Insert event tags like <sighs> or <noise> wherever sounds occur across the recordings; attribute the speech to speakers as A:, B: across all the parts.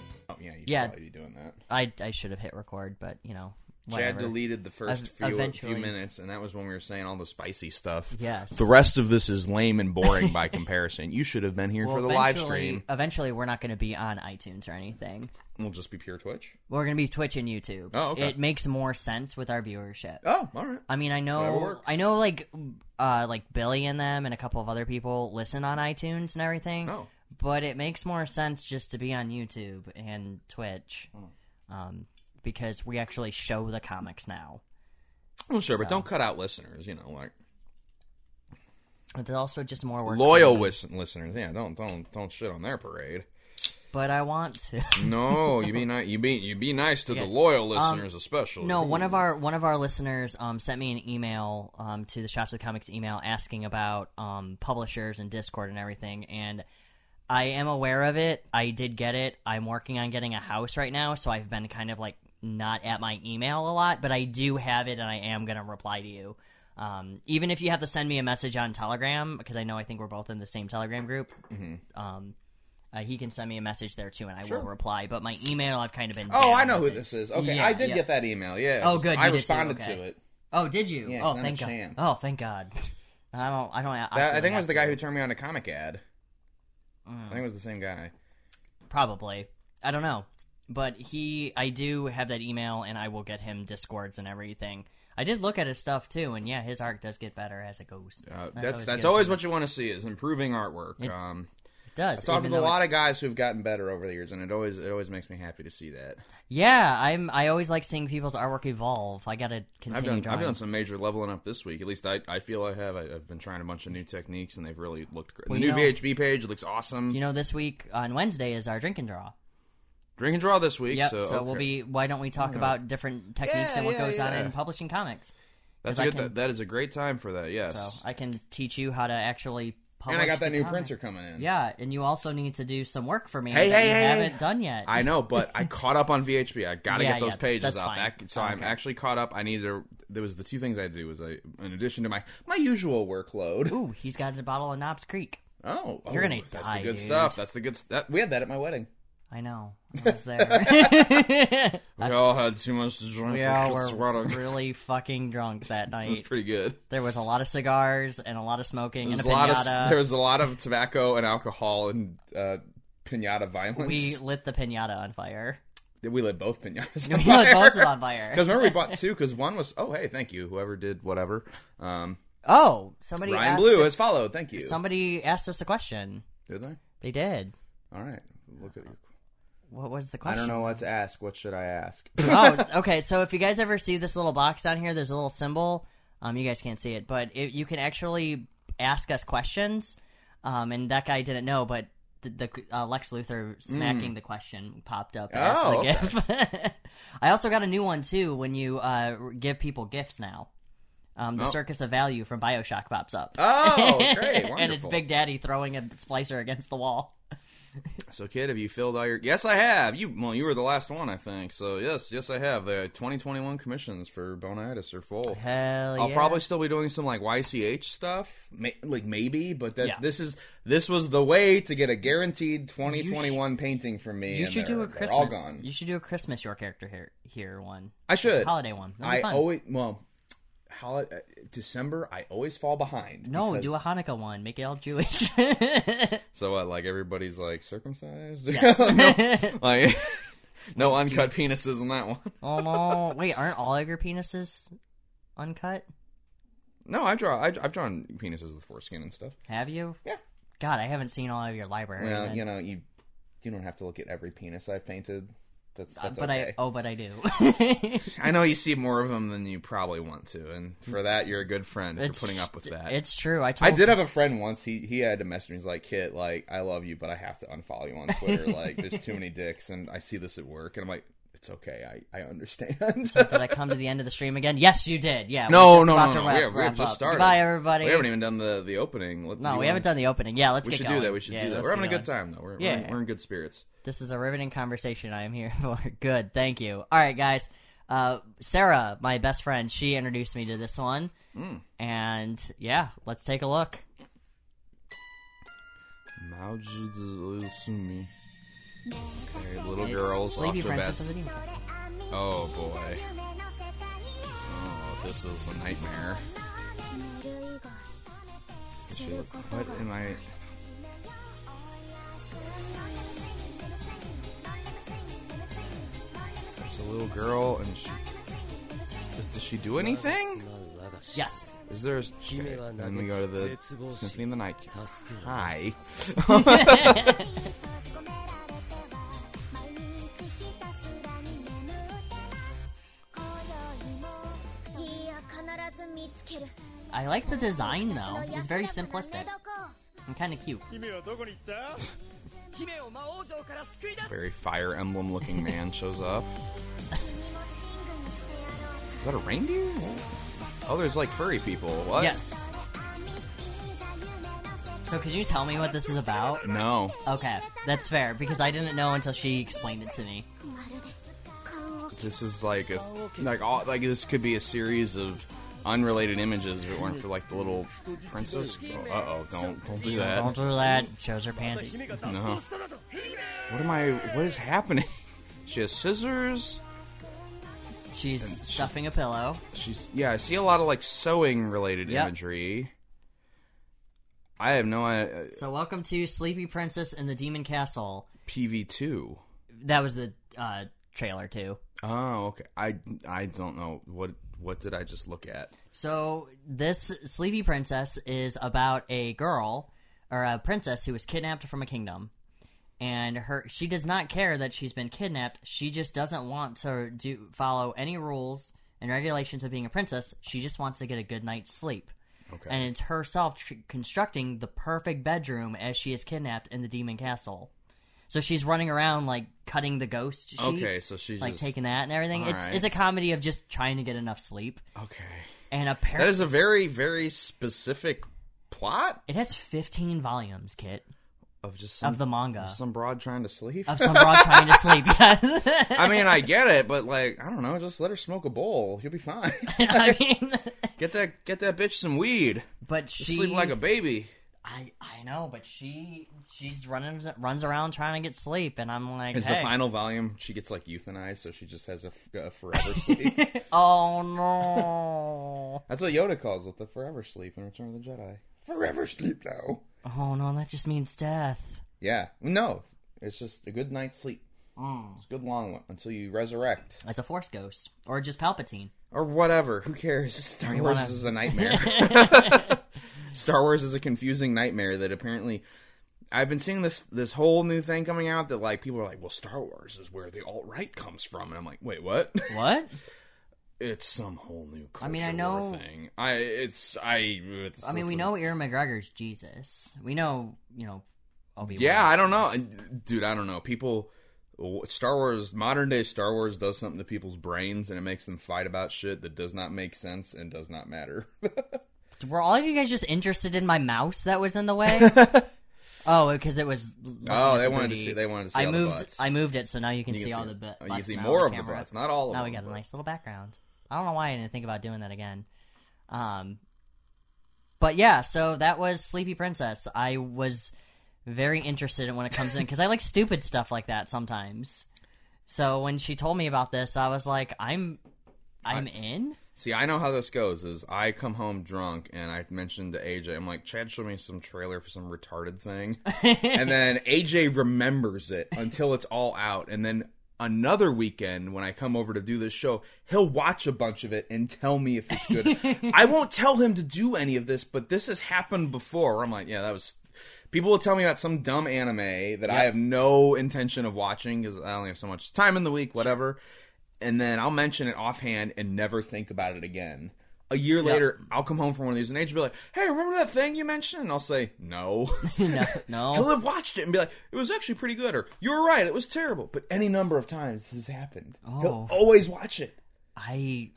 A: should
B: Yeah.
A: Oh, probably be doing that.
B: I I should have hit record, but you know.
A: Chad
B: Whatever.
A: deleted the first
B: Ev-
A: few,
B: eventually.
A: few minutes, and that was when we were saying all the spicy stuff.
B: Yes.
A: The rest of this is lame and boring by <laughs> comparison. You should have been here
B: Well,
A: for the live
B: eventually-
A: stream.
B: Eventually, we're not going to be on iTunes or anything.
A: We'll just be pure Twitch.
B: We're going to be Twitch and YouTube.
A: Oh, okay.
B: It makes more sense with our viewership.
A: Oh, all right.
B: I mean, I
A: Whatever
B: know,
A: works.
B: I know, like, uh, like Billy and them and a couple of other people listen on iTunes and everything.
A: Oh.
B: But it makes more sense just to be on YouTube and Twitch,
A: Hmm.
B: um, because we actually show the comics now.
A: Well, sure, but don't cut out listeners. You know, like
B: It's also just more work. for
A: loyal
B: them.
A: wis- listeners. Yeah, don't don't don't shit on their parade.
B: But I want to.
A: No, you be nice. You be you be nice to
B: Yes. Um,
A: the loyal listeners, especially.
B: No, one of our one of our listeners um, sent me an email um, to the Shops of Comics email asking about um, publishers and Discord and everything, and I am aware of it. I did get it. I'm working on getting a house right now, so I've been kind of like not at my email a lot, but I do have it, and I am gonna reply to you. Um, even if you have to send me a message on Telegram, because I know I think we're both in the same Telegram group.
A: Mm-hmm.
B: Um, uh, he can send me a message there too, and I will reply. But my email, I've kind of been.
A: Oh, I
B: down
A: know who
B: with it.
A: this is. Okay,
B: Yeah,
A: I did
B: yeah.
A: get that email. Yeah.
B: Oh, good,
A: I
B: you did too,
A: responded
B: okay.
A: to it.
B: Oh, did you?
A: Yeah,
B: oh,
A: 'cause I'm a
B: thank God.
A: sham.
B: Oh, thank God. I don't. I don't. I,
A: That, I
B: really
A: think it was
B: have
A: the guy
B: to.
A: who turned me on to comic ad.
B: Oh.
A: I think it was the same guy.
B: probably. I don't know, but he. I do have that email, and I will get him discords and everything. I did look at his stuff too, and yeah, his art does get better as it goes.
A: Uh, that's that's always,
B: good.
A: what you want to see is improving artwork. um,
B: it does.
A: I've talked
B: even
A: with a
B: though
A: lot
B: it's-
A: of guys who've gotten better over the years, and it always it always makes me happy to see that.
B: yeah, I'm. I always like seeing people's artwork evolve. I gotta
A: I've
B: continue
A: done
B: drawing.
A: I've done some major leveling up this week. At least I, I feel I have. I, I've been trying a bunch of new techniques, and they've really looked great.
B: Well,
A: the
B: you
A: new
B: know-
A: VHB page looks awesome.
B: you know, this week on Wednesday is our drink and draw.
A: Drink and draw this week.
B: Yep. So,
A: so
B: we'll
A: okay.
B: be. Why don't we talk about different techniques
A: Yeah,
B: and what
A: yeah,
B: goes on
A: yeah.
B: in publishing comics?
A: That's
B: if
A: a
B: I
A: good.
B: can-
A: that- that is a great time for that.
B: So
A: Yes.
B: I can teach you how to actually publish.
A: and I got
B: the
A: that new
B: comic.
A: printer coming in.
B: Yeah, and you also need to do some work for me
A: Hey,
B: that
A: hey,
B: you
A: hey,
B: haven't
A: hey.
B: done yet.
A: I know, but I caught up on VHB. I got to
B: Yeah,
A: get those
B: yeah,
A: pages
B: that's
A: out.
B: fine.
A: That, so
B: Oh,
A: I'm
B: okay.
A: actually caught up. I need to. There was the two things I had to do was I, in addition to my my usual workload.
B: Ooh, he's got a bottle of Knobs Creek.
A: Oh,
B: You're
A: oh,
B: gonna
A: that's
B: die,
A: the good
B: dude.
A: stuff. That's the good. s- That, we had that at my wedding.
B: I know. I
A: <laughs>
B: was there. <laughs>
A: We all had too much to drink. <laughs>
B: we all
A: I swear to
B: were
A: God.
B: really fucking drunk that
A: It was
B: night.
A: pretty good.
B: There was a lot of cigars and a lot of smoking
A: There was,
B: and a
A: a lot of,
B: pinata.
A: there was a lot of tobacco and alcohol and uh, pinata violence.
B: we lit the pinata
A: <laughs>
B: on fire.
A: we lit both pinatas.
B: <laughs> We lit both of them on fire.
A: Because remember we bought two. Because one was oh hey thank you whoever did whatever. Um,
B: Oh, somebody
A: Ryan
B: asked
A: Blue has followed. Thank you.
B: somebody asked us a question.
A: Did they?
B: They did.
A: All right. Look at you.
B: What was the
A: I
B: question?
A: don't know what to ask. What should I ask?
B: oh, okay. So if you guys ever see this little box down here, there's a little symbol. Um, you guys can't see it, but it, you can actually ask us questions. Um, and that guy didn't know, but the, the uh, Lex Luthor smacking the question popped up as
A: Hmm. Oh,
B: the gift. <laughs> I also got a new one too. When you uh, give people gifts now, um, the Circus of Value from Bioshock pops up.
A: <laughs> oh, great, wonderful.
B: <laughs> and it's Big Daddy throwing a splicer against the wall.
A: So, kid, have you filled all your? Yes, I have. You well, you were the last one, I think. So, yes, yes, I have. The 2021 commissions for Bonitis are full.
B: Hell
A: I'll
B: yeah.
A: probably still be doing some like YCH stuff, May, like maybe, but that
B: Yeah.
A: this is this was the way to get a guaranteed 2021 painting from me.
B: You
A: and
B: should do
A: they're-
B: a
A: they're all
B: Christmas.
A: gone.
B: You should do a Christmas your character here here one.
A: I should
B: holiday one. That'd be
A: I
B: fun.
A: always well, holi- uh, December. I always fall behind.
B: no,
A: because-
B: do a Hanukkah one. Make it all Jewish. <laughs>
A: So what? Like everybody's like circumcised? <laughs>
B: Yes. <laughs>
A: no, like <laughs> no uncut penises in that one. <laughs>
B: oh no! Wait, aren't all of your penises uncut?
A: No, I draw. I, I've drawn penises with foreskin and stuff.
B: Have you?
A: Yeah.
B: God, I haven't seen all of your library.
A: Well,
B: then.
A: you know, you you don't have to look at every penis I've painted. That's that's
B: but <laughs>
A: okay.
B: I oh, but I do.
A: I know you see more of them than you probably want to, and for that, you're a good friend for
B: It's-
A: putting up with that.
B: it's true. I
A: I
B: told
A: did have a friend once. He he had a message. He's like, "Kit, like I love you, but I have to unfollow you on Twitter. Like there's
B: <laughs>
A: too many dicks, and I see this at work, and I'm like, it's okay. I I understand.
B: <laughs> Did I come to the end of the stream again? Yes, you did. Yeah.
A: No,
B: we're just
A: no,
B: about
A: no,
B: to
A: no.
B: Wrap,
A: we have, we have
B: wrap
A: just
B: up.
A: started.
B: Goodbye, everybody.
A: We haven't even done the, the opening. Let-
B: no,
A: do
B: we
A: you
B: haven't
A: wanna-
B: done the opening. Yeah, let's
A: We
B: get
A: should
B: going.
A: do that. We should
B: Yeah,
A: do that.
B: let's
A: We're having a
B: get
A: good
B: going.
A: time though. We're,
B: Yeah.
A: we're, we're in good spirits.
B: This is a riveting conversation I am here <laughs> for. Good, thank you. All right, guys. Uh, Sarah, my best friend, she introduced me to this one.
A: Hmm.
B: And yeah, let's take a look.
A: Married little
B: It's
A: girls off
B: Lady
A: to a
B: Princess
A: bad-
B: of the Demon Forest.
A: Oh boy. Oh, this is a nightmare. Is she look- What am I? It's a little girl, and she. Does, does she do anything?
B: Yes.
A: Is there? A... Okay. Then we go to the Symphony of the Night. Hi.
B: I like the design though. It's very simplistic and kind of cute.
A: Very Fire Emblem looking man shows up. Is that a reindeer? Oh, there's like furry people. What?
B: Yes. So could you tell me what this is about?
A: No.
B: Okay, that's fair because I didn't know until she explained it to me.
A: This is like a like all like this could be a series of unrelated images if it weren't for like the little princess. Oh, uh oh, don't don't do that.
B: Don't do that. Shows her panties.
A: No. What am I? What is happening? <laughs> She has scissors.
B: She's stuffing a pillow.
A: She's yeah. I see a lot of like sewing related
B: Yep.
A: imagery. I have no uh, idea.
B: So welcome to Sleepy Princess and the Demon Castle.
A: PV two.
B: That was the uh, trailer too.
A: Oh, okay. I I don't know what what did I just look at.
B: So this Sleepy Princess is about a girl or a princess who was kidnapped from a kingdom. And her she does not care that she's been kidnapped. She just doesn't want to do follow any rules and regulations of being a princess. She just wants to get a good night's sleep.
A: Okay.
B: And it's herself tr- constructing the perfect bedroom as she is kidnapped in the demon castle. So she's running around like cutting the ghost sheet,
A: Okay, so she's
B: like
A: just-
B: taking that and everything. It's
A: Alright.
B: it's a comedy of just trying to get enough sleep.
A: Okay.
B: And apparently
A: That is a very very specific plot
B: It has 15 volumes, Kit,
A: of just some,
B: of the manga
A: some broad trying to sleep.
B: of some broad trying to sleep. <laughs> Yes,
A: I mean,
B: <laughs>
A: I get it, but like, I don't know. Just let her smoke a bowl. You'll be fine. <laughs>
B: I mean,
A: get that get that bitch some weed.
B: but she
A: Sleep like a baby.
B: I I know, but she she's running runs around trying to get sleep, and I'm like,
A: Is
B: hey,
A: the final volume? She gets like euthanized, so she just has a, f- a forever
B: <laughs>
A: sleep.
B: oh no,
A: That's what Yoda calls it, the forever sleep in Return of the Jedi. Forever sleep now.
B: oh no, that just means death.
A: Yeah, no, it's just a good night's sleep.
B: Mm.
A: It's a good long one until you resurrect
B: As a force ghost, or just Palpatine.
A: or whatever. Who cares? Star
B: You
A: Wars
B: wanna-
A: is a
B: <laughs>
A: nightmare. Star Wars is a confusing nightmare that apparently. I've been seeing this this whole new thing coming out that like people are like, well, Star Wars is where the alt right comes from, and I'm like, wait, what? <laughs>
B: What?
A: it's some whole new. Culture
B: I mean, I know-
A: war thing. I it's I. It's,
B: I mean,
A: it's
B: we
A: a-
B: know Ewan McGregor's Jesus. We know, you know, Obi.
A: Yeah, I don't know, And, dude. I don't know. People, Star Wars, modern day Star Wars does something to people's brains, and it makes them fight about shit that does not make sense and does not matter. <laughs>
B: Were all of you guys just interested in my mouse that was in the way? oh, because it was. looking
A: Oh,
B: at
A: they
B: the
A: wanted to
B: booty.
A: see- they wanted to see
B: I
A: all the
B: moved.
A: butts.
B: I moved it, so now you can,
A: You
B: see
A: can
B: all
A: it.
B: the bu-
A: Oh,
B: butts.
A: You can see
B: now on
A: more of the
B: camera.
A: butts, not all of
B: Now
A: them.
B: we got a
A: but-
B: nice little background. I don't know why I didn't think about doing that again. Um, but yeah, so that was Sleepy Princess. I was very interested in when it comes in because I like stupid stuff like that sometimes. So when she told me about this, I was like, I'm, I'm in. <laughs>
A: See, I know how this goes. Is I come home drunk and I mentioned to AJ, I'm like, Chad showed me some trailer for some retarded thing, and then AJ remembers it until it's all out, and then another weekend when I come over to do this show, he'll watch a bunch of it and tell me if it's good. I won't tell him to do any of this, but this has happened before. Where I'm like, yeah, that was. People will tell me about some dumb anime that I have no intention of watching because I only have so much time in the week, whatever and then I'll mention it offhand and never think about it again. A year later, I'll come home from one of these, and Age will be like, "Hey, remember that thing you mentioned?" And I'll say, <laughs> "No."
B: No,
A: He'll <laughs>
B: no.
A: have watched it and be like, "It was actually pretty good," or "You were right, it was terrible." But any number of times this has happened. He'll
B: Oh.
A: always watch it.
B: I.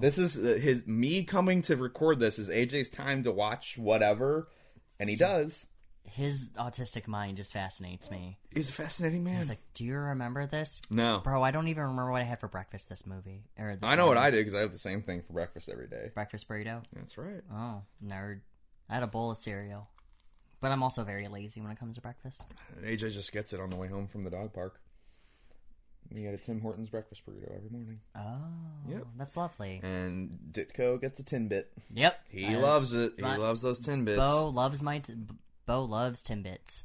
A: This is uh, his me coming to record. This is AJ's time to watch whatever, and he does.
B: his autistic mind just fascinates me.
A: He's a fascinating man.
B: It's like, do you remember this?
A: no,
B: Bro, I don't even remember what I had for breakfast this movie. Or this
A: I know what
B: morning.
A: I do because I have the same thing for breakfast every day.
B: Breakfast burrito.
A: That's right.
B: Oh, nerd. I had a bowl of cereal. But I'm also very lazy when it comes to breakfast.
A: AJ just gets it on the way home from the dog park. We get a Tim Hortons breakfast burrito every morning,
B: Oh,
A: Yep.
B: that's lovely.
A: and Ditko gets a tin bit.
B: Yep.
A: He
B: Uh,
A: loves it. He
B: but-
A: loves those tin bits.
B: Bo loves my t- Bo loves Timbits.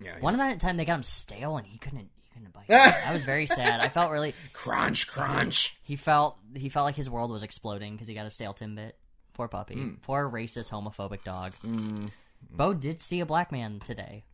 A: yeah,
B: One of that time they got him stale and he couldn't he
A: <laughs>
B: couldn't bite. it. I was very sad. I felt really
A: crunch, crunch.
B: he felt he felt like his world was exploding because he got a stale Timbit. Poor puppy.
A: Hmm.
B: Poor racist homophobic dog.
A: Mm.
B: Bo did see a black man today.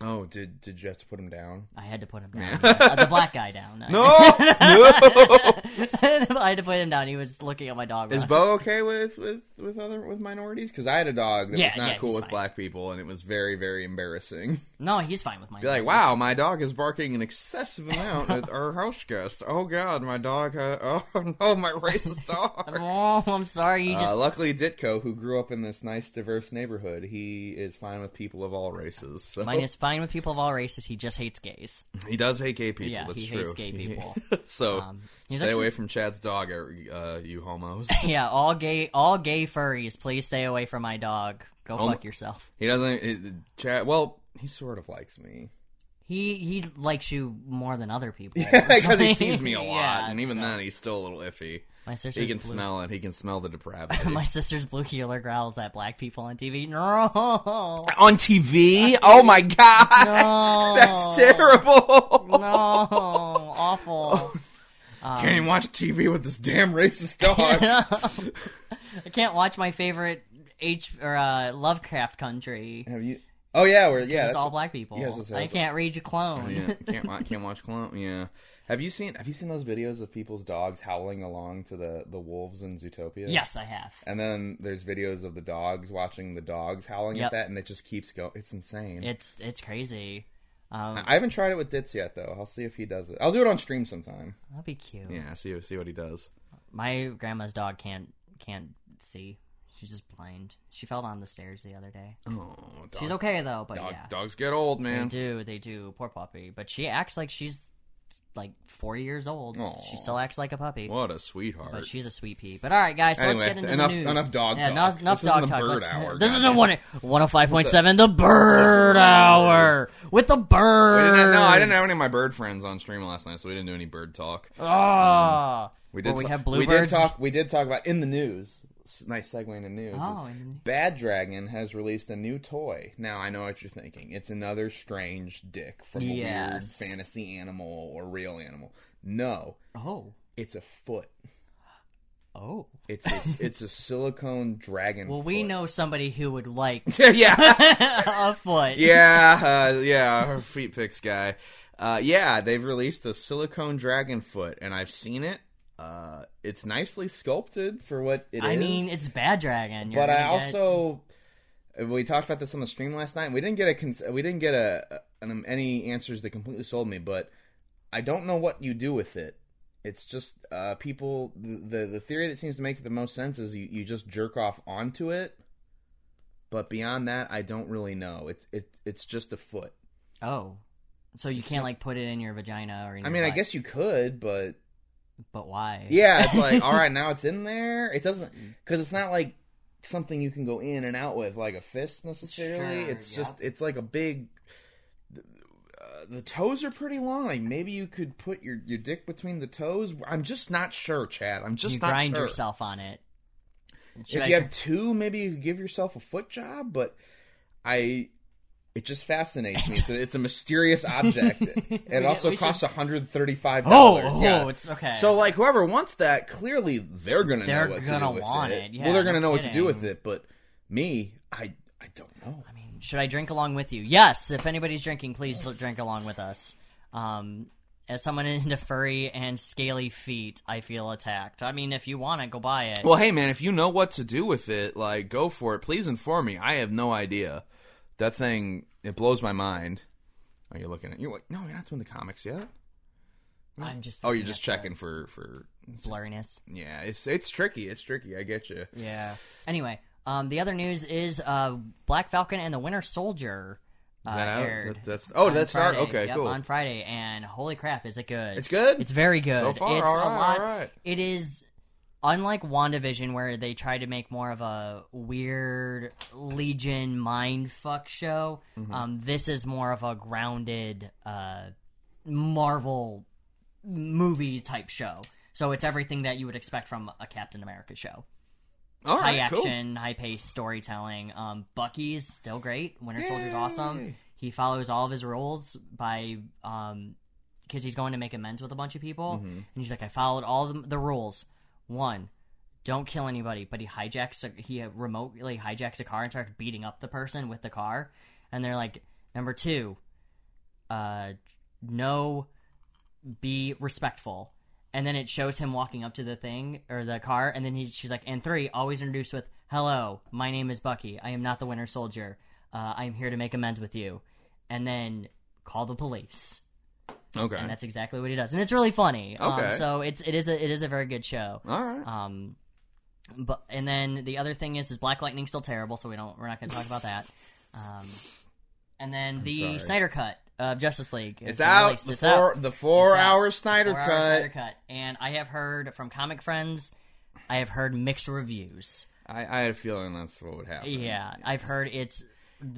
A: Oh, did did you have to put him down?
B: I had to put him down. Uh, the black
A: <laughs>
B: guy down.
A: no.
B: <laughs> I had to put him down. He was looking at my dog.
A: Is Bo okay with with with other with minorities? Because I had a dog that
B: Yeah,
A: was not
B: yeah,
A: cool
B: he's
A: with
B: fine.
A: black people, and it was very very embarrassing. <laughs>
B: no, he's fine with mine.
A: Be like, wow, my dog is barking an excessive amount
B: <laughs>
A: at our house guest. Oh god, my dog. Uh, <laughs> oh no, my
B: <laughs>
A: racist dog.
B: Oh, I'm sorry. You
A: <laughs>
B: just
A: Uh, luckily, Ditko, who grew up in this nice, diverse neighborhood, he is fine with people of all races. So
B: mine is fine with people of all races. He just hates gays.
A: <laughs> he does hate gay people.
B: Yeah,
A: that's
B: he
A: true. <laughs>
B: hates gay people.
A: so
B: Um,
A: stay
B: he's actually-
A: away from Chad's dog, uh, you homos.
B: Yeah, all gay, all gay furries. Please stay away from my dog. Go
A: Oh my-
B: fuck yourself.
A: he doesn't. He, Chad. Well, he sort of likes me. <laughs>
B: He he likes you more than other people
A: because he sees
B: <laughs>
A: me a lot,
B: Yeah,
A: and even
B: so-
A: then he's still a little iffy.
B: My sister's
A: He can
B: blue. <laughs>
A: smell it. He can smell the depravity.
B: My sister's blue healer growls at black people on TV. No, <laughs>
A: on TV? Oh my god,
B: no,
A: <laughs> that's terrible.
B: No, awful.
A: Oh
B: Um,
A: Can't even watch TV with this damn racist
B: <laughs>
A: dog.
B: I can't watch my favorite H or uh, Lovecraft country.
A: Have you? Oh yeah, we're yeah.
B: it's
A: that's-
B: all black people.
A: Yeah, I was gonna say,
B: I
A: that's- Oh,
B: can't read your clone. <laughs>
A: Yeah, can't wa- can't watch clone. Yeah. Have you seen Have you seen those videos of people's dogs howling along to the the wolves in Zootopia?
B: Yes, I have.
A: And then there's videos of the dogs watching the dogs howling
B: Yep.
A: at that, and it just keeps going. It's insane.
B: It's it's crazy. Um,
A: I haven't tried it with Ditz yet, though. I'll see if he does it. I'll do it on stream sometime.
B: that'd be cute.
A: Yeah, see see what he does.
B: My grandma's dog can't can't see. She's just blind. She fell down the stairs the other day.
A: Oh, dog,
B: She's okay though, but
A: dog-
B: yeah,
A: dogs get old,
B: they
A: man.
B: do they do. Poor puppy. But she acts like she's like four years old.
A: Aw.
B: She still acts like a puppy.
A: What a sweetheart.
B: But she's a sweet pea. But all right, guys. So let's
A: Anyway,
B: get into
A: enough-
B: the news.
A: enough dog
B: yeah,
A: talk.
B: Enough, enough
A: This
B: dog
A: isn't the
B: talk.
A: bird
B: Let's-
A: hour,
B: This isn't
A: goddamn.
B: one one hundred five point seven. The bird hour with the
A: We
B: bird.
A: didn't- no, I didn't have any of my bird friends on stream last night, so we didn't do any bird talk.
B: Oh,
A: We did.
B: Well, we
A: ta-
B: have
A: We did
B: bluebirds.
A: talk. We did talk about in the news. s- Nice segue into news. is
B: Oh, in the news.
A: Bad Dragon has released a new toy. Now I know what you're thinking. It's another strange dick from a
B: Yes.
A: weird fantasy animal or real animal. No,
B: oh,
A: it's a foot.
B: oh.
A: It's
B: <laughs>
A: a, it's a silicone dragon.
B: Well, we
A: foot.
B: know somebody who would like
A: <laughs> yeah.
B: a foot.
A: yeah, uh, yeah, her feet picks guy. Uh, yeah, they've released a silicone dragon foot, and I've seen it. Uh, it's nicely sculpted for what it is.
B: I mean, it's Bad Dragon. You're
A: but I
B: gonna get-
A: also we talked about this on the stream last night. And we didn't get a cons- we didn't get a, an, any answers that completely sold me. But I don't know what you do with it. It's just uh, people. The the theory that seems to make the most sense is you, you just jerk off onto it. But beyond that, I don't really know. It's it it's just a foot.
B: Oh, so you can't like put it in your vagina or. In
A: I
B: your
A: mean, I
B: butt,
A: guess you could, but
B: But why?
A: yeah,
B: <laughs>
A: it's like all right, now it's in there. It doesn't because it's not like something you can go in and out with like a fist necessarily.
B: Sure,
A: it's
B: yeah.
A: just it's like a big. Uh, the toes are pretty long. Like maybe you could put your, your dick between the toes. I'm just not sure, Chad. I'm just
B: you
A: not
B: grind
A: sure.
B: yourself on it. Should
A: If
B: I
A: you have two, maybe you could give yourself a foot job. But I, it just fascinates me. It's a, it's a mysterious
B: <laughs>
A: object. It
B: We-
A: also
B: we should-
A: costs 135. <laughs>
B: Oh,
A: dollars.
B: oh,
A: yeah.
B: it's okay.
A: So like whoever wants that, clearly they're gonna
B: They're
A: know what to
B: gonna
A: do with
B: want
A: it.
B: it, yeah,
A: well, they're
B: no
A: gonna know what to do
B: kidding.
A: with it, but me, I I don't know.
B: I mean, should I drink along with you? Yes. If anybody's drinking, please l- drink along with us. Um, as someone into furry and scaly feet, I feel attacked. I mean, if you want it, go buy it.
A: Well, hey man, if you know what to do with it, like go for it. Please inform me. I have no idea. That thing it blows my mind. Are you looking at you? are like, No, you're not doing the comics yet.
B: I'm just.
A: Oh, you're
B: looking
A: just
B: at the
A: checking for for.
B: blurriness.
A: Yeah, it's it's tricky. It's tricky. I get you.
B: Yeah. Anyway, um, the other news is uh, Black Falcon and the Winter Soldier. Uh,
A: Is that out? Is
B: aired
A: that- that's oh,
B: on
A: that's out.
B: Friday.
A: Okay,
B: Yep,
A: cool.
B: On Friday, and holy crap, is it good?
A: It's good.
B: It's very good.
A: So far,
B: it's
A: all right,
B: a lot.
A: all right.
B: It is unlike WandaVision, where they tried to make more of a weird Legion mind fuck show,
A: Mm-hmm.
B: um, this is more of a grounded uh, Marvel movie type show. So it's everything that you would expect from a Captain America show.
A: All
B: High
A: right, cool.
B: action, high paced storytelling. Um, Bucky's still great. Winter
A: Yay.
B: Soldier's awesome. He follows all of his rules by um, because he's going to make amends with a bunch of people,
A: Mm-hmm.
B: and he's like, I followed all the, the rules. One, don't kill anybody, but he hijacks. A, he remotely hijacks a car and starts beating up the person with the car, and they're like, number two, uh, no, be respectful. And then it shows him walking up to the thing or the car, and then he, she's like, and three, always introduced with, hello, my name is Bucky. I am not the Winter Soldier. Uh, I am here to make amends with you. And then call the police and
A: Okay.
B: that's exactly what he does, and it's really funny. Um,
A: Okay.
B: so it's it is a it is a very good show.
A: All right.
B: Um, but and then the other thing is is Black Lightning's still terrible, so we don't we're not going to talk about that. Um, and then the
A: sorry.
B: Snyder cut of Justice League. has
A: It's
B: been
A: out.
B: released.
A: The
B: It's
A: four,
B: out.
A: The four
B: It's out.
A: hour Snyder
B: Four-hour
A: cut.
B: Snyder cut, and I have heard from comic friends, I have heard mixed reviews.
A: I, I had a feeling that's what would happen.
B: Yeah, I've heard it's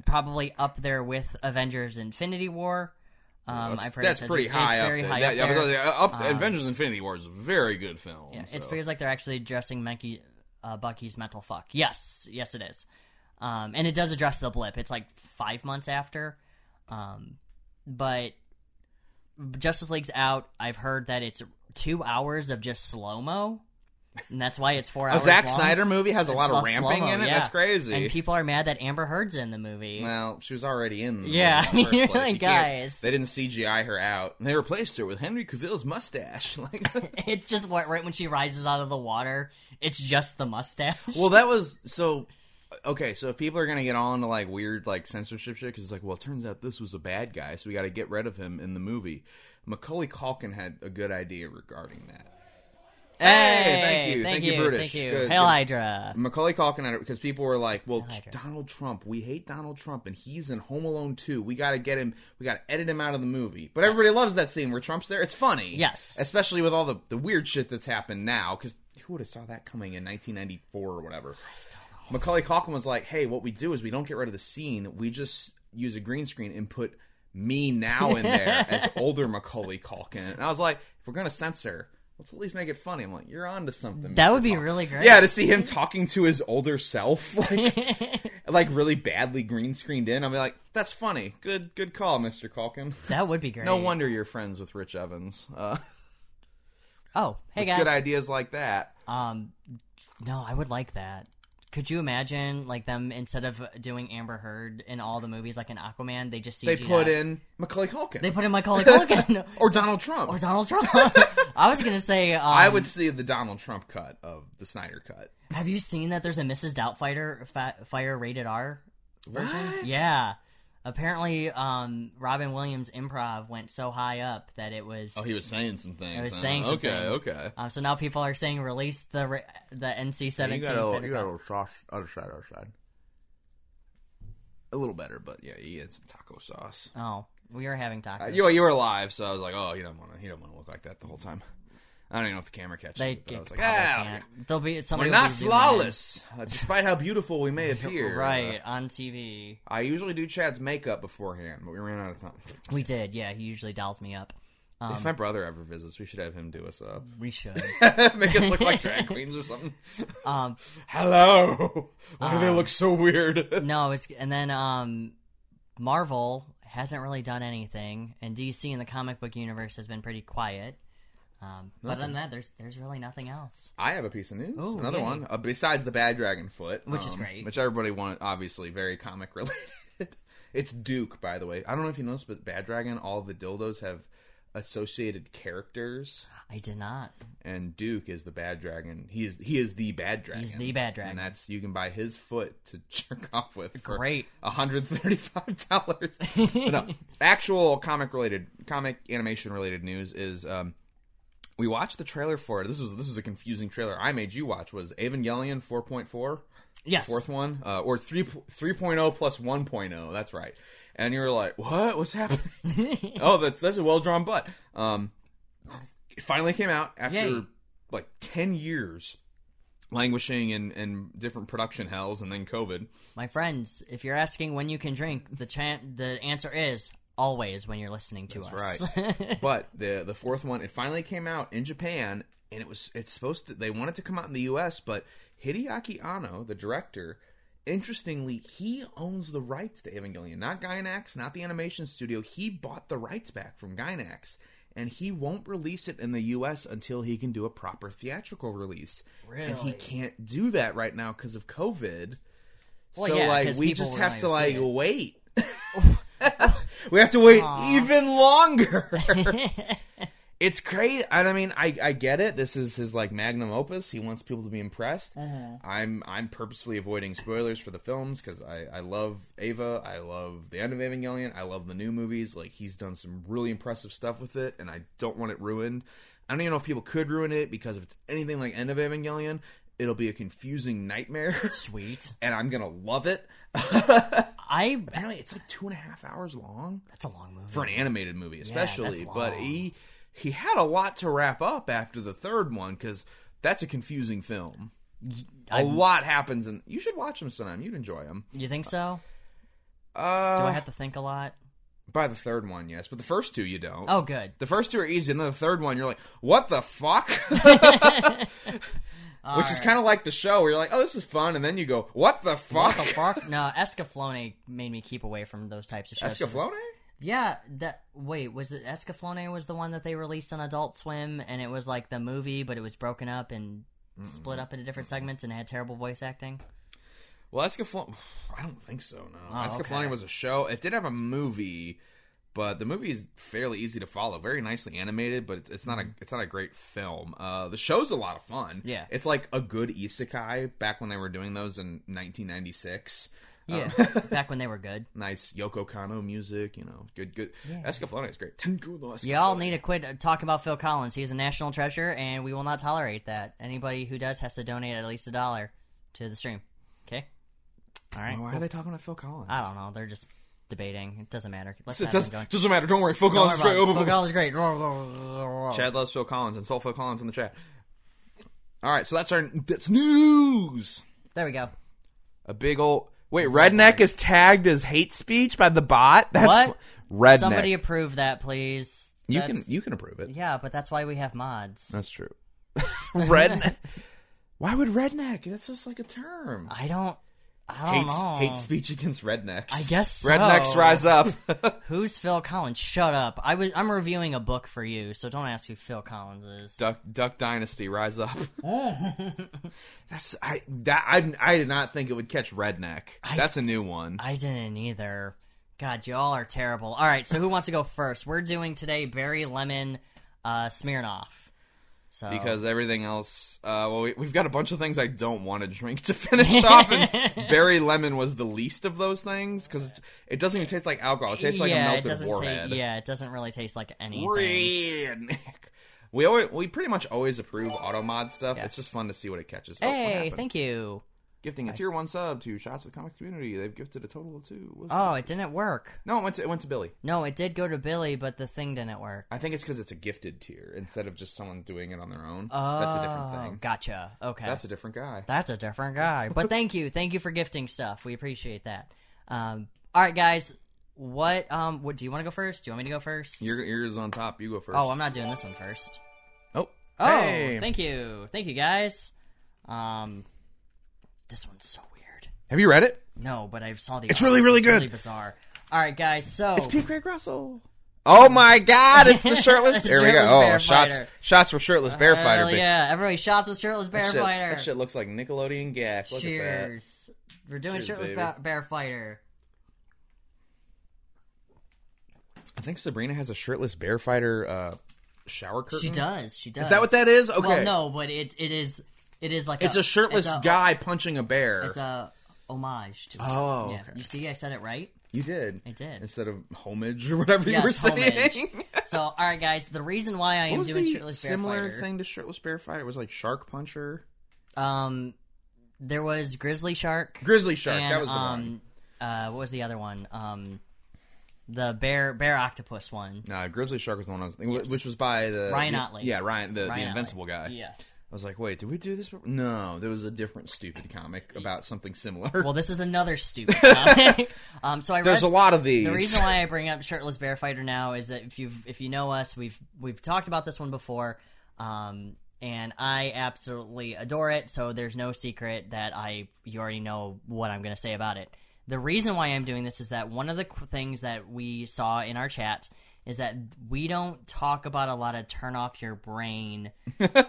B: probably up there with Avengers: Infinity War. Um,
A: that's,
B: I've heard
A: that's
B: it's-
A: pretty
B: it's
A: high
B: very
A: up there.
B: high
A: That-
B: up
A: yeah,
B: there. Um,
A: but, uh, up- Avengers: Infinity War is a very good film.
B: Yeah, it
A: so.
B: feels like they're actually addressing Menke, uh, Bucky's mental fuck. Yes, yes, it is, um, and it does address the blip. It's like five months after, um, but Justice League's out. I've heard that it's two hours of just slow mo, and that's why it's four
A: a
B: hours.
A: Oh, Zack
B: long.
A: Snyder movie has a lot
B: It's
A: of ramping
B: slow-mo,
A: in it.
B: yeah.
A: That's crazy.
B: And people are mad that Amber Heard's in the movie.
A: well, she was already in. the
B: Yeah, <laughs>
A: movie in the
B: I mean,
A: first place.
B: like,
A: You can't-
B: guys.
A: they didn't CGI her out. And they replaced her with Henry Cavill's mustache. <laughs> Like,
B: <laughs> It's just what right when she rises out of the water, it's just the mustache.
A: well, that was so. Okay, so if people are gonna get all into like weird like censorship shit, because it's like, well, it turns out this was a bad guy, so we got to get rid of him in the movie. Macaulay Culkin had a good idea regarding that. Hey, thank you, thank, you, British.
B: Thank you.
A: Good,
B: Hail
A: good.
B: Hydra.
A: Macaulay Culkin had it because people were like, "Well,
B: I
A: ch-
B: agree.
A: Donald Trump, we hate Donald Trump, and he's in Home Alone 2. We got to get him. We got to edit him out of the movie." But everybody loves that scene where Trump's there. It's funny,
B: Yes.
A: especially with all the, the weird shit that's happened now. Because who would have saw that coming in 1994 or whatever? Macaulay Culkin was like, "Hey, what we do is we don't get rid of the scene. We just use a green screen and put." Me now in there
B: <laughs>
A: as older Macaulay Culkin, and I was like, if we're gonna censor, let's at least make it funny. I'm like, you're on to something.
B: That
A: Mr.
B: would be
A: Culkin.
B: really great.
A: Yeah, to see him talking to his older self, <laughs> like, like really badly green screened in. I'll be like, that's funny. Good, good call, Mister Calkin.
B: <laughs> that would be great.
A: No wonder you're friends with Rich Evans. Uh,
B: Oh,
A: <laughs>
B: hey guys.
A: good ideas like that.
B: Um, no, I would like that. Could you imagine like them instead of doing Amber Heard in all the movies, like in Aquaman, they just CGI.
A: They put in Macaulay Culkin
B: they put in
A: <laughs>
B: Macaulay Culkin
A: or Donald Trump.
B: or Donald Trump. <laughs> I was gonna say, um,
A: I would see the Donald Trump cut of the Snyder cut.
B: Have you seen that? There's a Mrs. Doubtfire fa- fire rated R version.
A: What?
B: Yeah. Apparently, um, Robin Williams' improv went so high up that it was.
A: Oh, he was saying some things.
B: I was
A: huh?
B: saying some
A: okay,
B: things.
A: okay.
B: Um, so now people are saying release the re- the NC seventeen.
A: sauce other side, other side. A little better, but yeah, he had some taco sauce.
B: oh, we are having tacos.
A: Uh, you you were alive, so I was like, oh, he don't want to. He don't want to look like that the whole time. I don't even know if the camera catches
B: they
A: it. But I
B: get-
A: was like,
B: probably
A: ah,
B: can't. There'll be
A: we're
B: somebody. will
A: not
B: be zooming
A: flawless, uh, despite how beautiful we
B: <laughs>
A: may
B: in.
A: appear.
B: right
A: Uh,
B: on TV.
A: I usually do Chad's makeup beforehand, but we ran out of time.
B: We did. Yeah, he usually dials me up. Um,
A: if my brother ever visits, we should have him do us
B: <laughs>
A: up,
B: We should.
A: <laughs> make us look like
B: <laughs>
A: drag queens or something.
B: um,
A: Hello, why do they look so weird?
B: no, it's and then um, Marvel hasn't really done anything, and DC in the comic book universe has been pretty quiet. Um, but other than that, there's there's really nothing else.
A: I have a piece of news,
B: Ooh,
A: another
B: yay.
A: one uh, besides the bad dragon foot, um,
B: Which is great.
A: which everybody wanted, obviously very comic <laughs> related. it's Duke, by the way. I don't know if you noticed, but Bad Dragon, all the dildos have associated characters,
B: I did not.
A: and Duke is the Bad Dragon. He is he is the Bad Dragon.
B: the Bad Dragon.
A: and that's you can buy his foot to <laughs> jerk off with. For
B: Great.
A: hundred thirty five dollars.
B: <laughs>
A: no, actual comic related, comic animation related news is. um we watched the trailer for it. This was this was a confusing trailer. I made you watch was Evangelion 4.4,
B: Yes.
A: fourth one, uh, or 3 3.0 plus 1.0. That's right. And you were like, "What? What's happening?"
B: <laughs>
A: oh, that's that's a well drawn butt. Um, it finally came out after
B: Yay.
A: like 10 years languishing in, in different production hells and then COVID.
B: My friends, if you're asking when you can drink, the chan- the answer is always when you're listening to
A: That's
B: <laughs> us. Right.
A: But the the fourth one, it finally came out in Japan, and it was it's supposed to they wanted to come out in the U.S., but Hideaki Anno, the director, interestingly, he owns the rights to Evangelion, not Gainax, not the animation studio. He bought the rights back from Gainax. And he won't release it in the U.S. until he can do a proper theatrical release, and he
B: Really?
A: can't do that right now because of COVID.
B: Well,
A: so
B: yeah,
A: like
B: 'cause
A: we
B: people
A: just
B: will
A: have
B: not
A: to
B: even see
A: like
B: it. <laughs>
A: wait. <laughs> we have to wait even
B: <laughs>
A: longer. it's great. And I mean, I, I get it. This is his like magnum opus. He wants people to be impressed.
B: Uh-huh.
A: I'm I'm purposely avoiding spoilers for the films because I, I love Ava. I love the end of Evangelion. I love the new movies. Like he's done some really impressive stuff with it, and I don't want it ruined. I don't even know if people could ruin it because if it's anything like End of Evangelion, it'll be a confusing nightmare. <laughs>
B: Sweet.
A: And I'm gonna love it.
B: I
A: Apparently, it's like two and a half hours long
B: that's a long movie.
A: for an animated movie, especially.
B: that's
A: but
B: long.
A: he he had a lot to wrap up after the third one because that's a confusing film. A lot happens, and you should watch them sometime. You'd enjoy them.
B: you think so?
A: Uh,
B: Do I have to think a lot?
A: by the third one, yes, but the first two you don't.
B: Oh, good.
A: The first two are easy, and then the third one you're like, "What the
B: <laughs>
A: fuck?" <laughs> Which is kind of like the show where you're like, "Oh, this is fun," and then you go, "What the fuck?" <laughs>
B: No, Escaflone made me keep away from those types of shows.
A: Escaflowne?
B: Yeah, that wait, was it Escaflowne was the one that they released on Adult Swim and it was like the movie but it was broken up and split up into different segments and had terrible voice acting?
A: Well, Escaflowne. <sighs> I don't think so. No,
B: Oh, okay.
A: Escaflowne was a show. It did have a movie, but the movie is fairly easy to follow. Very nicely animated, but it's, it's not a it's not a great film. Uh, the show's a lot of fun.
B: Mm-hmm. Yeah.
A: it's like a good isekai back when they were doing those in 1996.
B: <laughs> Yeah. Back when they were good.
A: Nice Yoko Kano music, you know, good good. Escaflowne is great. Tengu no Escaflowne.
B: Y'all need to quit uh, talking about Phil Collins. He's a national treasure and we will not tolerate that. Anybody who does has to donate at least a dollar to the stream. Okay? All right.
A: Why are they talking about Phil Collins?
B: I don't know. They're just debating. It doesn't matter. Let's
A: it
B: not
A: does,
B: even go.
A: doesn't matter. Don't worry. Phil
B: Ah, <laughs> Don't
A: Collins
B: worry
A: is great.
B: about
A: Oh,
B: it.
A: Phil
B: Phil Collins is great.
A: Chad loves Phil Collins. Insult Phil Collins in the chat. All right, so that's our that's news.
B: There we go.
A: A big old wait. redneck is tagged as hate speech by the bot. That's
B: What?
A: redneck.
B: Somebody approve that, please.
A: you can
B: That's-
A: you can approve
B: <laughs>
A: it.
B: Yeah, but that's why we have mods.
A: That's true. <laughs>
B: <laughs>
A: redneck. Why would redneck? That's just like a term.
B: I don't. I
A: Hate
B: don't know.
A: hate speech against rednecks.
B: I guess so.
A: rednecks rise up. <laughs>
B: Who's Phil Collins? Shut up. I was. I'm reviewing a book for you, so don't ask who Phil Collins is.
A: Duck Duck Dynasty rise
B: <laughs>
A: up. That's I that I I did not think it would catch redneck. That's a new one.
B: I didn't either. God, y'all are terrible. All right, so who wants to go first? We're doing today Barry Lemon, uh, Smirnoff. So
A: because everything else. Uh, well, we, we've got a bunch of things I don't want to drink to <laughs>
B: <laughs>
A: finish off, and berry lemon was the least of those things because it doesn't even taste like alcohol. It tastes like
B: yeah,
A: a
B: it
A: melted
B: doesn't
A: warhead.
B: ta- yeah, it doesn't really taste like anything.
A: Redneck. We always, we pretty much always approve auto mod stuff. It's just fun to see what it catches. Oh, what
B: Hey,
A: happened?
B: thank you.
A: Gifting a tier one sub to Shots of the Comic Community. They've gifted a total of two. What's-
B: Oh, it didn't work.
A: No, it went to it went to Billy.
B: No, it did go to Billy, but the thing didn't work.
A: I think it's because it's a gifted tier instead of just someone doing it on their own. That's a different
B: Oh,
A: thing.
B: Gotcha. Okay.
A: That's a different guy.
B: That's a
A: <laughs>
B: different guy. But thank you, thank you for gifting stuff. We appreciate that. Um, all right, guys. What um what do you want to go first? Do you want me to go first?
A: Your ears on top. You go first.
B: oh, I'm not doing this one first.
A: oh,
B: Oh,
A: Hey.
B: thank you, thank you guys. Um, this one's so weird.
A: Have you read it?
B: No, but I saw the.
A: It's really, really good.
B: Really bizarre. All right, guys. So
A: Greg Russell. Oh my God! It's the
B: <laughs>
A: shirtless. there we go.
B: Shirtless
A: Oh,
B: bear
A: shots!
B: fighter. Oh,
A: Shots for shirtless bear fighter.
B: Hell
A: bitch.
B: yeah, everybody shots with shirtless bear
A: That shit,
B: fighter.
A: that shit looks like Nickelodeon gas. Look at that.
B: Cheers. We're doing
A: Cheers,
B: shirtless
A: baby.
B: ba- bear fighter.
A: I think Sabrina has a shirtless bear fighter uh, shower curtain.
B: She does. She does.
A: Is that what that is? Okay.
B: Well, no, but it it is it is like
A: It's a shirtless
B: it's a-
A: guy punching a bear.
B: It's a homage to.
A: Oh,
B: yeah.
A: okay.
B: You see, I said it right.
A: you did.
B: I did.
A: Instead of homage or whatever you
B: Yes,
A: were saying. <laughs>
B: homage. so, all right, guys. The reason why I
A: What
B: am
A: was
B: doing
A: the
B: shirtless bear
A: similar
B: fighter,
A: thing to shirtless bear fighter? It was like shark puncher,
B: um, there was grizzly shark.
A: grizzly shark.
B: and,
A: that was the
B: um,
A: one.
B: Uh, what was the other one? Um, the bear bear octopus one.
A: Uh, Nah, grizzly shark was the one I was thinking, which was by the
B: Ryan Otley.
A: Yeah, Ryan, the,
B: Ryan
A: the
B: Otley.
A: invincible guy.
B: Yes.
A: I was like, wait, did we do this? before? No, there was a different stupid comic about something similar.
B: Well, this is another stupid <laughs> comic. um, so
A: <laughs>
B: I
A: There's
B: read,
A: a lot of these.
B: the reason why I bring up shirtless bear fighter now is that if you have if you know us, we've we've talked about this one before, um, and I absolutely adore it. So there's no secret that I you already know what I'm going to say about it. The reason why I'm doing this is that one of the qu- things that we saw in our chats is that we don't talk about a lot of turn off
A: <laughs>
B: your brain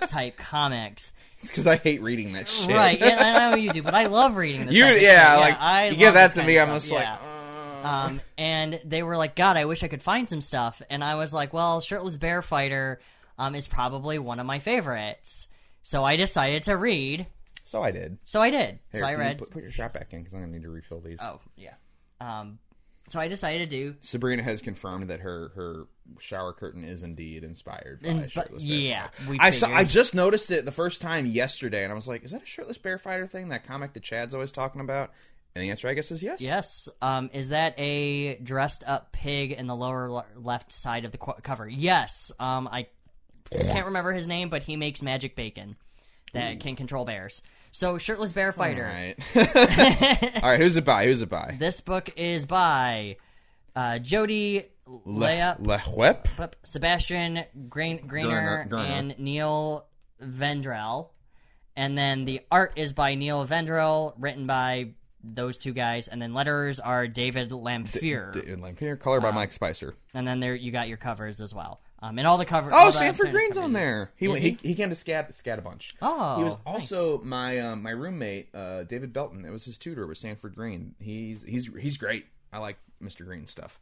B: type comics.
A: <laughs> it's because I hate reading that shit.
B: Right. Yeah, I know you do, but I love reading this.
A: <laughs> You,
B: type
A: yeah,
B: of shit.
A: like
B: I
A: you
B: love
A: give that
B: this
A: to
B: kind
A: me,
B: of
A: I'm
B: stuff,
A: just
B: yeah.
A: like, uh,
B: Um, and they were like, God, I wish I could find some stuff. And I was like, well, Shirtless Bear Fighter um, is probably one of my favorites. So I decided to read.
A: so I did.
B: So I did.
A: Here,
B: so I
A: can you
B: read.
A: Put, put your shot back in because I'm gonna need to refill these.
B: Oh, yeah. Um, so I decided to do.
A: Sabrina has confirmed that her her shower curtain is indeed inspired by
B: Inspi-
A: shirtless bear.
B: yeah,
A: Fighter.
B: we
A: I saw.
B: figured.
A: I just noticed it the first time yesterday, and I was like, "Is that a shirtless bear fighter thing? That comic that Chad's always talking about?" And the answer, I guess, is yes.
B: Yes. Um, is that a dressed up pig in the lower le- left side of the qu- cover? Yes. Um, I can't remember his name, but he makes magic bacon that can control bears. So, Shirtless Bear
A: All
B: Fighter.
A: right.
B: <laughs>
A: All right. <laughs> Who's it by? Who's it by?
B: This book is by uh, Jody Layup,
A: Le Huep.
B: Sebastian Grain- Grainer,
A: Grainer- Grainer.
B: and Neil Vendrell. And then the art is by Neil Vendrell, written by those two guys. And then letters are David Lamphere.
A: David Lampier, color by Mike Spicer.
B: and then there you got your covers as well. Um, and all the covers.
A: Oh, Sanford Green's on there. He went,
B: he?
A: he he came to Scat Scat a bunch.
B: Oh,
A: he was
B: nice.
A: also my um, my roommate uh, David Belton. That was his tutor. Was Sanford Green. He's he's he's great. I like Mr. Green stuff.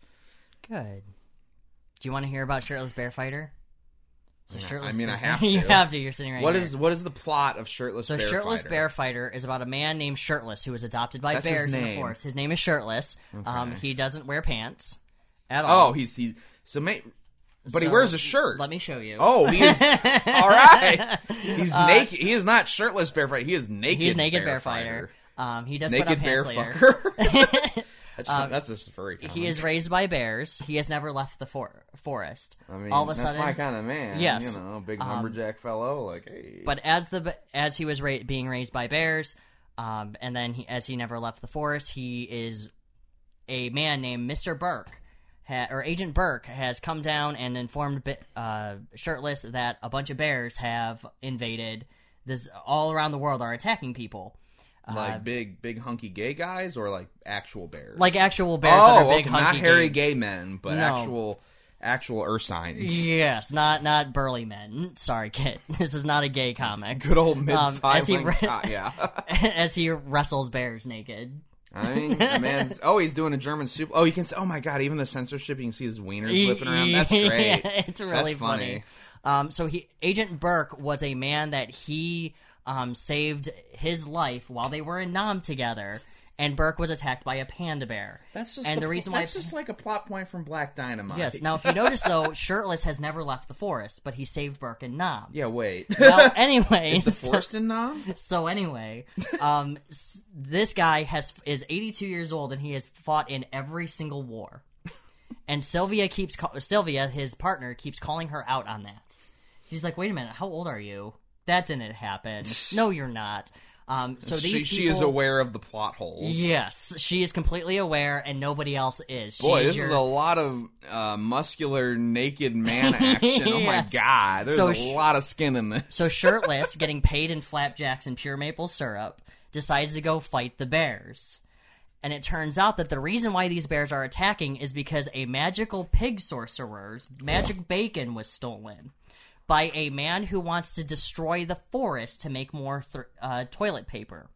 B: Good. Do you want to hear about Shirtless Bear Fighter? So
A: I mean, I have
B: <laughs> you
A: to.
B: have to. You're sitting right.
A: What
B: here.
A: is what is the plot of Shirtless
B: So
A: Bear
B: Shirtless
A: Fighter?
B: Bear Fighter is about a man named Shirtless who was adopted by
A: That's his
B: bears in the
A: name.
B: forest. His name is Shirtless. Um, he doesn't wear pants at all.
A: Oh, he's he's so mate, but he
B: So,
A: wears a shirt.
B: Let me show you.
A: Oh, he
B: <laughs>
A: is all right. He's naked. He is not shirtless bear fighter. He is naked.
B: Uh, he's naked bear, fighter. Um, he does put
A: Naked
B: on
A: bear
B: pants later. Uh,
A: fucker.
B: <laughs>
A: <laughs> that's, just, that's just a furry. Comic.
B: He is raised by bears. He has never left the for- forest.
A: I mean,
B: all of a
A: that's
B: sudden,
A: my kind of man.
B: Yes. Um,
A: you know, big lumberjack fellow. Like, hey,
B: but as the as he was ra- being raised by bears, um, and then he, as he never left the forest, he is a man named Mister Burke. Ha- or Agent Burke has come down and informed Bi- uh, Shirtless that a bunch of bears have invaded. This all around the world are attacking people, uh,
A: like big, big hunky gay guys, or like actual bears,
B: like actual bears that
A: oh,
B: are big,
A: okay,
B: hunky,
A: not hairy
B: big-
A: gay men, but
B: No.
A: actual, actual ursines.
B: Yes, not not burly men. Sorry, kid. <laughs> This is not a gay comic.
A: Good old mid
B: Um, as
A: five
B: he
A: wing
B: re-
A: cock, yeah.
B: <laughs> as he wrestles bears naked.
A: I mean, the
B: <laughs>
A: man's oh, he's doing a German soup. Oh, you can see. Oh my god, even the censorship, you can see his wieners whipping around. That's great.
B: <laughs> Yeah, it's really
A: That's
B: funny.
A: funny.
B: Um, so he Agent Burke was a man that he um, saved his life while they were in Nam together, and Burke was attacked by a panda bear.
A: That's just
B: and the,
A: the
B: reason why.
A: that's just like a plot point from Black Dynamite.
B: <laughs> yes. Now, if you notice though, shirtless has never left the forest, but he saved Burke and Nam.
A: Yeah.
B: <laughs>
A: Wait. <laughs>
B: Well, anyway, <laughs>
A: the forest in Nam.
B: So anyway, um, s- this guy has is 82 years old and he has fought in every single war. And Sylvia keeps ca- Sylvia, his partner, keeps calling her out on that. She's like, "Wait a minute, how old are you? That didn't
A: <laughs>
B: happen. No, you're not." Um, so these
A: She, she is
B: people-
A: aware of the plot holes.
B: Yes, she is completely aware, and nobody else is. She
A: Boy, this
B: your-
A: is a lot of uh, muscular, naked man action. Oh my
B: <laughs> Yes.
A: god, there's
B: So
A: a
B: sh-
A: lot of skin in this.
B: So shirtless, getting paid in flapjacks and pure maple syrup, decides to go fight the bears. And it turns out that the reason why these bears are attacking is because a magical pig sorcerer's magic bacon was stolen by a man who wants to destroy the forest to make more thr uh, toilet paper.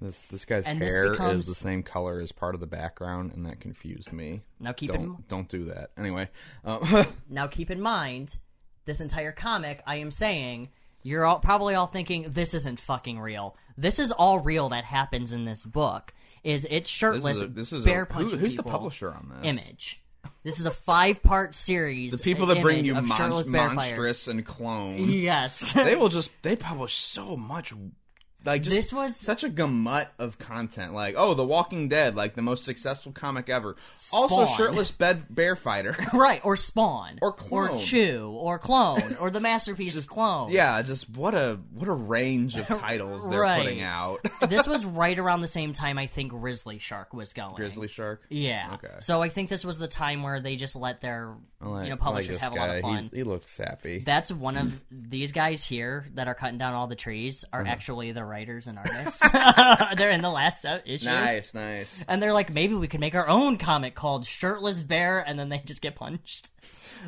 A: this this guy's
B: And this
A: hair
B: becomes-
A: is the same color as part of the background, and that confused me.
B: Now keep in
A: Don't don't do that. Anyway, um, <laughs>
B: now keep in mind this entire comic. I am saying you're all, probably all thinking this isn't fucking real. This is all real that happens in this book. Is it's shirtless
A: this is a, this is
B: bear
A: a, who,
B: punching
A: who's the
B: people.
A: publisher on this?
B: image. This is a five part series.
A: The people that bring
B: image
A: you
B: of
A: mon-
B: shirtless bear
A: <laughs>
B: fire.
A: monstrous and clone.
B: Yes. <laughs>
A: they will just they publish so much like just
B: This was-
A: such a gamut of content. Like, oh, The Walking Dead, like the most successful comic ever. Also,
B: Spawn. <laughs>
A: shirtless bed bear fighter. <laughs>
B: Right, or Spawn,
A: Or Clone.
B: or Chew, or Clone,
A: <laughs>
B: or the masterpiece is Clone.
A: yeah, just what a what a range of titles they're
B: <laughs> Right.
A: putting out. <laughs>
B: this was right around the same time I think Grizzly Shark was going.
A: Grizzly Shark.
B: Yeah.
A: Okay.
B: So I think this was the time where they just let their
A: I like-
B: you know
A: I
B: publishers
A: like
B: have
A: this
B: a lot
A: guy.
B: of fun.
A: He's- he looks sappy.
B: That's one of
A: <clears throat>
B: these guys here that are cutting down all the trees are
A: Uh-huh.
B: actually the writers
A: <laughs>
B: and artists. <laughs> they're in the last uh, issue.
A: nice, nice.
B: And they're like, maybe we could make our own comic called Shirtless Bear, and then they just get punched.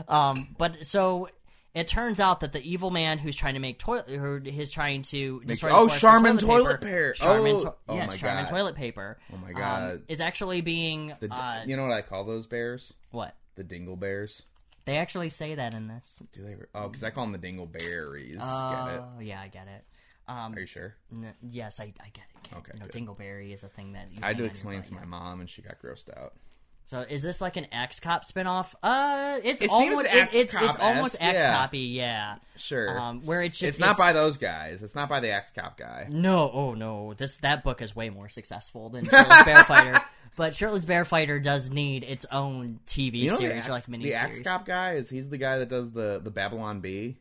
B: Um, but so it turns out that the evil man who's trying to make toilet, who is trying to destroy. the
A: oh,
B: forest for
A: Charmin toilet
B: paper-
A: paper.
B: Charmin,
A: Oh,
B: to-
A: oh
B: yes,
A: my
B: Charmin
A: God.
B: toilet paper. Oh
A: my God.
B: is actually being
A: The,
B: uh,
A: you know what I call those bears?
B: what
A: The dingle bears.
B: they actually say that in this.
A: Do they? Re- oh, because I call them the dingle berries. Get it?
B: Oh, yeah, I get it. Um,
A: Are you sure?
B: N- yes, I, I get it. Ken.
A: Okay,
B: you know,
A: good.
B: Dingleberry is a thing that you
A: I had
B: hang
A: to
B: on
A: explain
B: your
A: it to my
B: butt,
A: mom, and she got grossed out.
B: yeah. So is this like an X Cop spinoff? Uh, it's
A: It seems
B: almost it- it's, it's
A: X-Cop-esque,
B: almost
A: yeah.
B: X Copy, yeah.
A: Sure.
B: Um, where it's just
A: it's not by those guys. It's not by the Axe Cop guy.
B: no, oh no, this that book is way more successful than Shirtless Bear
A: <laughs>
B: Fighter. But Shirtless Bear Fighter does need its own TV
A: You know the
B: series
A: Axe,
B: or like
A: the Axe
B: miniseries.
A: Cop guy is he's the guy that does the the Babylon Bee.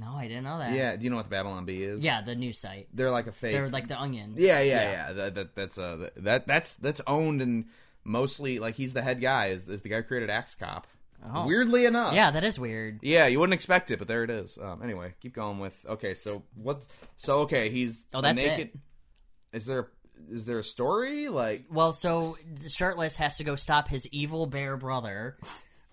B: no, I didn't know that.
A: Yeah. Do you know what the Babylon Bee is?
B: yeah, the news site.
A: They're like a fake.
B: They're like the Onion.
A: yeah, yeah, yeah. That, that that's uh that that's that's owned and mostly like he's the head guy is, is the guy who created Axe Cop.
B: Oh.
A: Weirdly enough.
B: yeah, that is weird.
A: Yeah, you wouldn't expect it, but there it is. Um, anyway, keep going with. Okay, so what's so okay? He's
B: Oh,
A: the
B: that's
A: naked, Is there is there a story like?
B: Well, so shirtless has to go stop his evil bear brother,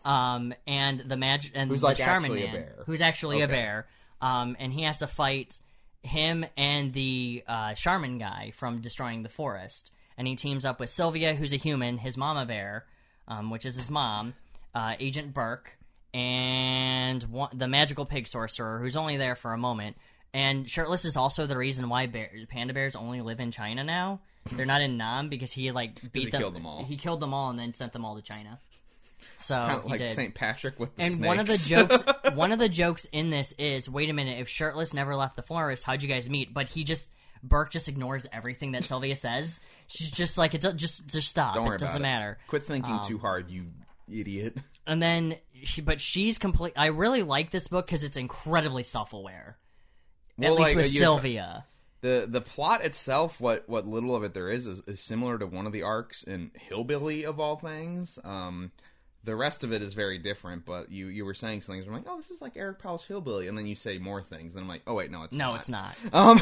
B: um, and the magic and
A: Who's,
B: the
A: like,
B: Charmin
A: actually a
B: man,
A: bear.
B: who's actually a
A: Okay.
B: bear, um, and he has to fight him and the uh, Charmin guy from destroying the forest, and he teams up with Sylvia, who's a human, his mama bear, um, which is his mom, uh, Agent Burke, and one, the magical pig sorcerer, who's only there for a moment. And shirtless is also the reason why bear, panda bears only live in China now. They're not in Nam because he like beat
A: he
B: them.
A: killed them all.
B: He killed them all and then sent them all to China. So
A: Kind of
B: Oh, he
A: like
B: did.
A: St. Patrick with the
B: and one of the
A: snakes? <laughs>
B: jokes, one of the jokes in this is, wait a minute, if shirtless never left the forest, how'd you guys meet? But he just Burke just ignores everything that Sylvia says. She's just like, it do- just just stop.
A: Don't worry
B: it doesn't
A: about it.
B: matter. Um,
A: Quit thinking too hard, you idiot.
B: And then, she, but she's complete. I really like this book because it's incredibly self-aware.
A: <laughs> Well,
B: at least
A: like,
B: with
A: uh, you-
B: Sylvia.
A: The the plot itself, what what little of it there is, is, is similar to one of the arcs in Hillbilly of all things. Um, the rest of it is very different. But you you were saying some things. I'm like, oh, this is like Eric Powell's Hillbilly, and then you say more things, and I'm like, oh wait, no, it's
B: no,
A: not.
B: it's not.
A: Um,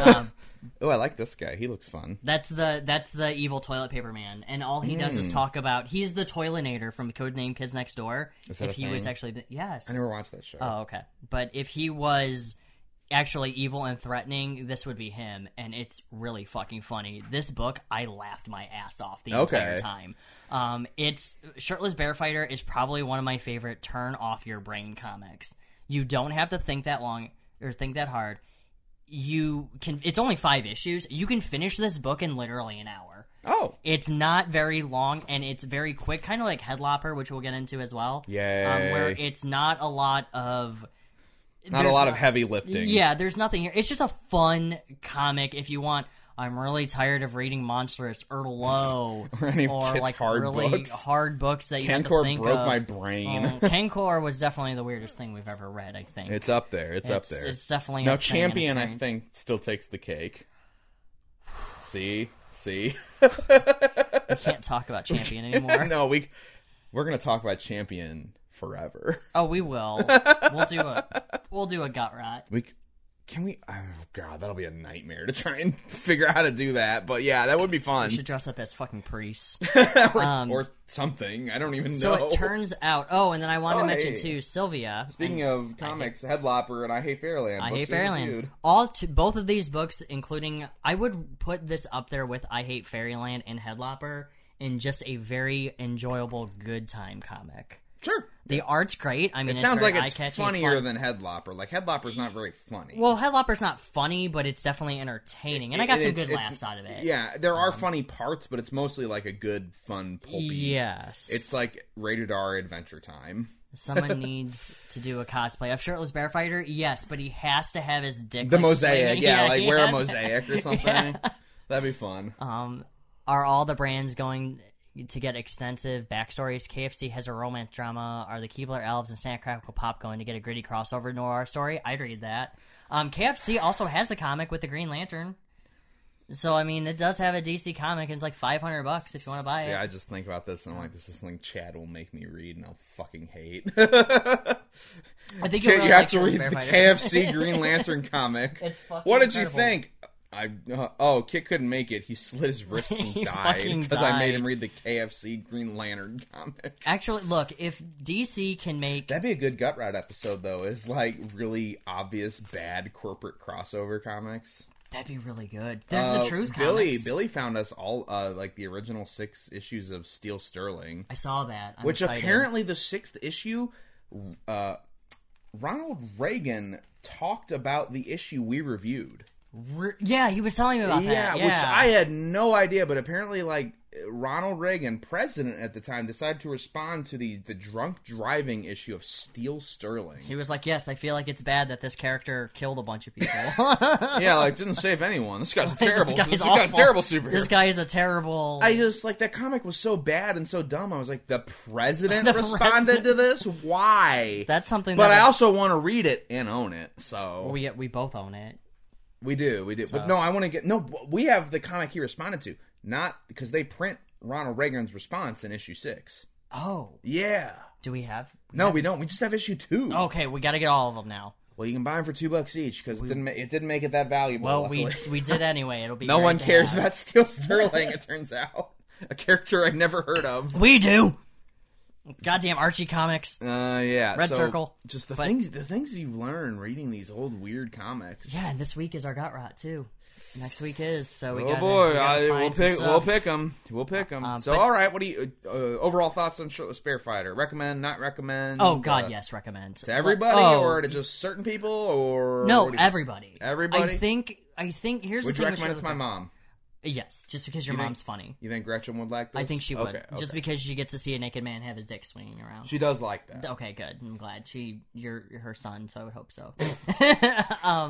A: <laughs> oh, I like this guy. He looks fun.
B: That's the that's the evil toilet paper man, and all he does
A: Hmm.
B: is talk about he's the toilinator from Codename Kids Next Door.
A: Is that
B: if
A: a
B: he was
A: thing?
B: actually the, yes,
A: I never watched that show.
B: oh okay, but if he was actually evil and threatening, this would be him, and it's really fucking funny. This book, I laughed my ass off the entire
A: Okay.
B: time. Um, it's Shirtless Bear Fighter is probably one of my favorite turn off your brain comics. You don't have to think that long or think that hard you can it's only five issues you can finish this book in literally an hour
A: oh,
B: it's not very long and it's very quick kind of like headlopper which we'll get into as well um,
A: Yay.
B: where it's not a lot of
A: not a
B: there's
A: lot
B: no-
A: of heavy lifting.
B: yeah there's nothing here it's just a fun comic if you want i'm really tired of reading monstrous or low
A: <laughs> Or any of
B: or
A: Kit's
B: like
A: hard
B: really
A: books.
B: hard books that you have to
A: Cancor
B: think
A: broke
B: of.
A: my brain. <laughs>
B: Um, Kankor was definitely the weirdest thing we've ever read. I think
A: It's up there. It's, up
B: It's-
A: there.
B: It's definitely
A: now
B: a thing and
A: champion, I
B: experience.
A: think, still takes the cake. See, see.
B: can't
A: <laughs>
B: talk about champion anymore.
A: no, we we're gonna talk about champion forever.
B: Oh, we will. We'll do a we'll do a gut rot.
A: We c- can we? Oh god, that'll be a nightmare to try and <laughs> figure out how to do that. But yeah, that would be fun
B: Should dress up as fucking priests.
A: or something. I don't even
B: So
A: know.
B: it turns out. Oh, and then I want
A: Oh,
B: to mention
A: hey.
B: too, Sylvia. um,
A: Speaking of comics, Headlopper and I Hate Fairland.
B: I
A: books
B: hate
A: we
B: Fairyland.
A: reviewed.
B: All t- both of these books, including I would put this up there with I Hate Fairyland and Headlopper, in just a very enjoyable good time comic.
A: Sure.
B: The art's great. I mean,
A: It sounds
B: very
A: like it's
B: eye-catching,
A: funnier
B: fun.
A: than Headlopper. Like Headlopper's not very funny.
B: Well, Headlopper's not funny, but it's definitely entertaining, and I got
A: It-
B: some
A: it's-
B: good
A: it's-
B: laughs out of it. Um,
A: Yeah, there are funny parts, but it's mostly like <laughs> a good, fun, pulpy.
B: Yes.
A: It's like rated R Adventure Time.
B: Someone needs to do a cosplay of shirtless bear fighter. Yes, but he has to have his dick.
A: The
B: like,
A: mosaic,
B: swinging. <laughs>
A: yeah, like
B: he
A: wear a
B: has-
A: mosaic
B: <laughs>
A: or something. That'd be fun.
B: Um, are all the brands going to get extensive backstories? KFC has a romance drama. Are the Keebler Elves and Santa Crackle Pop going to get a gritty crossover noir story? I'd read that. Um, KFC also has a comic with the Green Lantern. So I mean, it does have a DC comic, and it's like five hundred bucks if you want to buy
A: See,
B: it.
A: I just think about this and I'm like, this is something Chad will make me read, and I'll fucking
B: <laughs>
A: hate.
B: I think
A: <laughs> you
B: you'll really
A: have
B: like
A: to
B: Shirtless
A: read
B: Bear
A: the
B: Fighter.
A: KFC Green Lantern comic.
B: <laughs> It's fucking
A: what did
B: incredible.
A: you think? I uh, oh, Kit couldn't make it. He slit his wrists <laughs> and
B: He
A: died
B: fucking
A: because I made
B: died.
A: him read the KFC Green Lantern <laughs> comic.
B: Actually, look, if DC can make
A: That'd be a good gut route episode, though. Is like really obvious bad corporate crossover comics.
B: That'd be really good. There's
A: Uh,
B: the truth
A: Billy
B: comics.
A: Billy found us all uh, like the original six issues of Steel Sterling,
B: I saw that. I'm
A: which
B: excited.
A: apparently the sixth issue, uh, Ronald Reagan talked about the issue we reviewed.
B: Re- yeah, he was telling me about
A: yeah,
B: that.
A: which I had no idea, but apparently, like Ronald Reagan, president at the time, decided to respond to the the drunk driving issue of Steel
B: <laughs>
A: Sterling.
B: He was like, "Yes, I feel like it's bad that this character killed a
A: <laughs>
B: bunch of people. <laughs>
A: yeah, like didn't save anyone. This guy's a terrible.
B: this
A: this
B: guy's
A: guy's,
B: awful.
A: terrible superhero.
B: this guy is a terrible."
A: I just like that comic was so bad and so dumb. I was like, the president
B: <laughs> The
A: responded
B: president-
A: to this. Why?
B: That's something.
A: but
B: that
A: I also want to read it and own it. So we,
B: we we both own it.
A: do, we do. But no, I want to get no. We have the comic he responded to, not because they print Ronald Reagan's response in issue six.
B: Oh,
A: Yeah.
B: do we have?
A: No, we don't. We just have issue two.
B: Oh, Okay, we got to get all of them now.
A: Well, you can buy them for two bucks each because it didn't. Ma- it didn't make it that valuable.
B: Well, we <laughs>
A: luckily.
B: we did anyway. It'll
A: <laughs>
B: be
A: no
B: great
A: one
B: to
A: cares
B: have.
A: about Steel Sterling. it turns out a character I never heard of.
B: We do. Goddamn Archie comics.
A: Uh, yeah.
B: Red
A: so,
B: Circle.
A: Just the
B: But-
A: things the things you learn reading these old weird comics.
B: Yeah, and this week is our gut rot too. Next week is so we
A: Oh
B: gotta-
A: boy,
B: we gotta
A: I, we'll
B: find some
A: pick we'll
B: stuff.
A: pick them. We'll pick them. so
B: but-
A: all right, what do you uh, overall thoughts on Shirtless Bear Fighter? Recommend, not recommend?
B: Oh God,
A: uh,
B: yes, recommend
A: To everybody
B: Oh,
A: or to just certain people or
B: no,
A: what do you-
B: everybody,
A: Everybody?
B: I think I think here's
A: would
B: the
A: you
B: thing.
A: recommend it
B: with
A: to my
B: Charlotte-
A: mom?
B: Yes, just because your
A: think-
B: mom's funny.
A: You think Gretchen would like this?
B: I think she would,
A: Okay, okay.
B: just because she gets to see a naked man have his dick swinging around.
A: she does like that.
B: okay, good. I'm glad she you're, you're her son, so I would
A: <laughs>
B: hope so.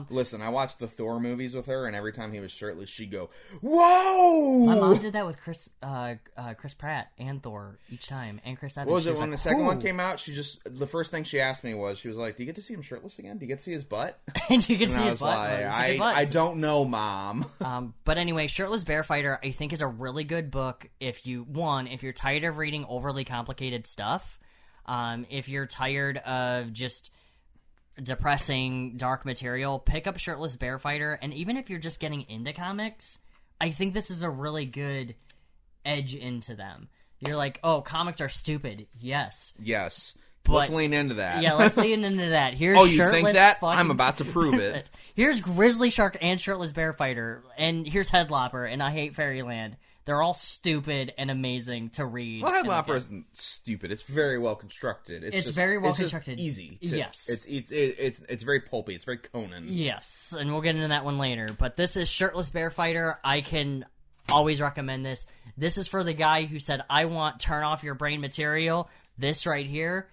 A: Listen, I watched the Thor movies with her, and every time he was shirtless, she'd go, "Whoa!"
B: my mom did that with Chris uh, uh, Chris Pratt and Thor each time, and Chris Evans.
A: What was
B: She
A: it when
B: like,
A: the second one
B: "Ooh."
A: came out? She just the first thing she asked me was she was like, "Do you get to see him shirtless again? Do you get to see his
B: <laughs>
A: butt?"
B: <laughs> and you could see
A: And I was
B: his butt.
A: like,
B: It's a good
A: "I,
B: butt.
A: I don't know, mom."
B: Um, but anyway, Shirtless Bear Fighter, I think, is a really good book if you, one, if you're tired of reading overly complicated stuff, um, if you're tired of just depressing, dark material, pick up Shirtless Bear Fighter. And even if you're just getting into comics, I think this is a really good edge into them. You're like, oh, comics are stupid. Yes.
A: <laughs> yes,
B: But-
A: let's lean into that. <laughs>
B: Yeah, let's lean into that. Here's
A: oh, you
B: shirtless
A: think that?
B: fucking
A: I'm about to prove
B: <laughs>
A: it.
B: Here's Grizzly Shark and Shirtless Bear Fighter, and here's Headlopper, and I hate Fairyland. They're all stupid and amazing to read.
A: well,
B: and look
A: Headlopper
B: at.
A: isn't stupid. It's very well constructed. It's,
B: It's
A: just-
B: very well
A: it's just
B: constructed.
A: easy. to-
B: Yes.
A: it's it's it- it's it's very pulpy. It's very Conan.
B: Yes, and we'll get into that one later. But this is Shirtless Bear Fighter. I can always recommend this. This is for the guy who said, I want turn off your brain material. This right here.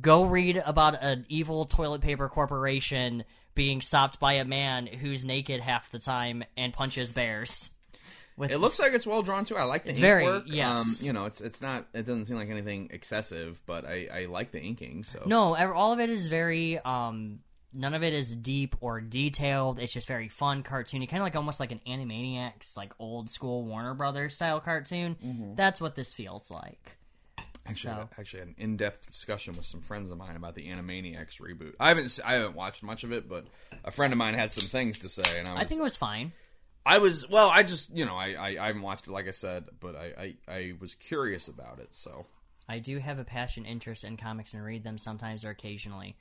B: Go read about an evil toilet paper corporation being stopped by a man who's naked half the time and punches bears.
A: It looks like it's well drawn too. I like the it's ink
B: very-
A: work.
B: yes.
A: Um, you know, it's it's not. It doesn't seem like anything excessive, but I I like the inking. So
B: No, ev- all of it is very. um None of it is deep or detailed. It's just very fun, cartoony, kind of like almost like an Animaniacs, like old school Warner Brothers style cartoon. That's what this feels like.
A: Actually,
B: So-
A: I actually had an in-depth discussion with some friends of mine about the Animaniacs reboot. I haven't s- I haven't watched much of it, but a friend of mine had some things to say, and I was
B: I think it was fine.
A: I was well, I just you know I, I, I haven't watched it like I said, but I, I I was curious about it. So
B: I do have a passion interest in comics and read them sometimes or occasionally.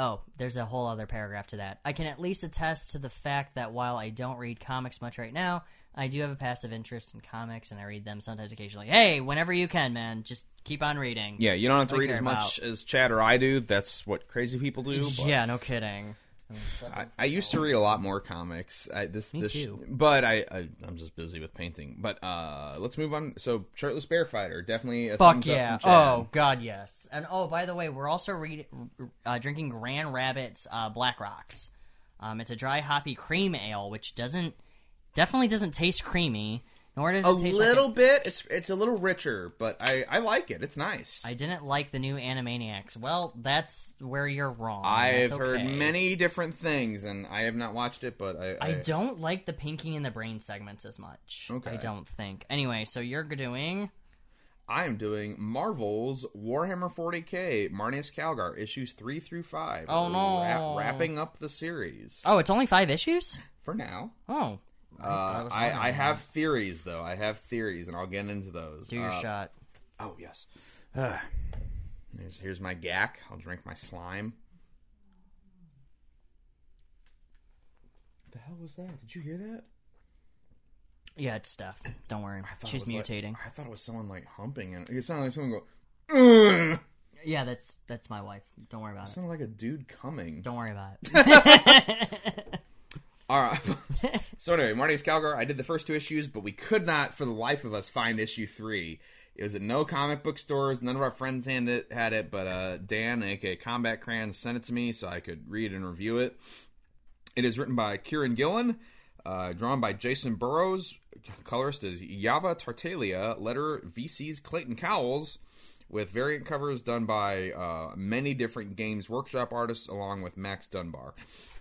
B: Oh, there's a whole other paragraph to that. I can at least attest to the fact that while I don't read comics much right now, I do have a passive interest in comics and I read them sometimes occasionally. Hey, whenever you can, man, just keep on reading.
A: yeah, you don't have to
B: I
A: read
B: care
A: as much as Chad or I do. That's what crazy people do. But,
B: Yeah, no kidding.
A: I, I used to read a lot more comics. I, this,
B: Me
A: this,
B: too.
A: But I, I, I'm just busy with painting. But uh, let's move on. So, shirtless bear fighter, definitely a
B: Fuck
A: thumbs
B: yeah!
A: Up from Chad.
B: Oh god, yes. And oh, by the way, we're also read, uh, drinking Grand Rabbit's uh, Black Rocks. Um, it's a dry hoppy cream ale, which doesn't definitely doesn't taste creamy, nor does it
A: a
B: taste
A: little
B: Like
A: bit. It's it's a little richer, but I I like it. It's nice.
B: a, I didn't like the new Animaniacs. Well, that's where you're wrong.
A: I've
B: That's
A: heard
B: okay.
A: many different things, and I have not watched it, but I
B: I don't like the pinking and the brain segments as much.
A: Okay.
B: I don't think. Anyway, so you're doing
A: I am doing Marvel's Warhammer 40K Marnius Calgar issues three through five.
B: Oh, no.
A: wrapping up the series
B: Oh, it's only five issues?
A: for now.
B: Oh.
A: Uh,
B: thought it was longer
A: I, I
B: than
A: have theories though. I have theories, and I'll get into those.
B: Do your
A: Uh,
B: shot.
A: Oh yes. Ah. here's here's my gack. I'll drink my slime. The hell was that? Did you hear that?
B: Yeah, it's Steph. Don't worry.
A: thought
B: She's
A: it was like-
B: mutating.
A: I thought it was someone like humping, and it sounded like someone go. "Ugh."
B: Yeah, that's that's my wife. Don't worry about <laughs>
A: It
B: it.
A: sounded like a dude coming.
B: Don't worry about it.
A: All right. <laughs> so anyway, Marty's Calgar. I did the first two issues, but we could not, for the life of us, find issue three. It was at no comic book stores. None of our friends had it, had it but uh, Dan, aka Combat Cran, sent it to me so I could read and review it. It is written by Kieran Gillen, uh, drawn by Jason Burrows, colorist is Yava Tartaglia, letterer VC's Clayton Cowles, with variant covers done by uh, many different Games Workshop artists, along with Max Dunbar.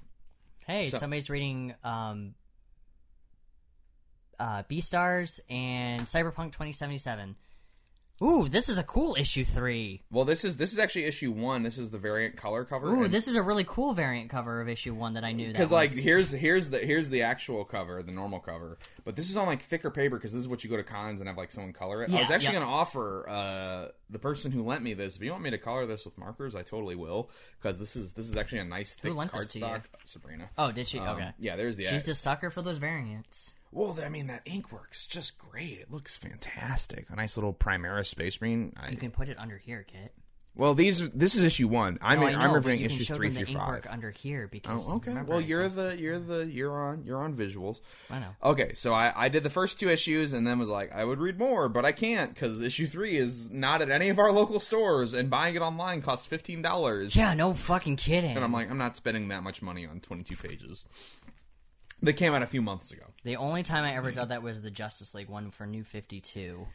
B: <laughs> hey,
A: So-
B: somebody's reading um uh Beastars and Cyberpunk 2077. Ooh, this is a cool issue 3.
A: Well, this is this is actually issue one. This is the variant color cover.
B: Ooh, this is a really cool variant cover of issue 1 that I knew that
A: because like
B: was-
A: here's here's the here's the actual cover, the normal cover. But this is on like thicker paper because this is what you go to cons and have like someone color it. I
B: Yeah,
A: was actually
B: yeah.
A: going to offer uh, the person who lent me this. If you want me to color this with markers, I totally will because this is this is actually a nice thick
B: lent this to you?
A: cardstock. Sabrina.
B: Oh, did she?
A: Um,
B: okay.
A: Yeah, there's the.
B: She's a sucker for those variants.
A: well, I mean that ink works just great. It looks fantastic. A nice little Primera Space Marine. I,
B: You can put it under here, Kit.
A: well, these this is issue one. I'm
B: No, I
A: in,
B: know,
A: I'm
B: but
A: reviewing
B: you can
A: issues
B: show
A: three
B: them
A: through
B: the
A: five.
B: ink work under here because
A: Oh, okay.
B: remember,
A: Well,
B: I
A: you're
B: posted-
A: the you're the you're on you're on visuals.
B: I know.
A: Okay, so I I did the first two issues and then was like I would read more, but I can't because issue three is not at any of our local stores, and buying it online costs fifteen dollars.
B: Yeah, no fucking kidding.
A: And I'm like, I'm not spending that much money on 22 pages. They came out a few months ago.
B: the only time I ever did that was the Justice League one for New 52.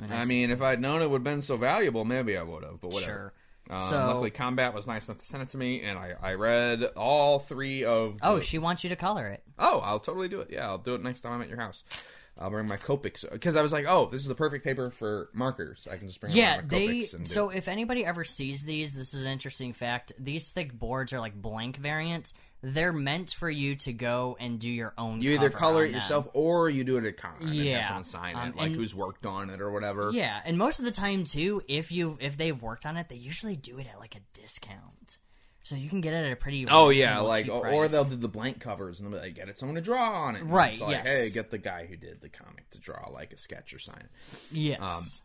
B: And
A: I mean, if I'd known it would have been so valuable, maybe I would have. But whatever.
B: sure.
A: Um,
B: so,
A: luckily, Combat was nice enough to send it to me, and I, I read all three of.
B: oh,
A: the-
B: she wants you to color it.
A: Oh, I'll totally do it. Yeah, I'll do it next time I'm at your house. I'll bring my Copics because I was like, oh, this is the perfect paper for markers. I can just bring
B: Yeah,
A: along my
B: they.
A: Copics and do
B: So
A: it.
B: if anybody ever sees these, this is an interesting fact. These thick boards are like blank variants. They're meant for you to go and do your own.
A: you either
B: cover
A: color
B: on
A: it
B: them.
A: yourself or you do it at con and have
B: Yeah,
A: someone sign
B: um,
A: it, like
B: and-
A: who's worked on it or whatever.
B: Yeah, and most of the time too, if you if they've worked on it, they usually do it at like a discount, so you can get it at a pretty.
A: Oh yeah,
B: reasonable,
A: like
B: cheap
A: or, or
B: price.
A: they'll do the blank covers and they'll be like, get it someone to draw on it. And
B: Right,
A: It's like,
B: yes.
A: hey, get the guy who did the comic to draw like a sketch or sign it.
B: yes.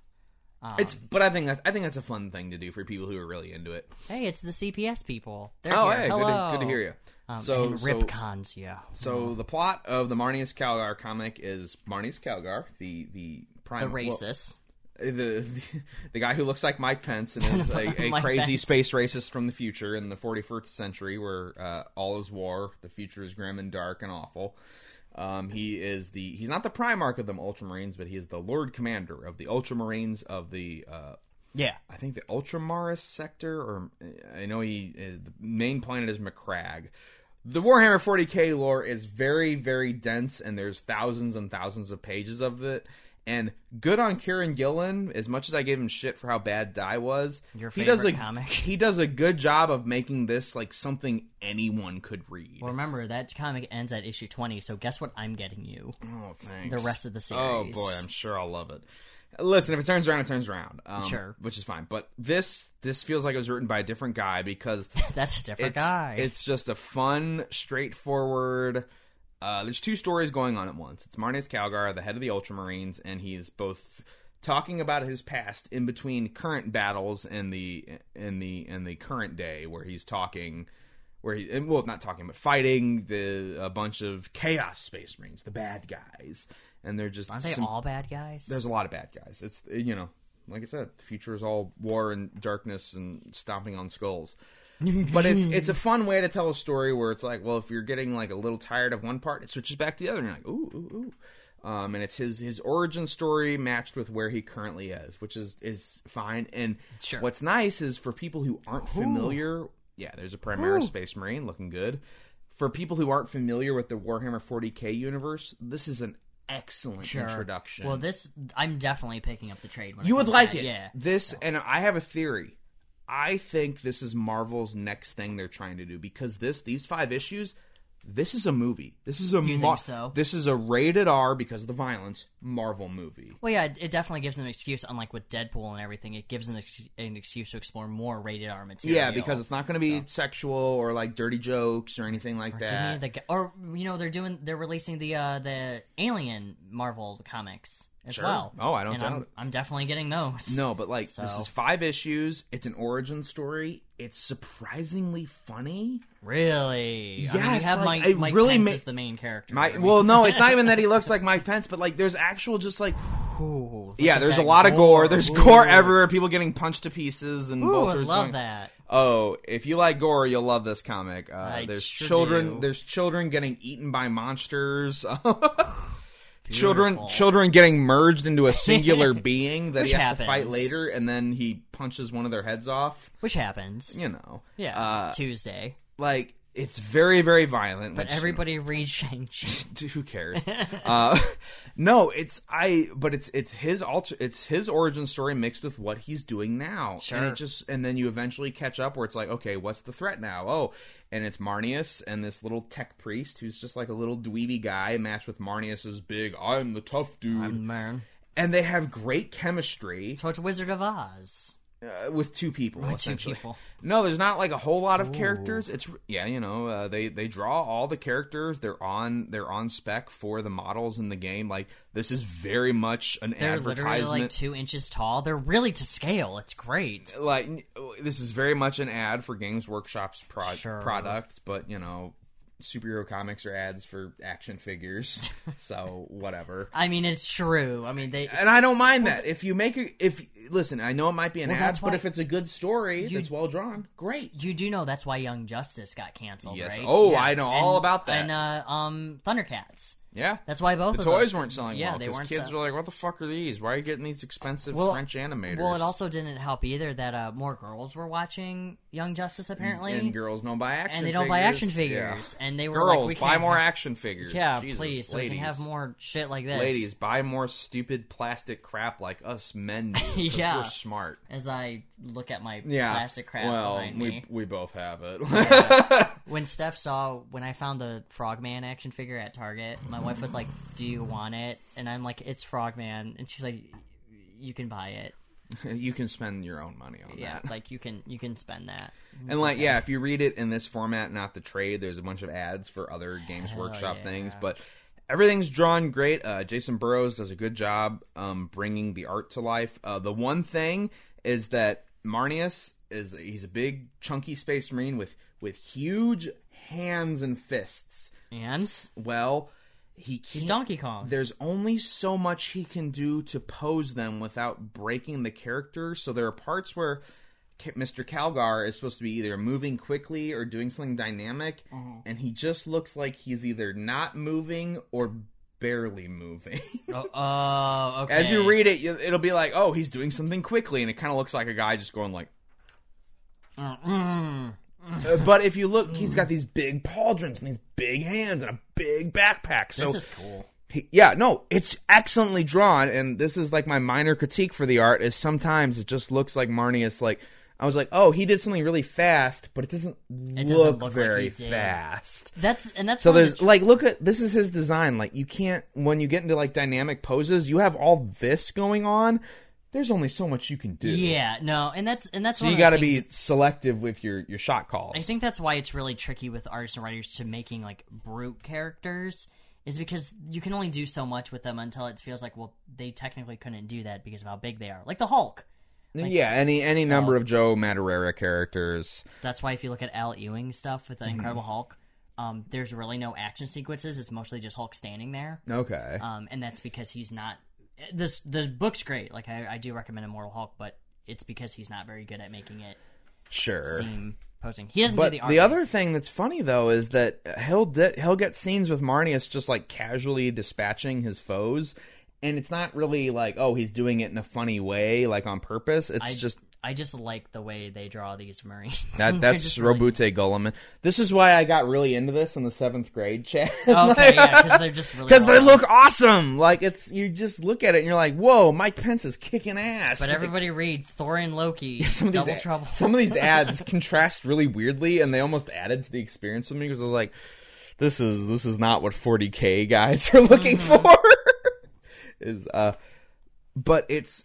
A: um,
B: Um,
A: it's but I think that's I think that's a fun thing to do for people who are really into it.
B: hey, it's the CPS people. They're
A: oh
B: here.
A: hey, good
B: Hello.
A: to, good to hear you.
B: Um,
A: so
B: and
A: so-
B: Ripcons, yeah. Uh-huh.
A: So the plot of the Marnius Calgar comic is Marnius Calgar, the the
B: The
A: prime
B: racist.
A: well, the, the <laughs> the guy who looks like Mike Pence and
B: <laughs>
A: is a, a
B: Mike
A: crazy
B: Pence.
A: space racist from the future in the 41st century, where uh, all is war, the future is grim and dark and awful. Um, he is the he's not the Primarch of them Ultramarines, but he is the Lord Commander of the Ultramarines of the uh,
B: yeah.
A: I think the Ultramaris sector, or I know he uh, the main planet is McCrag. The Warhammer 40k lore is very, very dense, and there's thousands and thousands of pages of it. And good on Kieran Gillen. As much as I gave him shit for how bad Die was,
B: Your
A: he does a
B: favorite
A: <laughs>
B: comic.
A: he does a good job of making this like something anyone could read.
B: Well, remember that comic ends at issue twenty. So guess what? I'm getting you. <laughs>
A: oh, thanks.
B: The rest of the series.
A: Oh boy, I'm sure I'll love it. Listen, if it turns around, it turns around. Um,
B: Sure.
A: which is fine. But this this feels like it was written by a different guy because
B: That's a different
A: it's,
B: guy.
A: it's just a fun, straightforward. Uh, there's two stories going on at once. It's Marnius Calgar, the head of the Ultramarines, and he's both talking about his past in between current battles and the in the in the current day, where he's talking where he and, well not talking but fighting the a bunch of chaos space marines the bad guys and they're just
B: Aren't they
A: some-
B: all bad guys?
A: there's a lot of bad guys it's you know like i said the future is all war and darkness and stomping on skulls but it's it's a fun way to tell a story where it's like well if you're getting like a little tired of one part it switches back to the other and you're like ooh ooh ooh um, and it's his his origin story matched with where he currently is which is is fine and
B: Sure.
A: what's nice is for people who aren't familiar yeah there's a Primera space marine looking good for people who aren't familiar with the warhammer 40k universe this is an excellent introduction
B: Well, this I'm definitely picking up the trade. When
A: you would
B: comes
A: like
B: out,
A: it.
B: yeah.
A: This, and I have a theory. I think this is Marvel's next thing they're trying to do because this, these five issues, this is a movie. This is a
B: You
A: mar-
B: think so?
A: This is a rated R because of the violence Marvel movie.
B: Well, yeah, it- it definitely gives them an excuse. Unlike with Deadpool and everything, it gives them an ex- an excuse to explore more rated R material.
A: Yeah, because it's not going to be sexual or like dirty jokes or anything like
B: Didn't any
A: that.
B: of the, <laughs> gu- or you know they're doing they're releasing the uh the Alien Marvel comics as
A: Sure.
B: well.
A: Oh, I don't
B: and
A: doubt
B: I'm,
A: it.
B: I'm definitely getting those.
A: No, but like this
B: So-
A: is five issues. It's an origin story. It's surprisingly funny.
B: Really? I mean, you
A: Yes,
B: have
A: like,
B: Mike,
A: it
B: Mike
A: really
B: Pence
A: ma-
B: as the main character.
A: My, well, no, it's not even that he looks like Mike Pence, but like there's actual just like
B: Ooh, look
A: Yeah,
B: at
A: there's a
B: that
A: lot of gore. There's
B: Ooh.
A: gore everywhere. People getting punched to pieces and
B: Ooh, I
A: vultures.
B: love
A: going-
B: that.
A: Oh, if you like gore, you'll love this comic. Uh,
B: I
A: there's
B: sure
A: children.
B: do.
A: There's children getting eaten by monsters. <laughs> children,
B: Beautiful.
A: children getting merged into a
B: <laughs>
A: singular being that
B: Which
A: he has to fight
B: happens.
A: later, and then he punches one of their heads off.
B: Which happens.
A: You know,
B: Yeah,
A: uh,
B: Tuesday.
A: like it's very, very violent.
B: But
A: which-
B: everybody reads <laughs>
A: <laughs>
B: Shang-Chi.
A: who cares?
B: <laughs>
A: uh, <laughs> no, it's I. But it's it's his alter. It's his origin story mixed with what he's doing now. And
B: Sure.
A: it just and then you eventually catch up where it's like, okay, what's the threat now? Oh, and it's Marnius and this little tech priest who's just like a little dweeby guy matched with Marnius's big. I'm the tough dude,
B: Man.
A: and they have great chemistry
B: So it's Wizard of Oz.
A: uh, with two people
B: Two
A: essentially.
B: people.
A: No, there's not like a whole lot of characters. It's yeah, you know, uh, they they draw all the characters. They're on they're on spec for the models in the game. Like this is very much an
B: They're literally like
A: advertisement.
B: two inches tall. They're really to scale. It's great.
A: Like, this is very much an ad for Games Workshop's pro-
B: Sure.
A: product, but you know, superhero comics are ads for action
B: <laughs>
A: figures. so whatever.
B: I mean, it's true. I mean, they.
A: And I don't mind that if you make a if listen, I know it might be an ad,
B: that's
A: but
B: why-
A: if it's a good story that's well drawn, great.
B: You do know that's why Young Justice got canceled,
A: Yes.
B: right?
A: Oh, I know all
B: And-
A: about that.
B: And uh, um, Thundercats.
A: Yeah.
B: That's why both
A: the
B: of
A: toys
B: those-
A: weren't selling
B: yeah,
A: well
B: they
A: because
B: weren't
A: kids
B: sell-
A: were like, "What the fuck are these? Why are you getting these expensive
B: Well-
A: French animators?"
B: Well, it also didn't help either that uh, more girls were watching Young Justice apparently,
A: and girls don't buy action
B: and they don't
A: figures.
B: buy action
A: Yeah.
B: figures, and they were like,
A: Girls
B: we
A: buy
B: can't
A: more
B: have-
A: action figures.
B: Yeah,
A: Jesus,
B: please, so
A: ladies.
B: we can have more shit like this.
A: Ladies, buy more stupid plastic crap like us men. do,
B: <laughs>
A: 'cause
B: Yeah.
A: we're smart.
B: As I look at my
A: Yeah,
B: plastic crap
A: Well,
B: behind
A: we
B: me.
A: we both have it.
B: When Steph saw when I found the Frogman action figure at Target, my wife was like, "Do you want it?" And I'm like, "It's Frogman," and she's like, "You can buy it.
A: <laughs> you can spend your own money on
B: Yeah,
A: that.
B: like you can you can spend that."
A: And like, yeah, if you read it in this format, not the trade, there's a bunch of ads for other Games Workshop
B: yeah.
A: things, but everything's drawn great. Uh, Jason Burrows does a good job um, bringing the art to life. Uh, the one thing is that Marnius is he's a big chunky space marine with with huge hands and fists.
B: And
A: Well, he
B: he's
A: can't
B: Donkey Kong.
A: there's only so much he can do to pose them without breaking the character. So there are parts where K- Mr. Calgar is supposed to be either moving quickly or doing something dynamic,
B: Uh-huh.
A: and he just looks like he's either not moving or barely moving. <laughs>
B: Oh, oh, okay.
A: As you read it, you- it'll be like, oh, he's doing something quickly, and it kind of looks like a guy just going like. <laughs>
B: Mm-mm.
A: Uh, but if you look, he's got these big pauldrons and these big hands and a big backpack. So
B: this is cool.
A: He- yeah no it's excellently drawn and this is like my minor critique for the art is sometimes it just looks like marnius like i was like oh he did something really fast but it doesn't,
B: doesn't
A: look,
B: look like
A: very
B: he did.
A: fast
B: That's and that's
A: so
B: one of the
A: there's like look at this is his design like you can't when you get into like dynamic poses you have all this going on there's only so much you can do
B: Yeah, no, and that's and that's
A: so
B: one
A: you
B: got to
A: be selective with your your shot calls
B: I think that's why it's really tricky with artists and writers to making like brute characters is because you can only do so much with them until it feels like well they technically couldn't do that because of how big they are. Like the Hulk. Like,
A: yeah, any any
B: so-
A: number of Joe Madureira characters.
B: That's why if you look at Al Ewing stuff with the
A: Mm-hmm.
B: Incredible Hulk, um, there's really no action sequences. It's mostly just Hulk standing there,
A: Okay.
B: um, and that's because he's not. This this book's great. Like I, I do recommend Immortal Hulk, but it's because he's not very good at making it
A: sure.
B: seem posing. He doesn't
A: But
B: do the
A: the,
B: art.
A: other thing that's funny though is that he'll di- he'll get scenes with Marnius just like casually dispatching his foes, and it's not really like oh he's doing it in a funny way like on purpose. It's
B: I <laughs>
A: just
B: I just like the way they draw these Marines.
A: <laughs> that
B: <laughs> They're
A: that's
B: just really-
A: Robute Gulliman. This is why I got really into this in the seventh grade, Chad. <laughs>
B: Okay, yeah, because they're just really
A: Because they
B: well done.
A: look awesome. Like it's you just look at it and you're like, whoa, Mike Pence is kicking ass.
B: But
A: Like,
B: everybody read Thor and Loki.
A: some of these
B: Double
A: ad-
B: trouble.
A: Some of
B: <laughs>
A: these ads contrast really weirdly, and they almost added to the experience with me because I was like, this is this is not what 40k guys <laughs> are looking for. <laughs> is uh, but it's.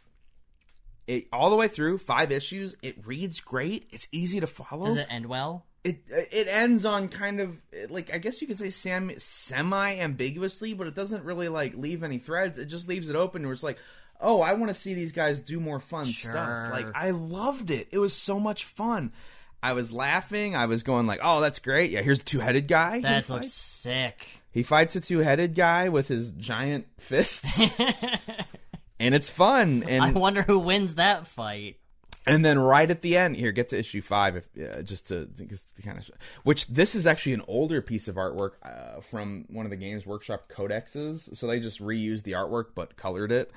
A: It, all the way through five issues it reads great it's easy to follow
B: Does it end well?
A: it it ends on kind of like I guess you could say sam semi ambiguously, but it doesn't really like leave any threads. It just leaves it open where it's like, oh, I want to see these guys do more fun
B: Sure.
A: stuff. Like I loved it. It was so much fun. I was laughing. I was going like, oh, that's great. Yeah, here's a two headed guy. he,
B: That looks
A: fights.
B: sick.
A: he fights a two headed guy with his giant
B: <laughs>
A: fists. And it's fun,
B: I
A: and
B: wonder who wins that fight.
A: and then right at the end, here get to issue five, if, uh, just to, just to kind of, which this is actually an older piece of artwork uh, from one of the Games Workshop codexes. So they just reused the artwork but colored it.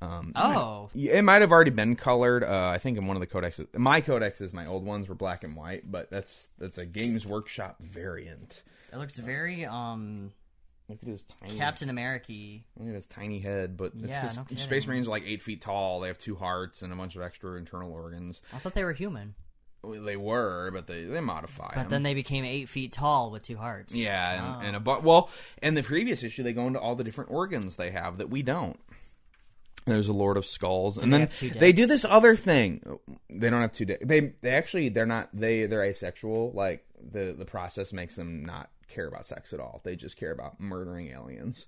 A: Um,
B: Oh,
A: yeah, it might have already been colored. Uh, I think in one of the codexes, my codexes, my old ones were black and white, but that's that's a Games Workshop variant.
B: it looks very um
A: Look at this tiny,
B: Captain America.
A: look at his tiny head. But it's
B: Yeah,
A: 'cause
B: no kidding.
A: Space Marines are like eight feet tall. They have two hearts and a bunch of extra internal organs.
B: I thought they were human,
A: Well, They were, but they they modify.
B: but
A: them.
B: then they became eight feet tall with two hearts.
A: Um, Yeah, and, and a bu- well, in the previous issue, they go into all the different organs they have that we don't. There's a Lord of Skulls, and
B: they
A: then
B: have two
A: they do
B: dicks?
A: this other thing. They don't have two dicks. They they actually they're not they they're asexual. Like the the process makes them not care about sex at all. They just care about murdering aliens.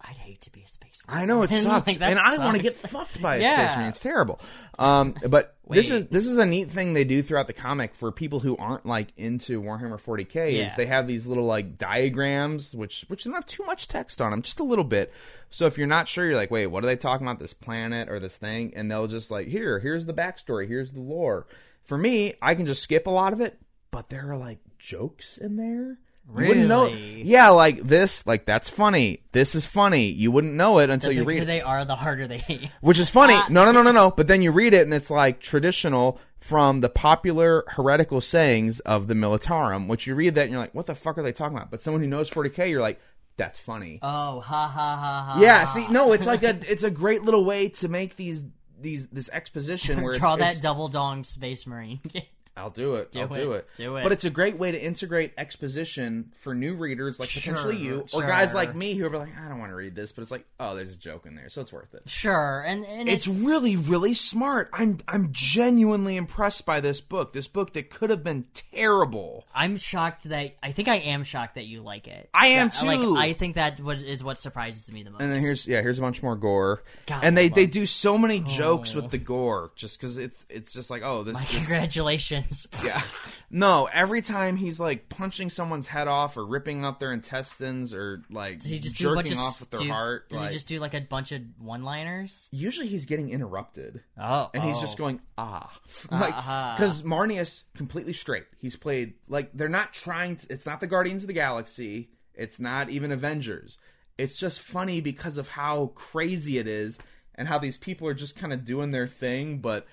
B: I'd hate to be a space.
A: I
B: <laughs>
A: know it
B: marine.
A: sucks,
B: Like, that
A: and I want to
B: sucks.
A: get fucked
B: <laughs>
A: by a
B: Yeah.
A: space marine. It's terrible. Um,
B: <laughs>
A: but this
B: Wait.
A: is this is a neat thing they do throughout the comic for people who aren't like into Warhammer 40k. Is
B: Yeah.
A: they have these little like diagrams, which which don't have too much text on them, just a little bit. So if you're not sure, you're like, wait, what are they talking about? This planet or this thing? And they'll just like, here, here's the backstory, here's the lore. For me, I can just skip a lot of it, but there are like jokes in there. You wouldn't know-
B: Really?
A: yeah, like this, like that's funny. This is funny. You wouldn't know it until
B: The
A: you
B: bigger
A: read it.
B: they are, the harder they. <laughs>
A: Which is funny. No, no, no, no, no. But then you read it and it's like traditional from the popular heretical sayings of the Militarum, which you read that and you're like, what the fuck are they talking about? But someone who knows 40K, you're like, that's funny.
B: oh, ha ha ha ha.
A: yeah, see, no, it's like a, it's a great little way to make these, these, this
B: <laughs>
A: exposition where it's,
B: Draw that
A: it's-
B: double dong space marine. <laughs>
A: I'll do it. I'll
B: it.
A: do it.
B: Do it.
A: But it's a great way to integrate exposition for new readers, like potentially you, or
B: Sure,
A: guys
B: sure.
A: like me who are like, I don't want to read this, but it's like, oh, there's a joke in there, so it's worth it.
B: sure, and, and
A: It's really, really smart. I'm I'm genuinely impressed by this book. This book that could have been terrible.
B: I'm shocked that I think I am shocked that you like it.
A: I am
B: That- uh, like,
A: too.
B: I think that what is what surprises me the most.
A: And then
B: <laughs>
A: here's yeah, here's a bunch more gore.
B: God,
A: and they,
B: love- Oh.
A: they do so many jokes with the gore, just because it's it's just like oh this, this
B: congratulations.
A: <laughs> yeah. No, every time he's like punching someone's head off or ripping up their intestines or like
B: Did he just do a bunch
A: jerking
B: of
A: off with their
B: stu-
A: heart.
B: Did
A: like-
B: he just do like a bunch of one-liners?
A: usually he's getting interrupted
B: Oh,
A: and he's just
B: oh.
A: going ah like
B: Ah.
A: because marnius completely straight he's played like they're not trying to it's not the guardians of the galaxy it's not even avengers it's just funny because of how crazy it is and how these people are just kind of doing their thing but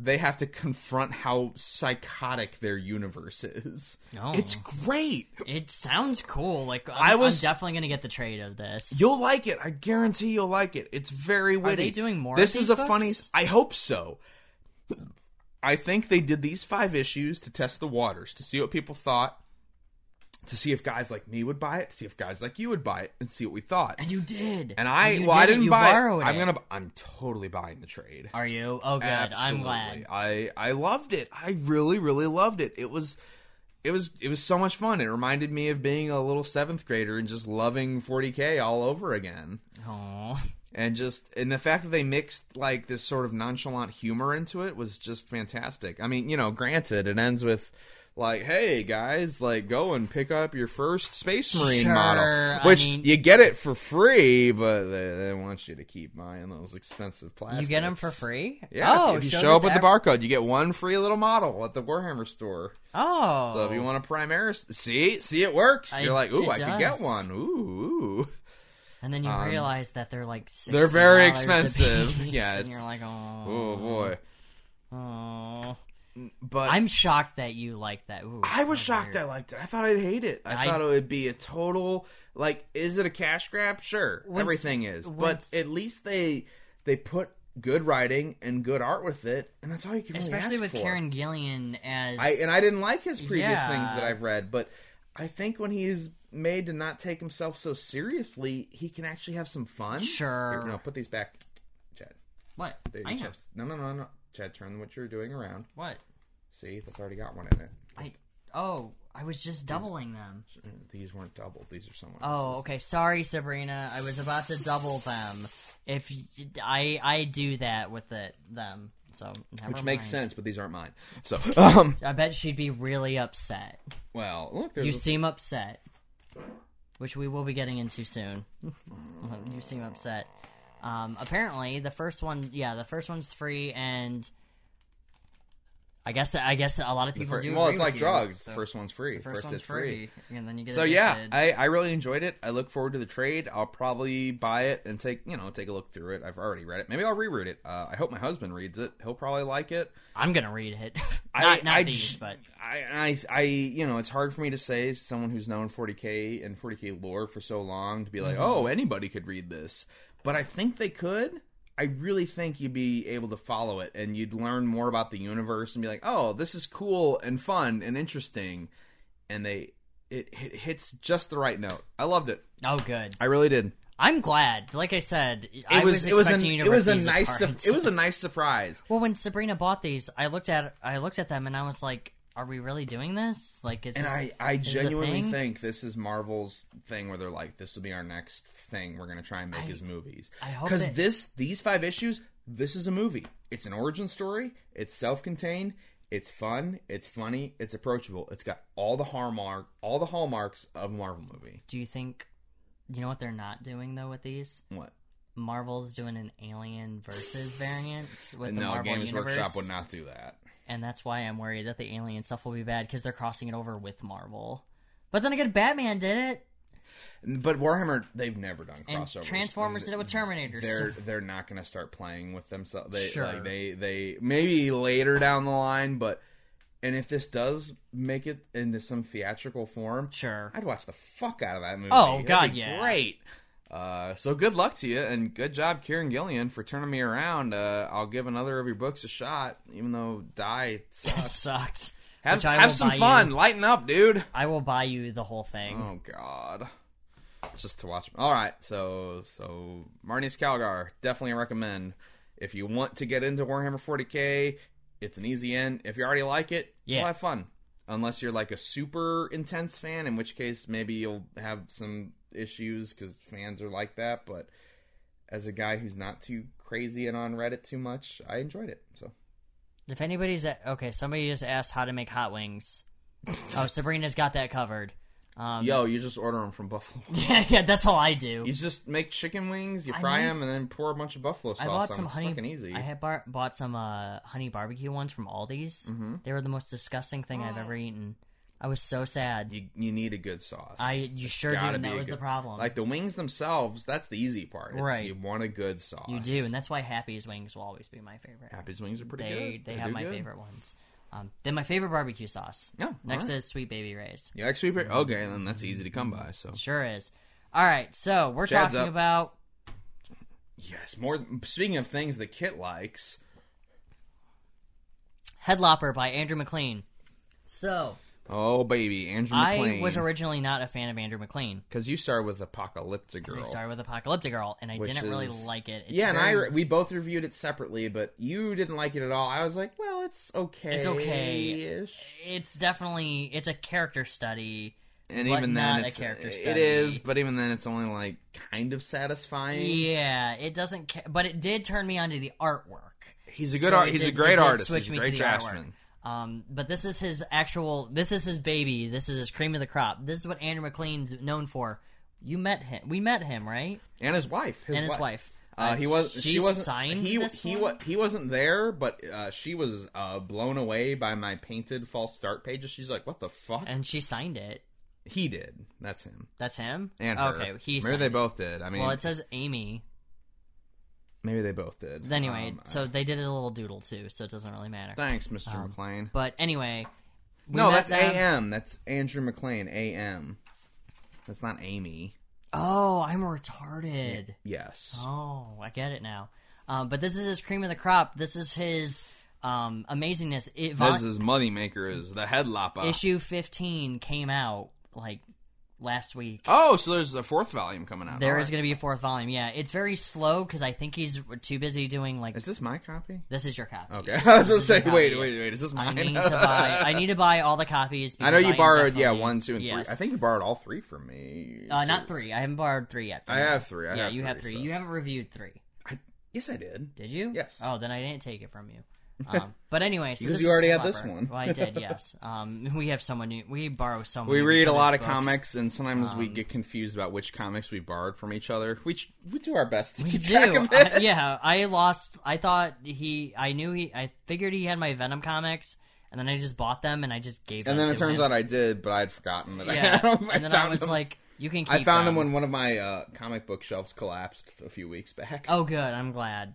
A: they have to confront how psychotic their universe is
B: Oh.
A: it's great
B: It sounds cool. Like I'm,
A: I was-
B: I'm definitely gonna get the trade of this.
A: You'll like it. I guarantee you'll like it. It's very witty.
B: they doing more of
A: This
B: these
A: is a funny.
B: books?
A: I hope so. I think they did these five issues to test the waters, to see what people thought, to see if guys like me would buy it, see if guys like you would buy it, and see what we thought.
B: and you did.
A: And I,
B: you
A: well, I
B: did
A: didn't
B: you
A: buy it.
B: borrowed
A: I'm gonna. I'm totally buying the trade.
B: Are you? Oh, good. I'm glad.
A: I I loved it. I really really loved it. It was it was it was so much fun. It reminded me of being a little seventh grader and just loving 40k all over again.
B: Oh,
A: And just and the fact that they mixed like this sort of nonchalant humor into it was just fantastic. I mean, you know, granted, it ends with like, "Hey guys, like go and pick up your first Space Marine
B: Sure,
A: model,"
B: I
A: which
B: mean-
A: you get it for free, but they, they want you to keep buying those expensive
B: you
A: plastics.
B: get them for free?
A: Yeah,
B: Oh,
A: if you
B: show,
A: show up
B: this
A: with the
B: ev-
A: barcode, you get one free little model at the Warhammer store.
B: Oh,
A: So if you want a Primaris, see, see, it works.
B: I-
A: You're like, ooh,
B: it
A: I could get
B: does.
A: one. Ooh, ooh.
B: and then you
A: um,
B: realize that they're like $60
A: they're very
B: a
A: expensive.
B: piece,
A: Yeah,
B: and
A: it's-
B: you're like, oh,
A: oh boy.
B: oh.
A: But
B: I'm shocked that you like that. Ooh,
A: I was
B: oh,
A: shocked. I
B: weird.
A: liked it. I thought I'd hate it. I,
B: I-
A: thought it would be a total like. Is it a cash grab? Sure,
B: Once-
A: everything is.
B: once-
A: but at least they they put good writing and good art with it, and that's all you can really
B: especially
A: ask
B: with
A: for.
B: Karen Gillian as
A: I and I didn't like his previous
B: Yeah.
A: things that I've read, but I think when he's made to not take himself so seriously, he can actually have some fun.
B: Sure.
A: Here, no, put these back, Chad.
B: what
A: They-
B: I know
A: Chad's- No, no, no, no, Chad. Turn what you're doing around.
B: what
A: See, that's already got one in it.
B: I oh I was just doubling them.
A: These weren't doubled. These are someone.
B: Oh,
A: else's.
B: okay. Sorry, Sabrina. I was about to double them. If y- I I do that with it them, so never
A: which makes
B: mind.
A: sense, but these aren't mine. So, um,
B: I bet she'd be really upset.
A: well, look, there's
B: You
A: a-
B: seem upset, which we will be getting into soon. <laughs> you seem upset. Um, apparently, the first one, yeah, the first one's free, and I guess I guess a lot of people
A: fir-
B: do.
A: well,
B: agree
A: it's
B: with
A: like
B: you,
A: drugs.
B: so-
A: first one's free.
B: first, one's
A: is free.
B: free, and then you get.
A: So yeah,
B: addicted.
A: I, I really enjoyed it. I look forward to the trade. I'll probably buy it and take you know take a look through it. I've already read it. Maybe I'll reread it. Uh, I hope my husband reads it. He'll probably like it.
B: I'm gonna read it. <laughs>
A: I-
B: not not
A: I
B: these,
A: j-
B: but
A: I, I, I, you know, it's hard for me to say as someone who's known 40k and 40k lore for so long to be
B: Mm-hmm.
A: like, oh, anybody could read this, but I think they could. I really think you'd be able to follow it and you'd learn more about the universe and be like, oh, this is cool and fun and interesting, and they, it, it hits just the right note. I loved it.
B: oh, good.
A: I really did.
B: I'm glad. Like I said, I
A: It
B: was,
A: was, it was
B: expecting
A: an,
B: you to
A: it was a
B: refuse
A: nice, su- <laughs>
B: cards.
A: it was a nice surprise.
B: Well, when Sabrina bought these, I looked at I looked at them and I was like, "Are we really doing this? Like, is
A: And
B: this,
A: I, I
B: is this a
A: genuinely
B: thing?
A: think this is Marvel's thing where they're like, this will be our next thing we're gonna try and make as movies.
B: I hope that-
A: this these five issues, this is a movie. It's an origin story. It's self-contained. It's fun. It's funny. It's approachable. It's got all the hallmark, all the hallmarks of a Marvel movie.
B: Do you think you know what they're not doing though with these?
A: What?
B: Marvel's doing an Alien versus variant with the
A: no,
B: Marvel
A: Games
B: universe,
A: Workshop would not do that.
B: and that's why I'm worried that the Alien stuff will be bad because they're crossing it over with Marvel. But then again, Batman did it,
A: But Warhammer, they've never done
B: and
A: crossovers.
B: Transformers did it with Terminator.
A: they're they're not going to start playing with themselves. They,
B: Sure.
A: like, they they maybe later down the line, but and if this does make it into some theatrical form,
B: <laughs> sure.
A: I'd watch the fuck out of that movie.
B: Oh,
A: It'd
B: God,
A: be
B: yeah.
A: great.
B: <laughs>
A: Uh, so good luck to you, and good job, Kieran Gillian, for turning me around. Uh, I'll give another of your books a shot, even though
B: <laughs>
A: die sucks.
B: sucked.
A: have
B: Which I
A: have
B: will
A: some
B: buy you.
A: fun, lighten up, dude.
B: I will buy you the whole thing.
A: Oh God. Just to watch. All right, so so Marnie's Calgar definitely recommend if you want to get into Warhammer 40k. It's an easy end. If you already like it,
B: Yeah.
A: you'll have fun. Unless you're like a super intense fan, in which case maybe you'll have some issues because fans are like that. But as a guy who's not too crazy and on Reddit too much, I enjoyed it. So
B: If anybody's a- okay, somebody just asked how to make hot wings.
A: <laughs>
B: oh, Sabrina's got that covered. Um,
A: yo, you just order them from Buffalo.
B: yeah, <laughs> yeah, that's all I do.
A: You just make chicken wings, you
B: I
A: fry
B: made-
A: them, and then pour a bunch of buffalo sauce
B: I bought
A: on
B: some
A: them. It's
B: honey.
A: fucking easy.
B: I had bar- bought some uh, honey barbecue ones from Aldi's.
A: Mm-hmm.
B: They were the most disgusting thing I've ever eaten. I was so sad.
A: you you need a good sauce.
B: I you sure do,
A: Gotta
B: and
A: be
B: that
A: a
B: was the
A: good-
B: problem.
A: Like the wings themselves, that's the easy part. It's-
B: Right.
A: You want a good sauce.
B: you do, and that's why Happy's wings will always be my favorite.
A: Happy's wings are pretty
B: They
A: good.
B: they
A: do
B: have my
A: good.
B: favorite ones. Um, then my favorite barbecue sauce.
A: Yeah, all
B: Next
A: right.
B: is Sweet Baby Ray's.
A: You like sweet potato? Okay, then that's easy to come by. So
B: Sure is. All right, so we're
A: Chad's
B: talking
A: up.
B: about
A: yes, more. Speaking of things that Kit likes,
B: Headlopper by Andrew McLean. So,
A: Oh baby, Andrew
B: I
A: McClain.
B: was originally not a fan of Andrew McLean.
A: because you started with Apocalyptic Girl.
B: I started with Apocalyptic Girl, and I
A: Which
B: didn't really
A: is-
B: like it. It's
A: yeah, and I
B: very-
A: re- we both reviewed it separately, but you didn't like it at all. I was like, well, it's okay.
B: It's okay.
A: okay.
B: It's definitely it's a character study.
A: And
B: But
A: even
B: not
A: then,
B: a
A: it's,
B: character
A: it
B: study.
A: is. But even then, it's only like kind of satisfying.
B: Yeah, it doesn't, ca- but it did turn me onto the artwork.
A: He's a good
B: So
A: art.
B: it
A: He's a
B: did- it
A: great
B: did
A: artist.
B: switch
A: He's a
B: me to
A: great
B: the artwork.
A: draftsman.
B: Um, but this is his actual. This is his baby. This is his cream of the crop. This is what Andrew McLean's known for. You met him. We met him, right?
A: And his wife. His
B: And his
A: wife.
B: wife.
A: Uh, he was.
B: She
A: She, wasn't.
B: signed
A: he
B: this
A: he
B: one?
A: wa- he wasn't there, but uh, she was uh, blown away by my painted false start pages. She's like, "What the fuck?"
B: And she signed it.
A: he did. That's him.
B: That's him.
A: And her.
B: okay, he.
A: maybe
B: signed
A: they
B: it.
A: both did. I mean,
B: Well, it says Amy.
A: maybe they both did.
B: Anyway,
A: Um,
B: so they did a little doodle too, so it doesn't really matter.
A: thanks, Mr. McLean.
B: But anyway, we
A: No,
B: met
A: that's
B: them.
A: A.M. That's Andrew McLean. A.M. That's not Amy.
B: Oh, I'm retarded.
A: Yes.
B: Oh, I get it now. Um, but this is his cream of the crop. This is his um, amazingness. It, vol-
A: This is moneymaker is the head lapa.
B: issue 15 came out like last week.
A: oh, so there's the fourth volume coming out.
B: There
A: All
B: is
A: right.
B: going to be a fourth volume. Yeah, it's very slow because I think he's too busy doing like
A: Is this my copy?
B: this is your copy.
A: Okay, <laughs> I was
B: This
A: gonna say,
B: is your
A: wait,
B: copy.
A: wait, wait, is this
B: I
A: <laughs> mine?
B: need to buy. I need to buy all the copies.
A: I know
B: because
A: you
B: am
A: borrowed, yeah,
B: definitely-
A: one, two, and
B: yes.
A: three. I think you borrowed all three from me.
B: uh,
A: too.
B: not three. I haven't borrowed three yet.
A: I have three. I
B: yeah,
A: have
B: you have three.
A: three, so-
B: You haven't reviewed three.
A: I, yes, I did.
B: Did you?
A: Yes.
B: Oh, then I didn't take it
A: <laughs>
B: from you. Um, but anyway, so
A: Because
B: this
A: you
B: is
A: already
B: Hip
A: had this
B: Hopper.
A: one.
B: well,
A: <laughs>
B: I did. Yes. Um, we have someone. New, we borrow someone.
A: We read a lot of comics, and sometimes we
B: Um,
A: get confused about which comics we borrowed from each other. We ch- we do our best to
B: We
A: keep
B: do.
A: track of
B: I- <laughs>
A: it.
B: yeah, I lost. I thought he. I knew he. I figured he had my Venom comics, and then I just bought them, and I just gave.
A: and
B: them
A: then it
B: to
A: turns
B: him.
A: out I did, but I'd forgotten that
B: yeah.
A: I, <laughs> I
B: and then I
A: found
B: was
A: him.
B: like, "You can." Keep
A: I found
B: them.
A: him when one of my uh, comic book shelves collapsed a few weeks back.
B: Oh, good. I'm glad.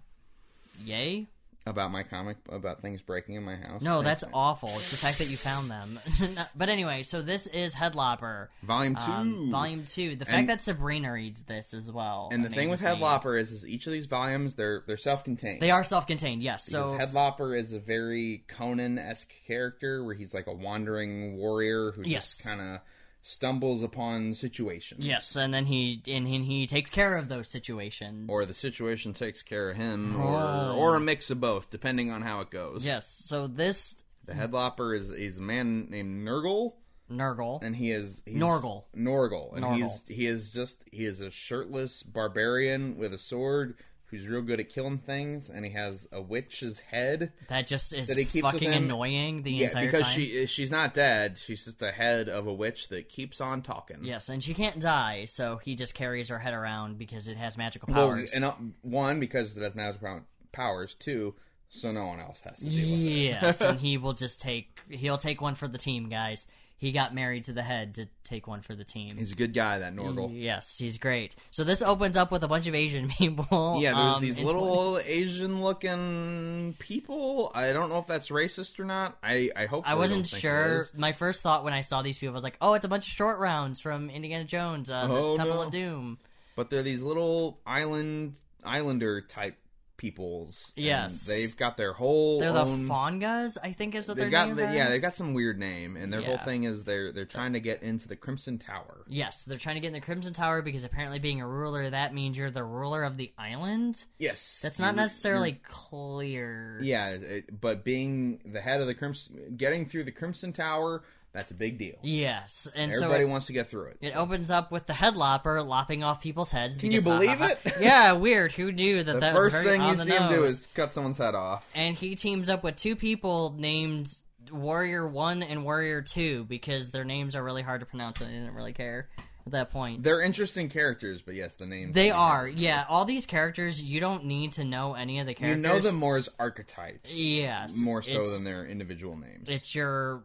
B: Yay!
A: About my comic, about things breaking in my house.
B: No,
A: Thanks.
B: that's awful. It's the fact that you found them. <laughs> but anyway, so this is Headlopper.
A: volume two.
B: Um, volume two. The fact
A: And-
B: that Sabrina reads this as well.
A: and the thing with
B: amazes me.
A: Headlopper is, is each of these volumes they're they're self-contained.
B: they are self-contained. Yes.
A: Because
B: So
A: Headlopper is a very Conan-esque character where he's like a wandering warrior who
B: Yes.
A: just kind of stumbles upon situations.
B: yes, and then he and he, he takes care of those situations.
A: Or the situation takes care of him, or
B: Oh.
A: or a mix of both, depending on how it goes.
B: yes. So this
A: The Headlopper is is a man named Nurgle,
B: Nurgle.
A: and he is he's,
B: Norgal.
A: Norgal, and
B: Norgal.
A: he's he is just he is a shirtless barbarian with a sword who's real good at killing things, and he has a witch's head.
B: that just is
A: that he keeps
B: fucking
A: with him-
B: annoying the
A: Yeah,
B: entire
A: because
B: time.
A: she she's not dead. She's just the head of a witch that keeps on talking.
B: Yes, and she can't die, so he just carries her head around because it has magical
A: Well,
B: powers.
A: and uh, one because it has magic pow- powers. Two, so no one else has to deal with it. <laughs>
B: yes, and he will just take he'll take one for the team, guys. He got married to the head to take one for the team.
A: He's a good guy, that Norgal.
B: Yes, he's great. So this opens up with a bunch of Asian <laughs> people.
A: Yeah, there's
B: um,
A: these
B: in-
A: little Asian-looking people. I don't know if that's racist or not. I I hope
B: I wasn't sure. My first thought when I saw these people was like, "Oh, it's a bunch of short rounds from Indiana Jones, uh, the
A: Oh,
B: Temple
A: no.
B: of Doom."
A: but they're these little island islander type peoples. and
B: Yes.
A: they've got their whole.
B: They're
A: own-
B: the Fongas, I think is what
A: They've
B: their
A: got
B: names
A: the-
B: are.
A: yeah, they've got some weird name, and their whole
B: Yeah.
A: thing is they're they're trying to get into the Crimson Tower.
B: Yes, they're trying to get in the Crimson Tower because apparently being a ruler that means you're the ruler of the island.
A: Yes,
B: That's not
A: You're-
B: necessarily clear.
A: you're- yeah, it, but being the head of the Crimson, getting through the Crimson Tower, that's a big deal.
B: Yes, and
A: Everybody
B: so. It,
A: wants to get through it.
B: it opens up with the headlopper lopping off people's heads.
A: Can you
B: because, ha,
A: believe
B: ha,
A: it?
B: ha. yeah, weird. Who knew that
A: the
B: that was
A: first
B: very
A: thing
B: on
A: you
B: the
A: see him do
B: nose?
A: is cut someone's head off.
B: and he teams up with two people named Warrior One and Warrior Two because their names are really hard to pronounce, and I didn't really care at that point.
A: They're interesting characters, but yes, the names
B: they are, yeah. All these characters, you don't need to know any of the
A: You
B: characters.
A: know them more as archetypes,
B: Yes,
A: more so
B: it's-
A: than their individual names.
B: It's your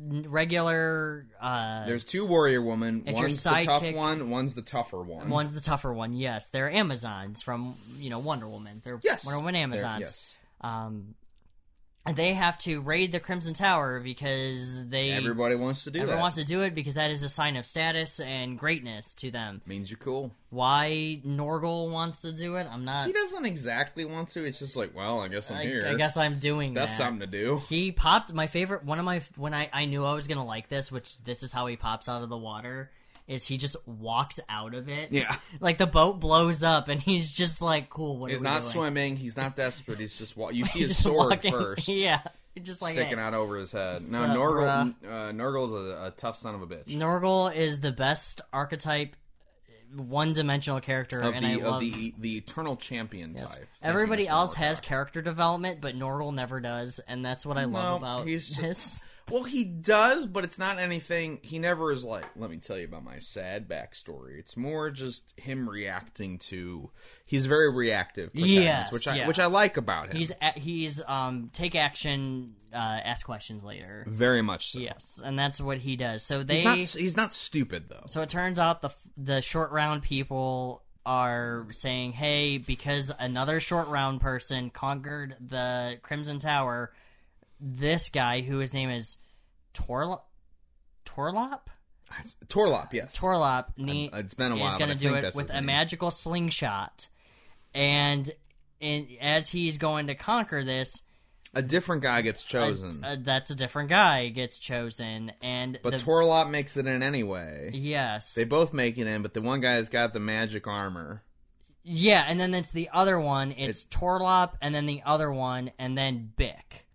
B: n- regular. Uh,
A: There's two warrior women.
B: your
A: One's the tough
B: sidekick-
A: one. One's the tougher one.
B: one's the tougher one. Yes, they're Amazons from you know Wonder Woman. They're
A: Yes,
B: Wonder Woman
A: They're-
B: Amazons.
A: Yes.
B: Um, they have to raid the Crimson Tower because they everyone
A: Everybody wants to do that.
B: wants to do it because that is a sign of status and greatness to them.
A: Means you're cool.
B: Why Norgal wants to do it, I'm not.
A: He doesn't exactly want to. It's just like, well, I guess I'm
B: I,
A: here.
B: I guess I'm doing
A: that's
B: that.
A: something to
B: <laughs>
A: do.
B: He popped my favorite one of my when I I knew I was gonna like this, which this is how he pops out of the water. Is he just walks out of it?
A: Yeah.
B: like the boat blows up and he's just like, "Cool, what
A: He's
B: are we
A: not
B: doing? <laughs>
A: swimming. He's not desperate. He's just wa- you see
B: He's
A: his
B: just
A: sword
B: walking- <laughs>
A: first.
B: yeah, just like
A: Sticking
B: hey.
A: out over his head. No,
B: Sup,
A: Norgle, uh, Norgle's a, a tough son of a bitch.
B: Norgal is the best archetype, one-dimensional character,
A: of
B: and
A: the
B: I
A: of
B: love.
A: the e, the eternal champion type. Thank you,
B: Everybody
A: Mr.
B: else has
A: Murdoch.
B: character development, but Norgal never does, and that's what I
A: No,
B: love about
A: he's-
B: this.
A: Well, he does, but it's not anything. He never is like, let me tell you about my sad backstory. It's more just him reacting to. He's very reactive, protagonist,
B: Yes,
A: which I
B: yeah.
A: which I like about him.
B: <laughs> He's a- he's um take action, uh, ask questions later.
A: very much so.
B: Yes, and that's what he does. So they
A: He's not he's not stupid though.
B: So it turns out the the short round people are saying, "Hey, because another short round person conquered the Crimson Tower, this guy who his name is Torlop Torlop
A: Torlop, yes. Uh,
B: Torlop ne-
A: it's been a
B: is
A: while, but
B: going
A: I
B: to do
A: think
B: it
A: that's
B: with
A: his
B: a
A: name.
B: magical slingshot." And in, as he's going to conquer this,
A: a different guy gets
B: a-
A: chosen,
B: a- that's a different guy gets chosen, and
A: but
B: the,
A: Torlop makes it in anyway.
B: yes,
A: They both make it in, but the one guy's got the magic armor.
B: Yeah, and then it's the other one. It's, Torlop, and then the other one, and then Bick.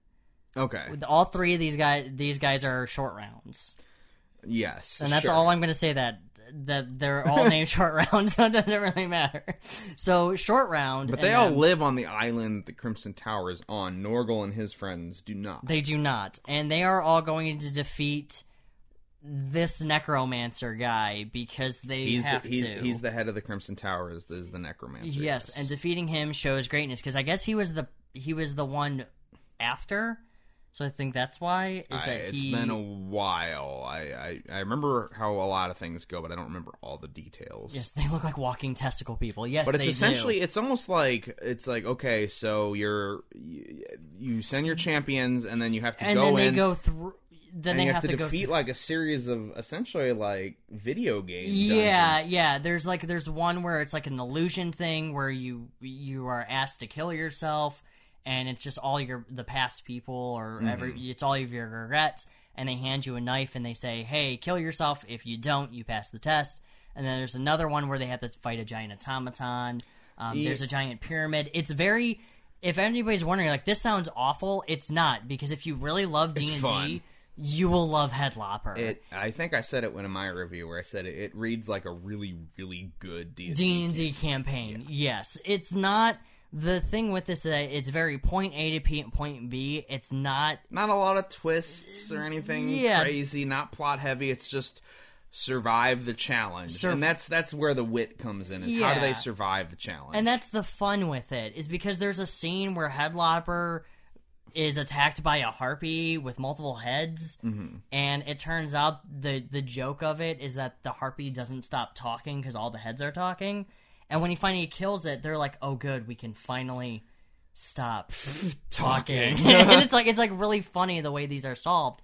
A: Okay.
B: With All three of these guys. These guys are short rounds,
A: Yes.
B: and that's
A: sure.
B: all I'm going to say. That that
A: <laughs>
B: they're all named short rounds, <laughs> so it doesn't really matter. So short round,
A: But they
B: and
A: all
B: then-
A: live on the island the Crimson Tower is on. Norgal and his friends do not.
B: they do not, and they are all going to defeat this necromancer guy because they
A: he's the,
B: have
A: he's,
B: to.
A: he's the head of the Crimson Tower is, is the necromancer.
B: Yes, and defeating him shows greatness because I guess he was the he was the one after, so I think that's why is
A: I,
B: that
A: it's
B: he
A: been a while. I, I I remember how a lot of things go, but I don't remember all the details.
B: yes they look like walking testicle people yes
A: But it's
B: they
A: essentially
B: do.
A: it's almost like it's like okay, so you're you, you send your champions and then you have to
B: and
A: go
B: then they
A: in
B: go through then
A: and
B: they
A: you have, to,
B: go
A: defeat like a series of essentially like video games.
B: yeah yeah there's like there's one where it's like an illusion thing where you you are asked to kill yourself and it's just all your the past people or
A: Mm-hmm.
B: every it's all of your regrets and they hand you a knife and they say hey kill yourself if you don't you pass the test and then there's another one where they have to fight a giant automaton um, there's a giant pyramid it's very if anybody's wondering like this sounds awful it's not because if you really love
A: fun.
B: d&d you will love headlopper
A: It, I think I said it when in my review where I said it, it reads like a really, really good D&D.
B: D and D campaign. Yes, it's not the thing with this. Uh, it's very point A to P- point B. It's not.
A: Not a lot of twists or anything
B: Yeah.
A: crazy, not plot heavy. It's just survive the challenge,
B: Surv-
A: and that's that's where the wit comes in. Is how do
B: Yeah.
A: they survive the challenge?
B: And that's the fun with it is because there's a scene where Headlopper is attacked by a harpy with multiple heads, and it turns out the the joke of it is that the harpy doesn't stop talking because all the heads are talking. And when he finally kills it, they're like, "Oh, good, we can finally stop."
A: talking. <laughs>
B: <laughs> and it's like it's like really funny the way these are solved.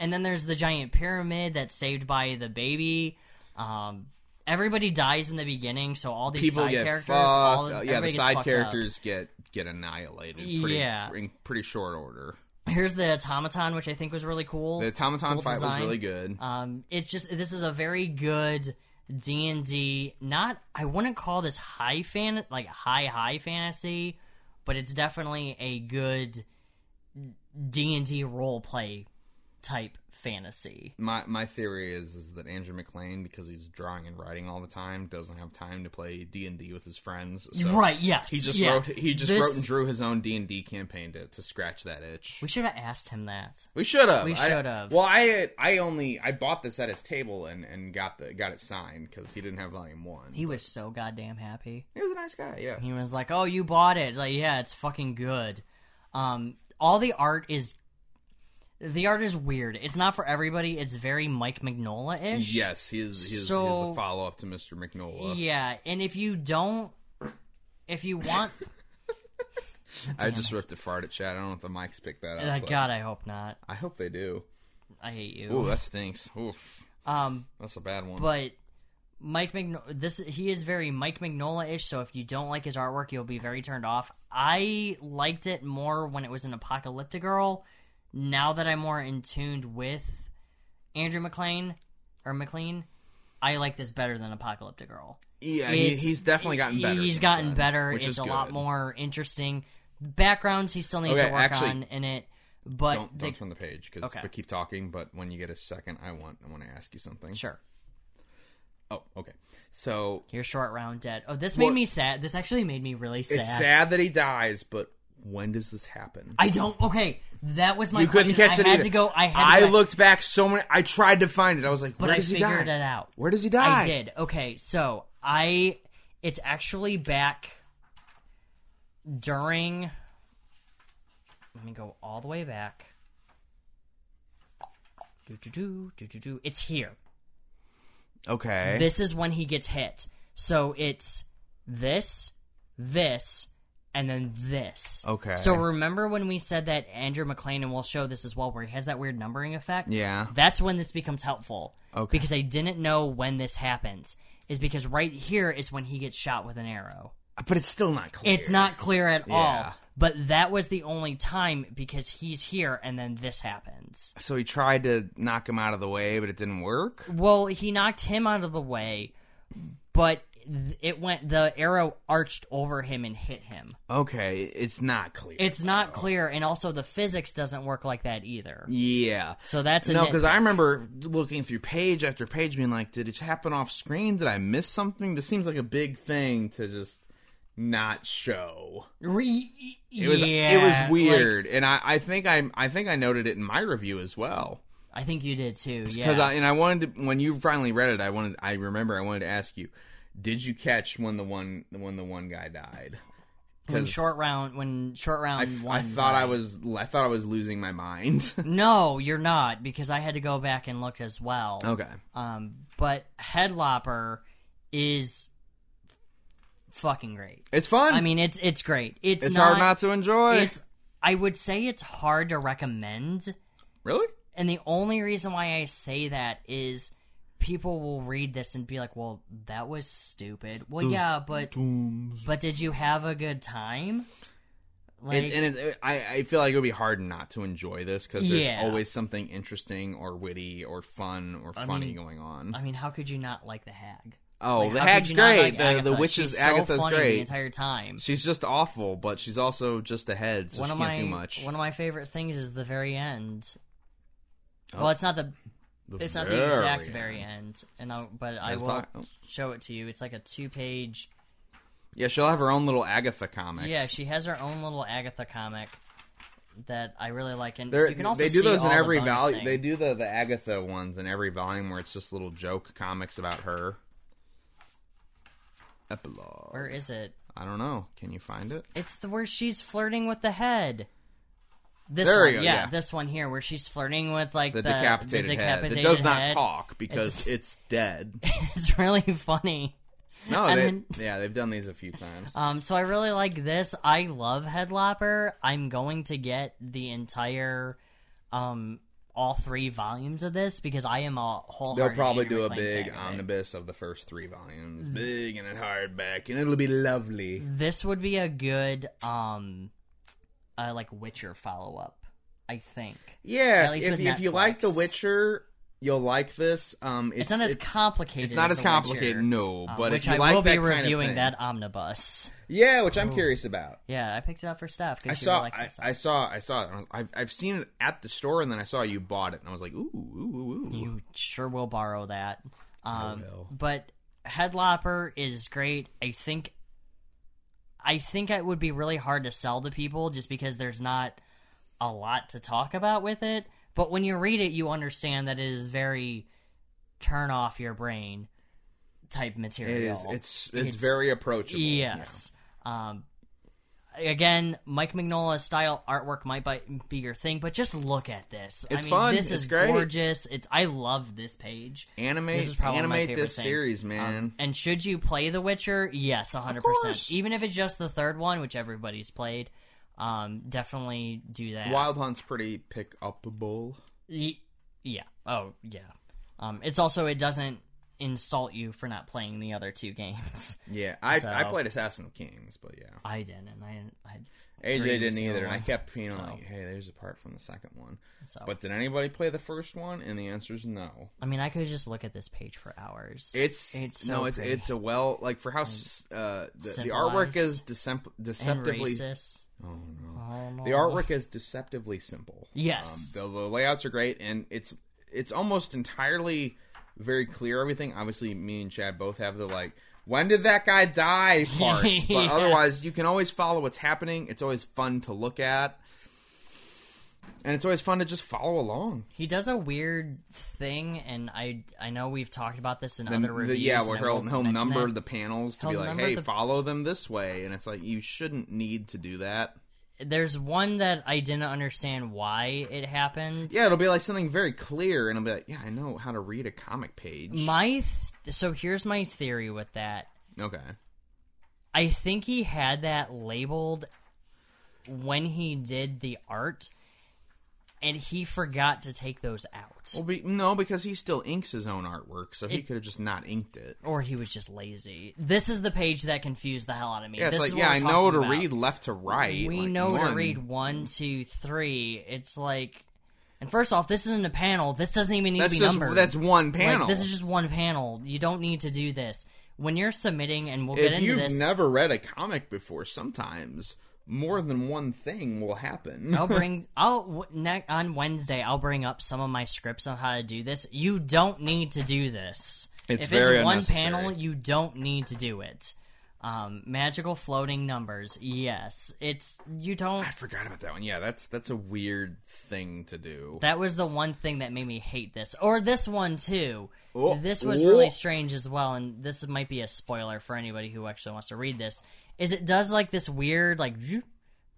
B: And then there's the giant pyramid that's saved by the baby. Um, everybody dies in the beginning, so all these
A: People
B: side
A: get
B: characters,
A: fucked.
B: all
A: uh, yeah,
B: everybody
A: the
B: gets
A: side
B: fucked up.
A: characters get get annihilated. Pretty,
B: Yeah.
A: in pretty short order.
B: Here's the automaton, which I think was really cool.
A: The automaton
B: Cool
A: fight was
B: design.
A: really good.
B: Um, it's just this is a very good D and D. Not I wouldn't call this high fan like high high fantasy, but it's definitely a good D and D role play type fantasy.
A: my my theory is, is that Andrew McLean, because he's drawing and writing all the time, doesn't have time to play D and D with his friends. So
B: right? Yes.
A: He just
B: yeah.
A: wrote he just
B: This-
A: wrote and drew his own D and D campaign to, to scratch that itch.
B: We should have asked him that.
A: We should have.
B: We
A: I-
B: should've.
A: Well, I I only I bought this at his table and, and got the got it signed because he didn't have volume one.
B: He was so goddamn happy.
A: he was a nice guy. Yeah.
B: He was like, "Oh, you bought it? Like, yeah, it's fucking good." Um, all the art is, the art is weird. It's not for everybody. It's very Mike Mignola ish.
A: Yes, he is. He is, he is
B: So-
A: the follow up to Mister McNola. <laughs>
B: Yeah, and if you don't, if you want,
A: I just ripped a fart at Chad. I don't know if the mics picked that up.
B: Uh,
A: but
B: God, I hope not.
A: I hope they do.
B: I hate you.
A: Ooh, that stinks. Oof,
B: Um,
A: that's a bad one.
B: but Mike Magno- this he is very Mike Mignola ish. So if you don't like his artwork, you'll be very turned off. I liked it more when it was an Apocalyptic Girl. Now that I'm more in tuned with Andrew McLean or McLean, I like this better than Apocalyptic Girl.
A: yeah, he,
B: It's-
A: he's definitely gotten better.
B: He's
A: since
B: gotten
A: then,
B: better.
A: which
B: it's
A: is
B: a
A: good.
B: lot more interesting. Backgrounds he still needs
A: Okay,
B: to work
A: actually-
B: on in it, but
A: Don't
B: the-
A: don't turn the page because
B: Okay.
A: but keep talking. But when you get a second, I want I want to ask you something.
B: sure.
A: Oh, okay. So
B: Your short round dead. Oh, this
A: Well-
B: made me sad. This actually made me really sad.
A: it's sad that he dies, but when does this happen?
B: I don't. Okay, that was my.
A: you couldn't
B: question.
A: catch
B: I
A: it
B: had
A: either.
B: to go. I had.
A: I
B: to go-
A: looked back so many. I tried to find it. I was like,
B: but
A: where
B: I
A: does he
B: figured
A: die?
B: it out.
A: Where does he die?
B: I did. Okay, so I. It's actually back during. Let me go all the way back. Do do do do do do. It's here.
A: Okay.
B: This is when he gets hit. So it's this, this, and then this.
A: Okay.
B: So remember when we said that Andrew McLean, and we'll show this as well, where he has that weird numbering effect?
A: Yeah.
B: That's when this becomes helpful.
A: Okay.
B: Because I didn't know when this happens. Is because right here is when he gets shot with an arrow.
A: but it's still not clear.
B: It's not clear at
A: Yeah.
B: all. But that was the only time because he's here and then this happens.
A: So he tried to knock him out of the way, but it didn't work.
B: Well, he knocked him out of the way, but th- it went the arrow arched over him and hit him.
A: Okay, it's not clear.
B: It's not clear, and also the physics doesn't work like that either.
A: yeah.
B: So that's a
A: No, because
B: nitpick.
A: I remember looking through page after page, being like, "Did it happen off screen? Did I miss something?" This seems like a big thing to just not show.
B: Re-
A: It was
B: yeah,
A: it was
B: like,
A: weird, and I, I think I I think I noted it in my review as well.
B: I think you did too. Yeah.
A: Because I and I wanted to, when you finally read it, I wanted I remember I wanted to ask you, did you catch when the one when the one guy died?
B: when
A: 'Cause
B: short round, when short round
A: I, f-
B: one,
A: I thought I
B: died.
A: was I thought I was losing my mind. <laughs>
B: No, you're not, because I had to go back and look as well.
A: okay,
B: Um, but Headlopper is fucking great.
A: it's fun.
B: I mean, it's it's great. It's,
A: Hmm. it's
B: not,
A: hard not to enjoy.
B: It's I would say it's hard to recommend,
A: really
B: and the only reason why I say that is people will read this and be like, "Well, that was stupid." Well, yeah, but but did you have a good time? Like,
A: and, and it, I, I feel like it would be hard not to enjoy this because there's
B: Yeah.
A: always something interesting or witty or fun or funny
B: mean,
A: going on.
B: I mean, how could you not like the hag?
A: oh,
B: Like,
A: the
B: how could
A: hag's
B: you not
A: great.
B: like
A: the
B: Agatha?
A: the witch is
B: She's so
A: Agatha's
B: funny
A: great.
B: the entire time.
A: she's just awful, but she's also just ahead, so
B: one
A: she
B: of
A: can't
B: my
A: do much.
B: one of my favorite things is the very end.
A: Oh.
B: Well, it's not the
A: The
B: it's not the exact
A: very
B: very
A: end.
B: end, and I'll, but I
A: That's
B: will
A: fine.
B: show it to you. It's like a two page.
A: Yeah, she'll have her own little Agatha comics.
B: Yeah, she has her own little Agatha comic that I really like, and
A: They're-
B: you can also
A: they do
B: see
A: those in
B: all the
A: every
B: bonus
A: volume.
B: things.
A: They do the the Agatha ones in every volume where it's just little joke comics about her. Epilogue.
B: Where is it?
A: I don't know. Can you find it?
B: It's the where she's flirting with the head. This
A: There
B: one,
A: you go,
B: yeah,
A: yeah.
B: this one here, where she's flirting with like
A: The,
B: the,
A: decapitated,
B: the decapitated
A: head. It does not
B: <laughs> head.
A: talk because it's,
B: <laughs>
A: dead.
B: It's really funny.
A: No,
B: And
A: they,
B: then-
A: yeah, they've done these a few times.
B: Um, so I really like this. I love Headlopper. I'm going to get the entire, um, all three volumes of this because I am a whole.
A: They'll probably do a big omnibus of the first three volumes,
B: Mm-hmm.
A: big and in hardback, and it'll be lovely.
B: This would be a good, um, uh, like Witcher follow up. I think
A: Yeah,
B: At least
A: if,
B: with
A: if you like The
B: Netflix.
A: Witcher, you'll like this. Um, it's,
B: it's, not as
A: it's,
B: complicated.
A: it's not as
B: The Witcher,
A: complicated, no.
B: um,
A: but
B: which
A: if you
B: I
A: like
B: will
A: that
B: be
A: kind of
B: reviewing
A: thing-
B: that omnibus.
A: yeah, which I'm curious about.
B: Yeah, I picked it up for Steph
A: I
B: because she
A: saw,
B: likes
A: I,
B: this.
A: I saw, I saw it. and I was- I've, I've seen it at the store, and then I saw you bought it, and I was like, ooh, ooh, ooh, ooh.
B: You sure will borrow that. Um,
A: will.
B: but Headlopper is great. I think. I think it would be really hard to sell to people just because there's not a lot to talk about with it. But when you read it, you understand that it is very turn off your brain type
A: It
B: material.
A: is. It's, it's
B: It's-
A: very approachable.
B: Yes. Um, again, Mike Mignola's style artwork might bi- be your thing, but just look at this. I
A: It's
B: mean,
A: fun.
B: This
A: It's
B: is
A: great.
B: gorgeous. It's I love this page.
A: Yeah. Animate,
B: This is probably my
A: animate
B: favorite
A: this
B: thing. Um,
A: series, man.
B: And should you play The Witcher? Yes, 100%.
A: Mm-hmm. course.
B: Even if it's just the third one, which everybody's played. Um, definitely do that.
A: Wild Hunt's pretty pick upable.
B: Ye- yeah. Oh, yeah. Um, it's also it doesn't insult you for not playing the other two <laughs> games.
A: Yeah, I
B: So-
A: I played Assassin of Kings, but yeah,
B: I didn't. and I, I
A: AJ
B: three was
A: didn't
B: the
A: either,
B: other
A: and I
B: one.
A: kept being
B: So-
A: like, "Hey, there's a part from the second one."
B: So
A: But did anybody play the first one? And the answer is no.
B: I mean, I could just look at this page for hours.
A: It's,
B: It's
A: no,
B: so
A: it's
B: pretty.
A: it's a well like for how s- uh, the, the artwork
B: Symbolized.
A: is decemp-
B: and
A: deceptively.
B: racist.
A: Oh no.
B: Oh, no.
A: The artwork is deceptively simple.
B: Yes.
A: Um, the, the layouts are great, and it's it's almost entirely very clear everything. Obviously, me and Chad both have the like, when did that guy
B: <laughs>
A: die part, but
B: Yeah.
A: otherwise you can always follow what's happening. It's always fun to look at, and it's always fun to just follow along.
B: He does a weird thing, and I I know we've talked about this in
A: And
B: other
A: the-
B: reviews.
A: yeah,
B: and
A: where
B: I
A: he'll,
B: won't
A: he'll
B: mention
A: number
B: that.
A: the panels to
B: He'll
A: be like,
B: number
A: hey,
B: the-
A: follow them this way, and it's like you shouldn't need to do that.
B: There's one that I didn't understand why it happened.
A: Yeah, it'll be like something very clear, and it'll be like, yeah, I know how to read a comic page.
B: My th- so here's my theory with that.
A: okay.
B: I think he had that labeled when he did the art, and he forgot to take those out,
A: Well, be, no, because he still inks his own artwork, so he could have just not inked it.
B: or he was just lazy. This is the page that confused the hell out of me.
A: Yeah, it's
B: this
A: like
B: is what
A: yeah,
B: we're
A: I know to
B: talking about.
A: read left to right.
B: We
A: like,
B: know to
A: one.
B: read one, two, three. It's like, and first off, this isn't a panel. This doesn't even need
A: That's
B: to be
A: just
B: numbered.
A: that's one
B: Like,
A: panel.
B: this is just one panel. You don't need to do this when you're submitting, and we'll get
A: if
B: into
A: you've
B: this.
A: never read a comic before, sometimes more than one thing will happen.
B: I'll bring. I'll w- ne- on Wednesday. I'll bring up some of my scripts on how to do this. You don't need to do this.
A: It's
B: if
A: very
B: it's one
A: unnecessary.
B: panel, you don't need to do it. Um, magical floating numbers. Yes, it's you don't.
A: <laughs> I forgot about that one. Yeah, that's that's a weird thing to do.
B: That was the one thing that made me hate this, or this one too.
A: Oh,
B: this was
A: oh.
B: really strange as well, and this might be a spoiler for anybody who actually wants to read this. Is it does like this weird like zoop,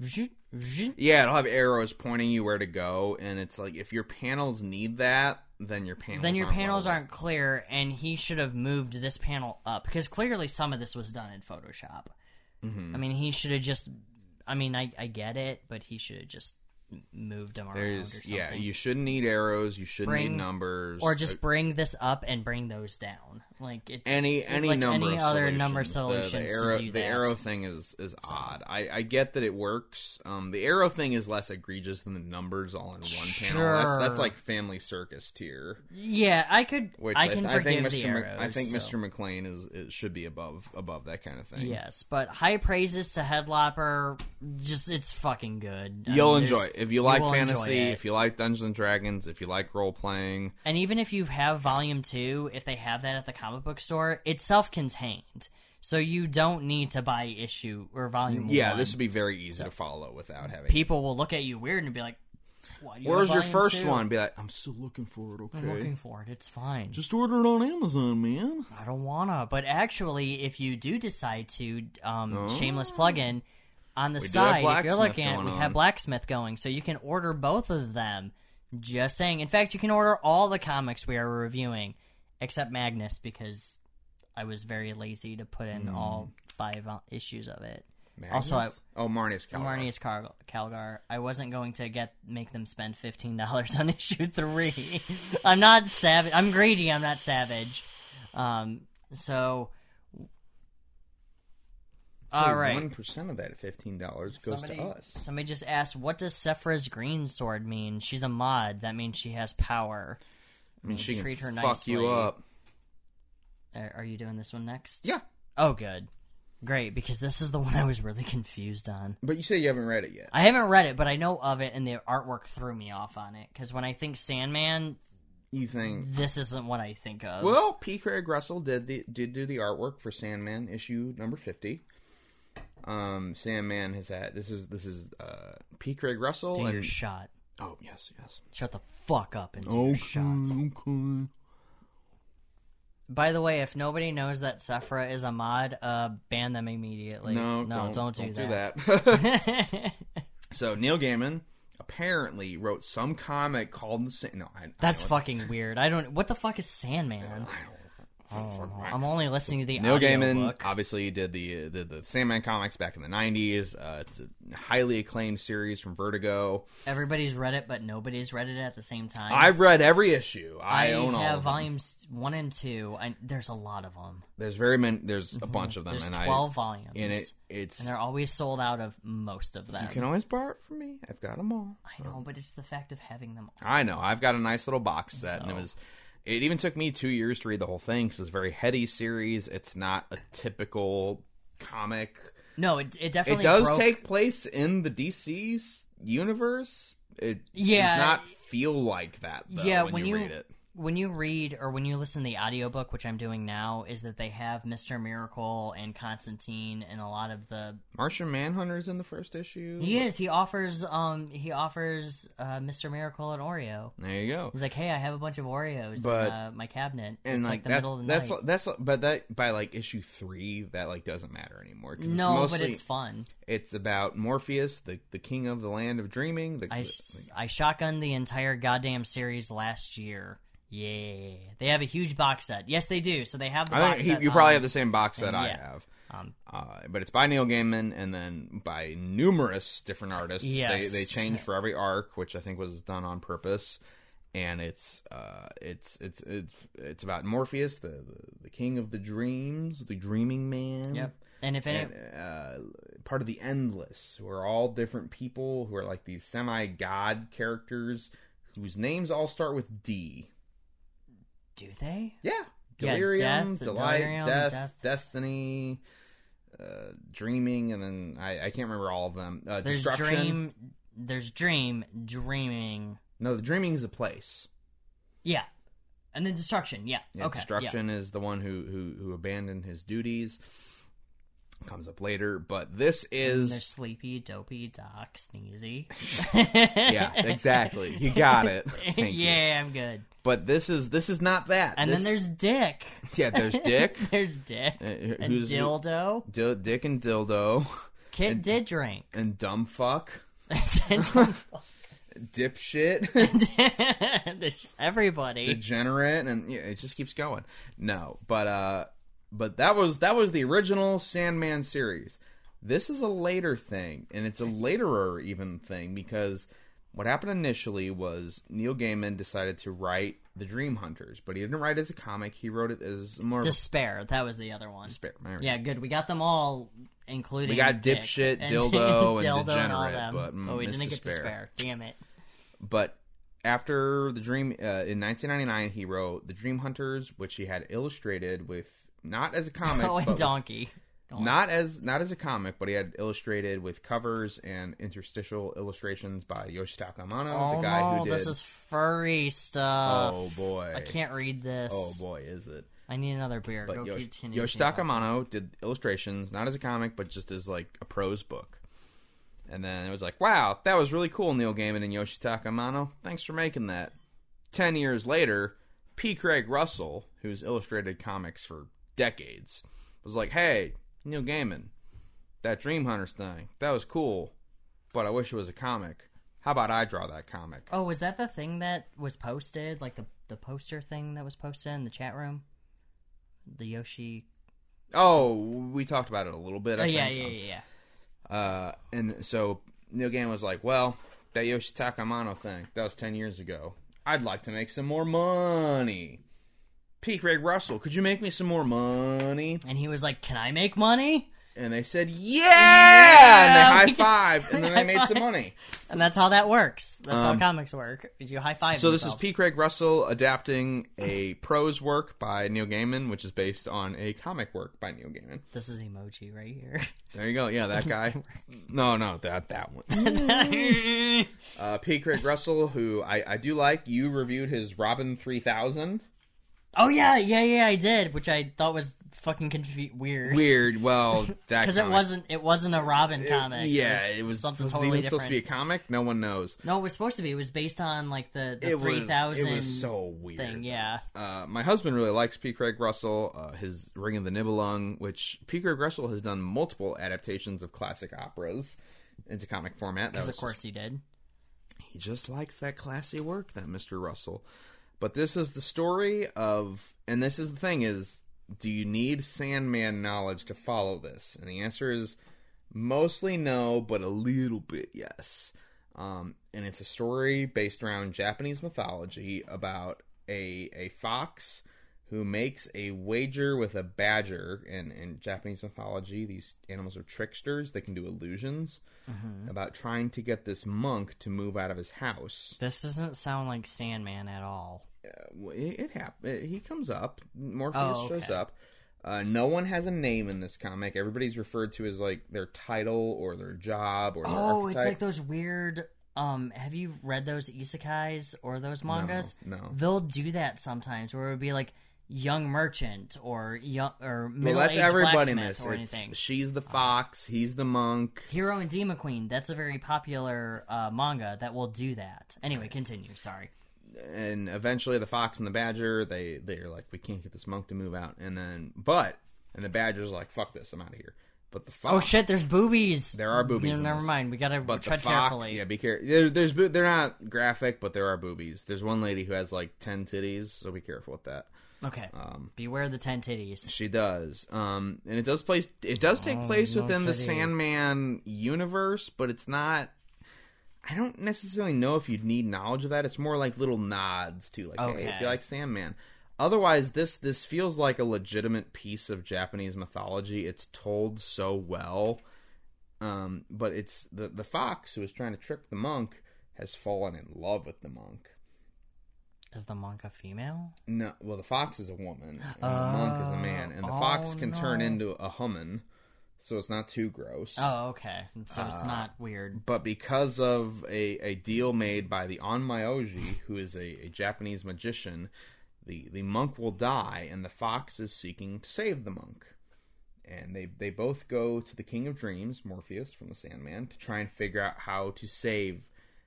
B: zoop, zoop.
A: yeah, it'll have arrows pointing you where to go, and it's like if your panels need that, then your panels
B: then your
A: aren't
B: panels
A: relevant.
B: aren't clear, and he should have moved this panel up because clearly some of this was done in Photoshop.
A: Mm-hmm.
B: I mean, he should have just. I mean, I, I get it, but he should have just m- moved them around. or
A: There's
B: something.
A: yeah, you shouldn't need arrows. You shouldn't
B: Bring-
A: need numbers
B: or just bring this up and bring those down. Like it's
A: any
B: it's
A: any
B: like
A: number
B: any
A: of
B: other
A: solutions.
B: number
A: The-
B: solutions
A: the, arrow,
B: to do
A: the
B: that.
A: arrow thing is is odd I, I get that it works um the arrow thing is less egregious than the numbers all in one panel that's, that's
B: Sure.
A: like family circus tier
B: yeah, I could.
A: which
B: I
A: th-
B: can
A: I
B: forgive
A: think
B: the
A: mr Mc-
B: arrows.
A: i think
B: so.
A: mr mclean is it should be above above that kind of thing
B: Yes, but high praises to Headlopper. Just it's fucking good. I
A: You'll
B: mean,
A: enjoy
B: there's-
A: it. if you like
B: will enjoy
A: fantasy,
B: it.
A: if you like Dungeons and Dragons, if you like role playing.
B: and even if you have Volume Two, if they have that at the comic book store, it's self-contained, so you don't need to buy issue or Volume
A: Yeah,
B: One.
A: this would be very easy to follow without having.
B: people will look at you weird and be like, "What? You have
A: Where's your
B: Volume
A: first
B: two?
A: one? Be like, I'm still looking for it. Okay,
B: I'm looking for it. It's fine.
A: just order it on Amazon, man.
B: I don't wanna. But actually, if you do decide to, um, shameless plug-in on the
A: Oh. have
B: side, if you're
A: blacksmith
B: looking at, it,
A: going
B: we
A: on.
B: have blacksmith going, so you can order both of them. Just saying. In fact, you can order all the comics we are reviewing, except Magnus, because I was very lazy to put in
A: Hmm.
B: all five uh, issues of it. Also, I,
A: Magnus? oh Marnius Calgar.
B: Marnius Cal- Calgar. I wasn't going to get make them spend fifteen dollars <laughs> on issue three. I'm not savage. I'm greedy. I'm not savage. Um. So. All right.
A: one percent of that fifteen dollars goes
B: Somebody,
A: to us.
B: somebody just asked, "What does Sephiroth's green sword mean?" She's a mod. That means she has power.
A: I mean, she
B: treat her
A: can fuck
B: nicely.
A: you up.
B: Are, are you doing this one next?
A: Yeah,
B: Oh, good, great. Because this is the one I was really <laughs> confused on.
A: but you say you haven't read it yet.
B: I haven't read it, but I know of it, and the artwork threw me off on it. Because when I think Sandman,
A: You think?
B: this isn't what I think of.
A: Well, P. Craig Russell did the did do the artwork for Sandman issue number fifty. Um, Sandman has had this is this is uh P. Craig Russell
B: do your
A: and
B: shot.
A: oh yes yes
B: Shut the fuck up and do your shot.
A: okay.
B: By the way, if nobody knows that Sephra is a mod, uh, ban them immediately.
A: No,
B: no,
A: don't,
B: do
A: do
B: that.
A: that. <laughs> so Neil Gaiman apparently wrote some comic called the Sa- no I, I
B: <laughs> That's
A: don't-
B: fucking weird. I don't. What the fuck is Sandman?
A: I don't
B: I'm only listening to the
A: Neil Gaiman
B: audiobook.
A: obviously did the did the Sandman comics back in the '90s. Uh, it's a highly acclaimed series from Vertigo.
B: Everybody's read it, but nobody's read it at the same time.
A: I've read every issue. I,
B: I
A: own all of
B: have
A: them.
B: volumes one and two. I, there's a lot of them.
A: There's very many. There's a bunch of them,
B: Mm-hmm. There's
A: and
B: twelve
A: I
B: volumes,
A: and it it's
B: and they're always sold out of most of them.
A: you can always borrow it from me. I've got them all.
B: I know, but it's the fact of having them. all.
A: I know. I've got a nice little box set, and it was. It even took me two years to read the whole thing because it's a very heady series. It's not a typical comic.
B: No, it it definitely
A: It does
B: broke-
A: take place in the DC 's universe. It
B: Yeah.
A: does not feel like that. Though,
B: Yeah,
A: when,
B: when
A: you,
B: you-
A: read it,
B: when you read or when you listen to the audiobook, which I'm doing now, is that they have Mr. Miracle and Constantine and a lot of the
A: Martian Manhunter's in the first issue.
B: He is. He offers um he offers uh Mr. Miracle an Oreo.
A: There you go.
B: He's like, "Hey, I have a bunch of Oreos
A: But-
B: in uh, my cabinet."
A: and
B: it's
A: like,
B: like, the
A: that,
B: middle of the
A: that's
B: night.
A: that's but that by like issue three that like doesn't matter anymore. 'cause
B: no,
A: it's mostly,
B: but it's fun.
A: it's about Morpheus, the the king of the land of dreaming. The,
B: I s- I shotgunned the entire goddamn series last year. Yeah, they have a huge box set. Yes, they do. So they have the
A: I
B: box
A: think
B: set.
A: he, you probably
B: um,
A: have the same box set I
B: yeah.
A: have.
B: Um,
A: Uh, but it's by Neil Gaiman and then by numerous different artists.
B: Yes.
A: They they change for every arc, which I think was done on purpose. And it's uh it's it's it's it's about Morpheus, the the, the king of the dreams, the dreaming man.
B: Yep. And if any,
A: And, uh, part of the endless, who are all different people who are like these semi god characters whose names all start with D.
B: do they?
A: Yeah.
B: Yeah,
A: Delirium,
B: death,
A: Delight,
B: delirium,
A: death,
B: death.
A: Destiny, uh, Dreaming, and then I, I can't remember all of them. Uh,
B: There's
A: Destruction.
B: dream. There's dream. Dreaming.
A: No, the Dreaming is a place.
B: Yeah. And then destruction. Yeah.
A: Yeah,
B: okay. Yeah.
A: Destruction is the one who, who, who abandoned his duties. Comes up later, but
B: Mm,
A: this
B: They're
A: is.
B: sleepy, dopey, doc, sneezy.
A: <laughs>
B: <laughs>
A: Yeah, exactly. You got it. Thank you.
B: yeah, I'm good.
A: But this is this is not that.
B: And then
A: This-
B: there's Dick.
A: yeah,
B: <laughs>
A: there's Dick,
B: There's Dick.
A: uh, who-
B: and
A: who's
B: Dildo.
A: Dil- Dick and Dildo,
B: Kit did drink. <laughs>
A: and dumb fuck, dipshit.
B: there's just
A: <laughs>
B: everybody.
A: degenerate and yeah, it just keeps going no but uh but that was that was the original sandman series this is a later thing and it's a laterer even thing because what happened initially was neil gaiman decided to write the dream hunters but he didn't write it as a comic he wrote it as more
B: Despair. That was the other one.
A: of a spare there we
B: Yeah, good. We got them all, including
A: We got
B: Dick. <laughs>
A: dipshit,
B: And-
A: dildo, and
B: dildo all
A: degenerate,
B: them.
A: but, mm,
B: we
A: missed
B: didn't get
A: despair.
B: despair. Damn it.
A: but after the dream uh, in 1999 he wrote the dream hunters which he had illustrated with not as a comic
B: <laughs> Oh,
A: but
B: and
A: with
B: donkey. Go on.
A: not as not as a comic, but he had illustrated with covers and interstitial illustrations by Yoshitaka Amano,
B: Oh
A: the guy
B: no,
A: who did.
B: this is furry stuff.
A: oh boy,
B: I can't read this.
A: Oh boy, is it?
B: I need another beer.
A: But
B: Go
A: Yosh-
B: continue.
A: Yoshitaka Amano did illustrations, not as a comic, but just as like a prose book. And then it was like, wow, that was really cool, Neil Gaiman and Yoshitaka Amano. Thanks for making that. Ten years later, P. Craig Russell, who's illustrated comics for decades, was like, hey, Neil Gaiman, that Dream Hunters thing, that was cool, but I wish it was a comic. How about I draw that comic?
B: Oh, was that the thing that was posted? Like the the poster thing that was posted in the chat room? The Yoshi.
A: Oh, we talked about it a little bit. I
B: Oh yeah,
A: think,
B: yeah,
A: on
B: yeah, yeah.
A: Uh, and so Neil Gaiman was like, "Well, that Yoshitaka Amano thing that was ten years ago. I'd like to make some more money." P. Craig Russell, could you make me some more money?
B: And he was like, "Can I make money?"
A: And they said, "Yeah!"
B: Yeah!
A: and they high fived, and then they made some money.
B: And that's how that works. That's how comics work. Is you high five.
A: Um, So this is P. Craig Russell adapting a prose work by Neil Gaiman, which is based on a comic work by Neil Gaiman.
B: This is emoji right here. <laughs>
A: There you go. Yeah, that <laughs> guy. No, no, that that one. <laughs> uh, P. Craig Russell, who I, I do like. You reviewed his Robin three thousand.
B: oh yeah, yeah, yeah. I did, which I thought was fucking confu- weird
A: Weird. <laughs> Well, that
B: because it
A: comic-
B: wasn't it wasn't a Robin comic.
A: Yeah, it was
B: something
A: was it
B: totally
A: even supposed
B: different.
A: to be a comic. No one knows.
B: No, it was supposed to be. It was based on like the, the
A: It was-
B: three thousand
A: It was so weird.
B: thing. Yeah.
A: Uh, my husband really likes P. Craig Russell, uh, his Ring of the Nibelung, which P. Craig Russell has done multiple adaptations of classic operas into comic format. That
B: Because
A: was
B: of
A: just
B: course he did.
A: He just likes that classy work, that Mr. Russell. But this is the story of, and this is the thing is, do you need Sandman knowledge to follow this? And the answer is mostly no, but a little bit yes. Um, and it's a story based around Japanese mythology about a a fox who makes a wager with a badger. And in Japanese mythology, these animals are tricksters; they can do illusions. About trying to get this monk to move out of his house.
B: This doesn't sound like Sandman at all.
A: Well, it, it happens. He comes up. Morpheus
B: Oh,
A: shows
B: okay.
A: up. Uh, no one has a name in this comic. Everybody's referred to as like their title or their job or their
B: Oh,
A: archetype.
B: it's like those weird. Um, have you read those isekais or those mangas?
A: no.
B: They'll do that sometimes, where it would be like young merchant or young or middle
A: well, that's everybody in this.
B: or
A: It's-
B: anything. Oh.
A: she's the fox. He's the monk.
B: Hero and Demon Queen. That's a very popular uh, manga that will do that. Anyway, continue. Sorry.
A: and eventually the fox and the badger they they're like we can't get this monk to move out and then but and the badger's like fuck this i'm out of here but the fox
B: Oh shit! There's boobies.
A: There are boobies
B: No,
A: in
B: never
A: this.
B: mind. We gotta
A: but the
B: tread
A: fox
B: carefully.
A: yeah be careful there, there's boo- they're not graphic but there are boobies there's one lady who has like 10 titties so be careful with that
B: Okay.
A: um,
B: Beware the ten titties.
A: she does um and it does place it does take place
B: no
A: within the
B: titty.
A: sandman universe but it's not I don't necessarily know if you'd need knowledge of that. It's more like little nods to like, hey, if
B: Okay.
A: you like Sandman. Otherwise, this this feels like a legitimate piece of Japanese mythology. It's told so well, um, but it's the the fox who is trying to trick the monk has fallen in love with the monk.
B: Is the manga female?
A: No, well, the fox is a woman, and the monk is a man, and the fox
B: Ah, oh,
A: can turn
B: no.
A: into a human, so it's not too gross.
B: Oh, okay. So
A: Uh,
B: it's not weird.
A: but because of a, a deal made by the Onmyoji, who is a, a Japanese magician, the, the monk will die, and the fox is seeking to save the monk. And they, they both go to the King of Dreams, Morpheus from the Sandman, to try and figure out how to save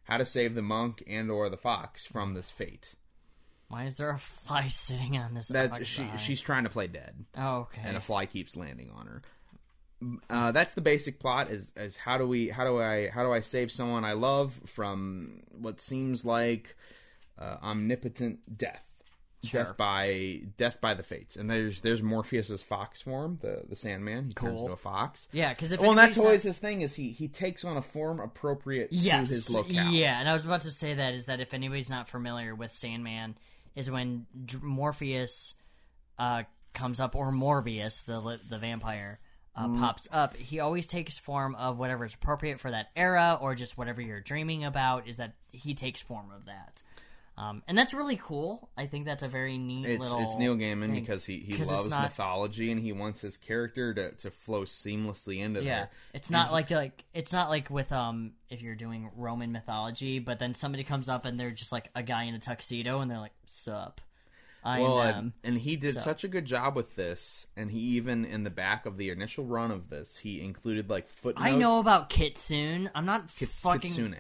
A: how to save the monk and or the fox from this fate.
B: Why is there a fly <laughs> sitting on this?
A: That's
B: fox's
A: she
B: eye?
A: she's trying to play dead
B: Oh, okay.
A: and a fly keeps landing on her. Uh, that's the basic plot. Is is how do we how do I how do I save someone I love from what seems like uh, omnipotent death, death by death by the fates. And there's there's Morpheus's fox form, the the Sandman. He turns
B: Cool.
A: into a fox.
B: yeah, because if
A: Well, and that's
B: anybody's not-
A: always his thing is he he takes on a form appropriate
B: yes,
A: to his locale.
B: yeah. And I was about to say that is that if anybody's not familiar with Sandman, is when Dr- Morpheus uh, comes up or Morbius, the li- the vampire. Uh,
A: Mm.
B: pops up he always takes form of whatever is appropriate for that era or just whatever you're dreaming about is that he takes form of that um, and that's really cool i think that's a very neat
A: It's
B: little
A: it's Neil Gaiman because he, he
B: 'Cause it's
A: loves
B: not-
A: mythology and he wants his character to, to flow seamlessly into
B: Yeah,
A: there.
B: it's not
A: Mm-hmm.
B: like like it's not like with um if you're doing Roman mythology, but then somebody comes up and they're just like a guy in a tuxedo and they're like, "Sup, I
A: Well,
B: am."
A: and, and he did
B: So-
A: such a good job with this, and he even in the back of the initial run of this, he included like footnotes.
B: I know about kitsune. I'm not fucking.
A: Kitsune,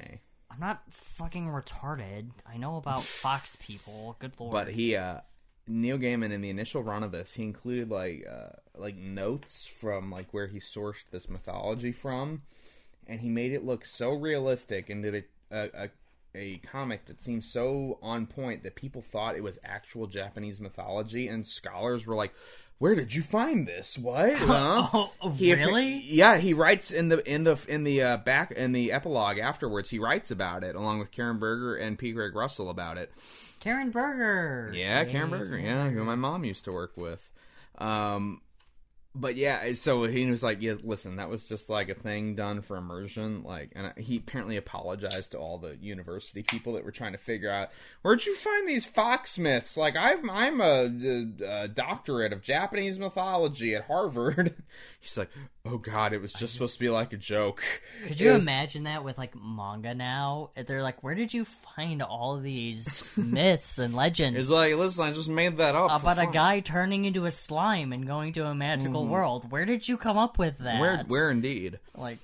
B: I'm not fucking retarded. I
A: <laughs>
B: know about fox people. Good lord.
A: but he uh, Neil Gaiman in the initial run of this, he included like uh, like notes from like where he sourced this mythology from, and he made it look so realistic and did a a, a, a comic that seemed so on point that people thought it was actual Japanese mythology, and scholars were like. Where did you find this?
B: <laughs>
A: What? Huh?
B: <laughs> oh, oh,
A: He appar-
B: really?
A: yeah, he writes in the in the in the uh, back in the epilogue afterwards. He writes about it along with Karen Berger and P. Greg Russell about it.
B: Karen Berger.
A: Yeah,
B: Yay.
A: Karen Berger. Yeah, who my mom used to work with. Um, but yeah, so he was like, "Yeah, listen, that was just like a thing done for immersion." Like, and he apparently apologized to all the university people that were trying to figure out where'd you find these fox myths. Like, I'm I'm a, a doctorate of Japanese mythology at Harvard. <laughs> He's like, "Oh God, it was just supposed to be like a joke."
B: Could
A: It
B: you
A: was-
B: imagine that with like manga now? They're like, where did you find all these <laughs> myths and legends?
A: He's like, "Listen, I just made that up." for
B: about Uh, a
A: fun." Mm-hmm.
B: guy turning into a slime and going to a magical world. Where did you come up with that?
A: Where, where indeed?
B: like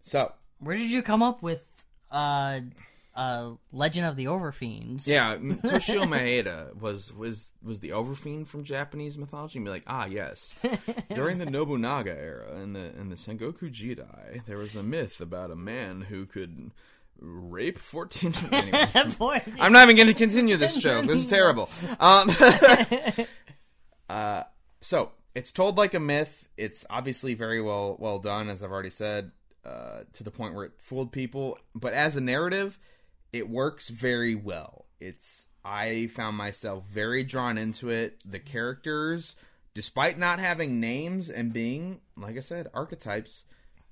A: So
B: where did you come up with uh uh Legend of the Overfiends? <laughs>
A: Yeah, M- Toshio Maeda was was was the overfiend from Japanese mythology. And be like, ah, yes. During the Nobunaga era and the and the Sengoku Jidai, there was a myth about a man who could rape 14 <laughs> anyway.
B: Boy,
A: I'm not even going to continue this joke. This is terrible. Um, <laughs> uh, so it's told like a myth. It's obviously very well well done, as I've already said, uh, to the point where it fooled people. But as a narrative, it works very well. It's I found myself very drawn into it. The characters, despite not having names and being, like I said, archetypes,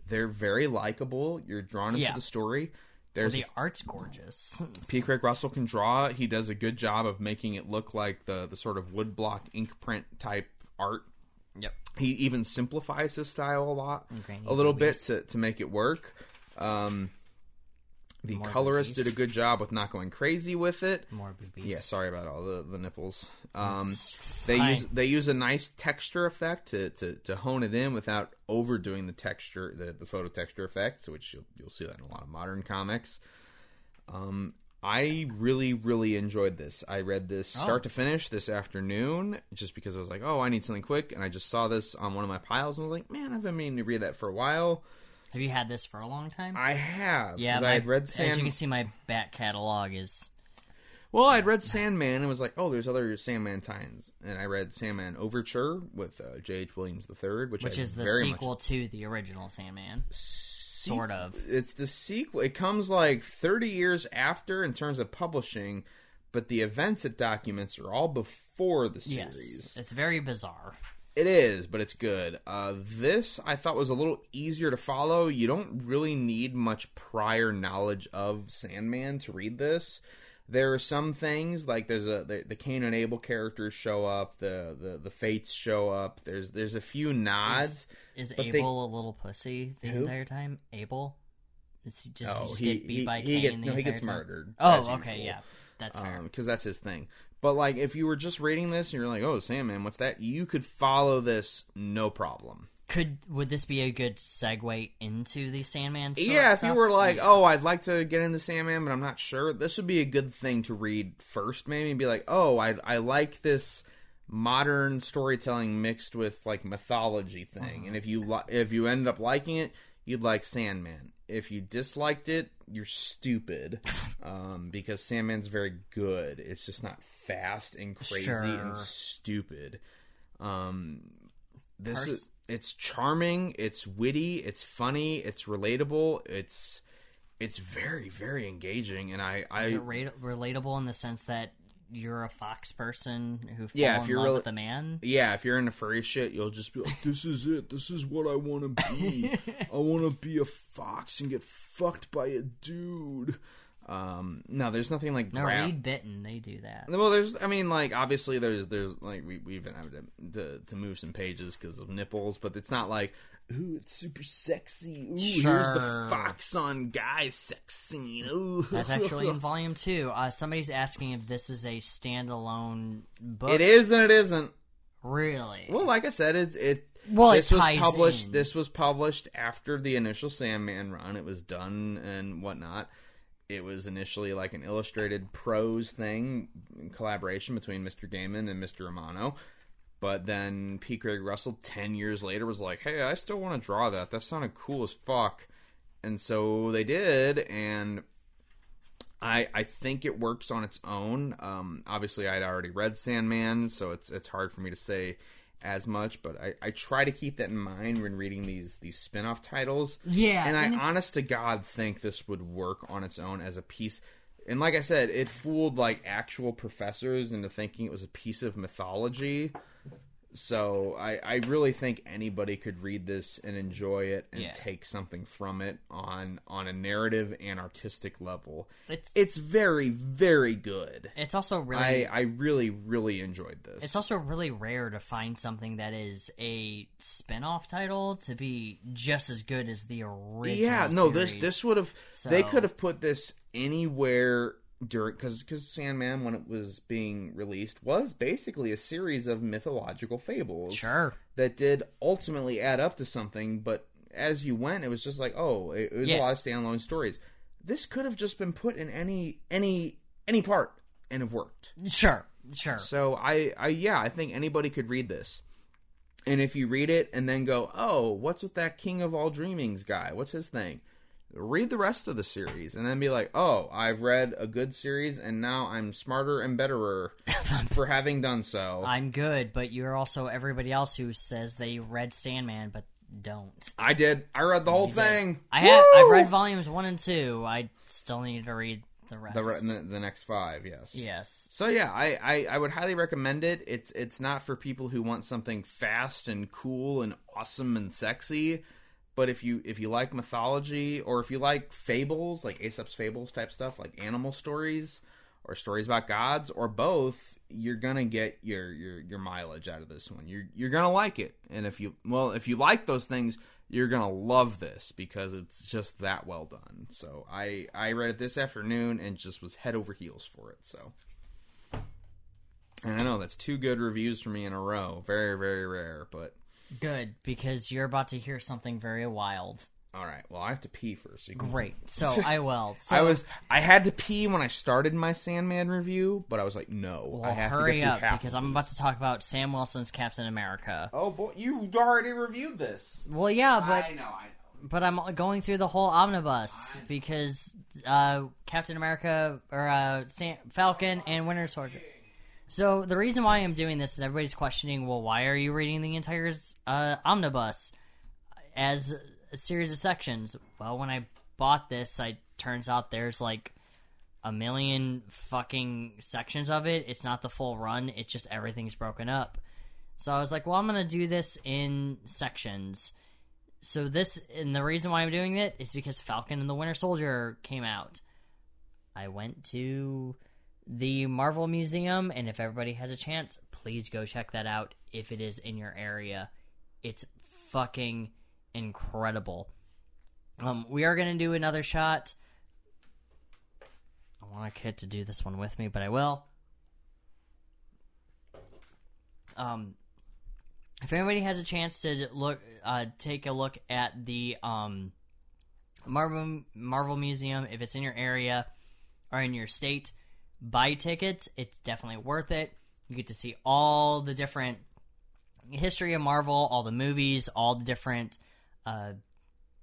A: they're very likable. You're drawn into
B: Yeah.
A: the story. There's
B: the
A: <laughs>
B: art's gorgeous.
A: P. Craig Russell can draw. He does a good job of making it look like the the sort of woodblock ink print type art.
B: Yep.
A: He even simplifies his style a lot,
B: Grainy
A: a little bit to, to make it work. Um, the colorist did a
B: boobies.
A: good job with not going crazy with it.
B: More boobies.
A: Yeah, sorry about all the, the nipples. Um,
B: It's
A: they
B: fine.
A: use they use a nice texture effect to, to, to hone it in without overdoing the texture the, the photo texture effect, which you'll, you'll see that in a lot of modern comics. Um, I really really enjoyed this. I read
B: Oh.
A: this start to finish this afternoon just because I was like, oh, I need something quick, and I just saw this on one of my piles and was like, man, I've been meaning to read that for a while.
B: Have you had this for a long time?
A: I have
B: yeah,
A: 'cause
B: my-
A: I had read
B: As you
A: Sand
B: can see, my back catalog is
A: Well, I'd read Sandman and was like, oh, there's other Sandman tie-ins, and I read Sandman Overture with uh, J.H. Williams III, which,
B: which
A: I
B: is the
A: very
B: sequel
A: much
B: to the original Sandman. Sort of.
A: It's the sequel. It comes like 30 years after in terms of publishing, but the events it documents are all before the series.
B: Yes, it's very bizarre.
A: It is, but it's good. Uh, this I thought was a little easier to follow. You don't really need much prior knowledge of Sandman to read this. There are some things like there's a the, the Cain and Abel characters show up, the, the the Fates show up. There's there's a few nods.
B: Is
A: But
B: Abel
A: they-
B: a little pussy the
A: Who? Oh,
B: entire time? Abel? Does he just, he just get beat
A: he,
B: by
A: he
B: Cain
A: get-
B: the
A: no, he
B: entire
A: gets
B: time?
A: murdered. as
B: Oh, okay,
A: usual. Um,
B: yeah. That's fair.
A: because that's his thing. But like, if you were just reading this and you're like, "Oh, Sandman, what's that?" You could follow this no problem.
B: Could would this be a good segue into the Sandman? sort
A: yeah, if
B: stuff?
A: you were like, "Oh, I'd like to get into Sandman, but I'm not sure," this would be a good thing to read first, maybe, and be like, "Oh, I I like this modern storytelling mixed with like mythology thing." And if you li- if you end up liking it, you'd like Sandman. If you disliked it, you're
B: <laughs>
A: stupid, um, because Sandman's very good. It's just not fast and crazy
B: Sure.
A: and stupid. Um, this
B: Pers-
A: is it's charming, it's witty, it's funny, it's relatable, it's it's very very engaging, and I oh, I
B: Is it rela- relatable in the sense that you're a fox person who fell
A: Yeah, if
B: in
A: you're
B: love
A: rela-
B: with a man?
A: yeah, if you're into furry shit, you'll just be like, this is it, this is what I want to
B: <laughs>
A: be. I want to be a fox and get fucked by a dude. Um, no, there's nothing like
B: No,
A: grab-
B: read bitten. They do that.
A: Well, there's, I mean, like obviously there's, there's like we we even have to to, to move some pages because of nipples, but it's not like ooh, it's super sexy. Ooh, here's the
B: Sure.
A: fox on guy sex scene. Ooh.
B: That's actually
A: <laughs>
B: in volume two. Uh, somebody's asking if this is a standalone book.
A: it is and it isn't.
B: really.
A: Well, like I said, it it
B: Well, it
A: this
B: ties
A: was published.
B: in.
A: This was published after the initial Sandman run. It was done and whatnot. It was initially like an illustrated prose thing in collaboration between Mr. Gaiman and Mr. Romano. But then P. Craig Russell, 10 years later, was like, hey, I still want to draw that. That sounded cool as fuck. And so they did. And I, I think it works on its own. Um, obviously, I'd already read Sandman, so it's it's hard for me to say as much. But I, I try to keep that in mind when reading these these spin off titles.
B: Yeah,
A: and I
B: and it's-
A: honest to God think this would work on its own as a piece. And like I said, it fooled like actual professors into thinking it was a piece of mythology. So I, I really think anybody could read this and enjoy it and
B: Yeah.
A: take something from it on on a narrative and artistic level
B: it's
A: it's very very good
B: it's also really
A: i i really really enjoyed this
B: It's also really rare to find something that is a spin-off title to be just as good as the original.
A: yeah no this
B: series.
A: this would have they
B: So-
A: could have put this anywhere during because because sandman when it was being released was basically a series of mythological fables
B: sure.
A: that did ultimately add up to something but as you went it was just like oh it, it was a
B: Yeah.
A: lot of standalone stories this could have just been put in any any any part and have worked
B: Sure. Sure.
A: So I, I yeah, I think anybody could read this. And if you read it and then go, "Oh, what's with that King of All Dreamings guy? What's his thing?" read the rest of the series and then be like, oh, I've read a good series and now I'm smarter and
B: <laughs>
A: betterer for having done so. I,
B: I'm good, but you're also everybody else who says they read Sandman but don't.
A: did. I read the whole
B: did.
A: thing.
B: I had I've
A: Woo!
B: read volumes one and two. I still need to read the rest.
A: the, re- the the next five. Yes.
B: yes.
A: So yeah, I, I I would highly recommend it. It's it's not for people who want something fast and cool and awesome and sexy, but if you if you like mythology or if you like fables like Aesop's fables type stuff like animal stories or stories about gods or both, you're gonna get your your your mileage out of this one. You're you're gonna like it, and if you well if you like those things. You're gonna love this because it's just that well done. So I I read it this afternoon and just was head over heels for it. So and I know that's two good reviews for me in a row. Very, very rare, but
B: Good, because you're about to hear something very wild.
A: all right. Well, I have to pee first. You can-
B: Great. So
A: <laughs>
B: I will. So
A: I was I had to pee when I started my Sandman review, but I was like, no,
B: well,
A: I have
B: hurry
A: to get through
B: up
A: half
B: because
A: of this.
B: I'm about to talk about Sam Wilson's Captain America.
A: Oh boy, you already reviewed this.
B: Well, yeah, but
A: I know, I know.
B: but I'm going through the whole omnibus because uh, Captain America or uh, Sam, Falcon and Winter Soldier. So the reason why I'm doing this is everybody's questioning, well, why are you reading the entire uh, omnibus as a series of sections? Well, when I bought this, I turns out there's like a million fucking sections of it. It's not the full run. It's just everything's broken up. So I was like, well, I'm gonna do this in sections so this and the reason why I'm doing it is because Falcon and the Winter Soldier came out. I went to the Marvel Museum and if everybody has a chance, please go check that out if it is in your area. It's fucking incredible. Um we are going to do another shot. I want a kid to do this one with me, but I will. Um if anybody has a chance to look uh, take a look at the um, Marvel Marvel Museum if it's in your area or in your state, buy tickets. It's definitely worth it. You get to see all the different history of Marvel, all the movies, all the different uh,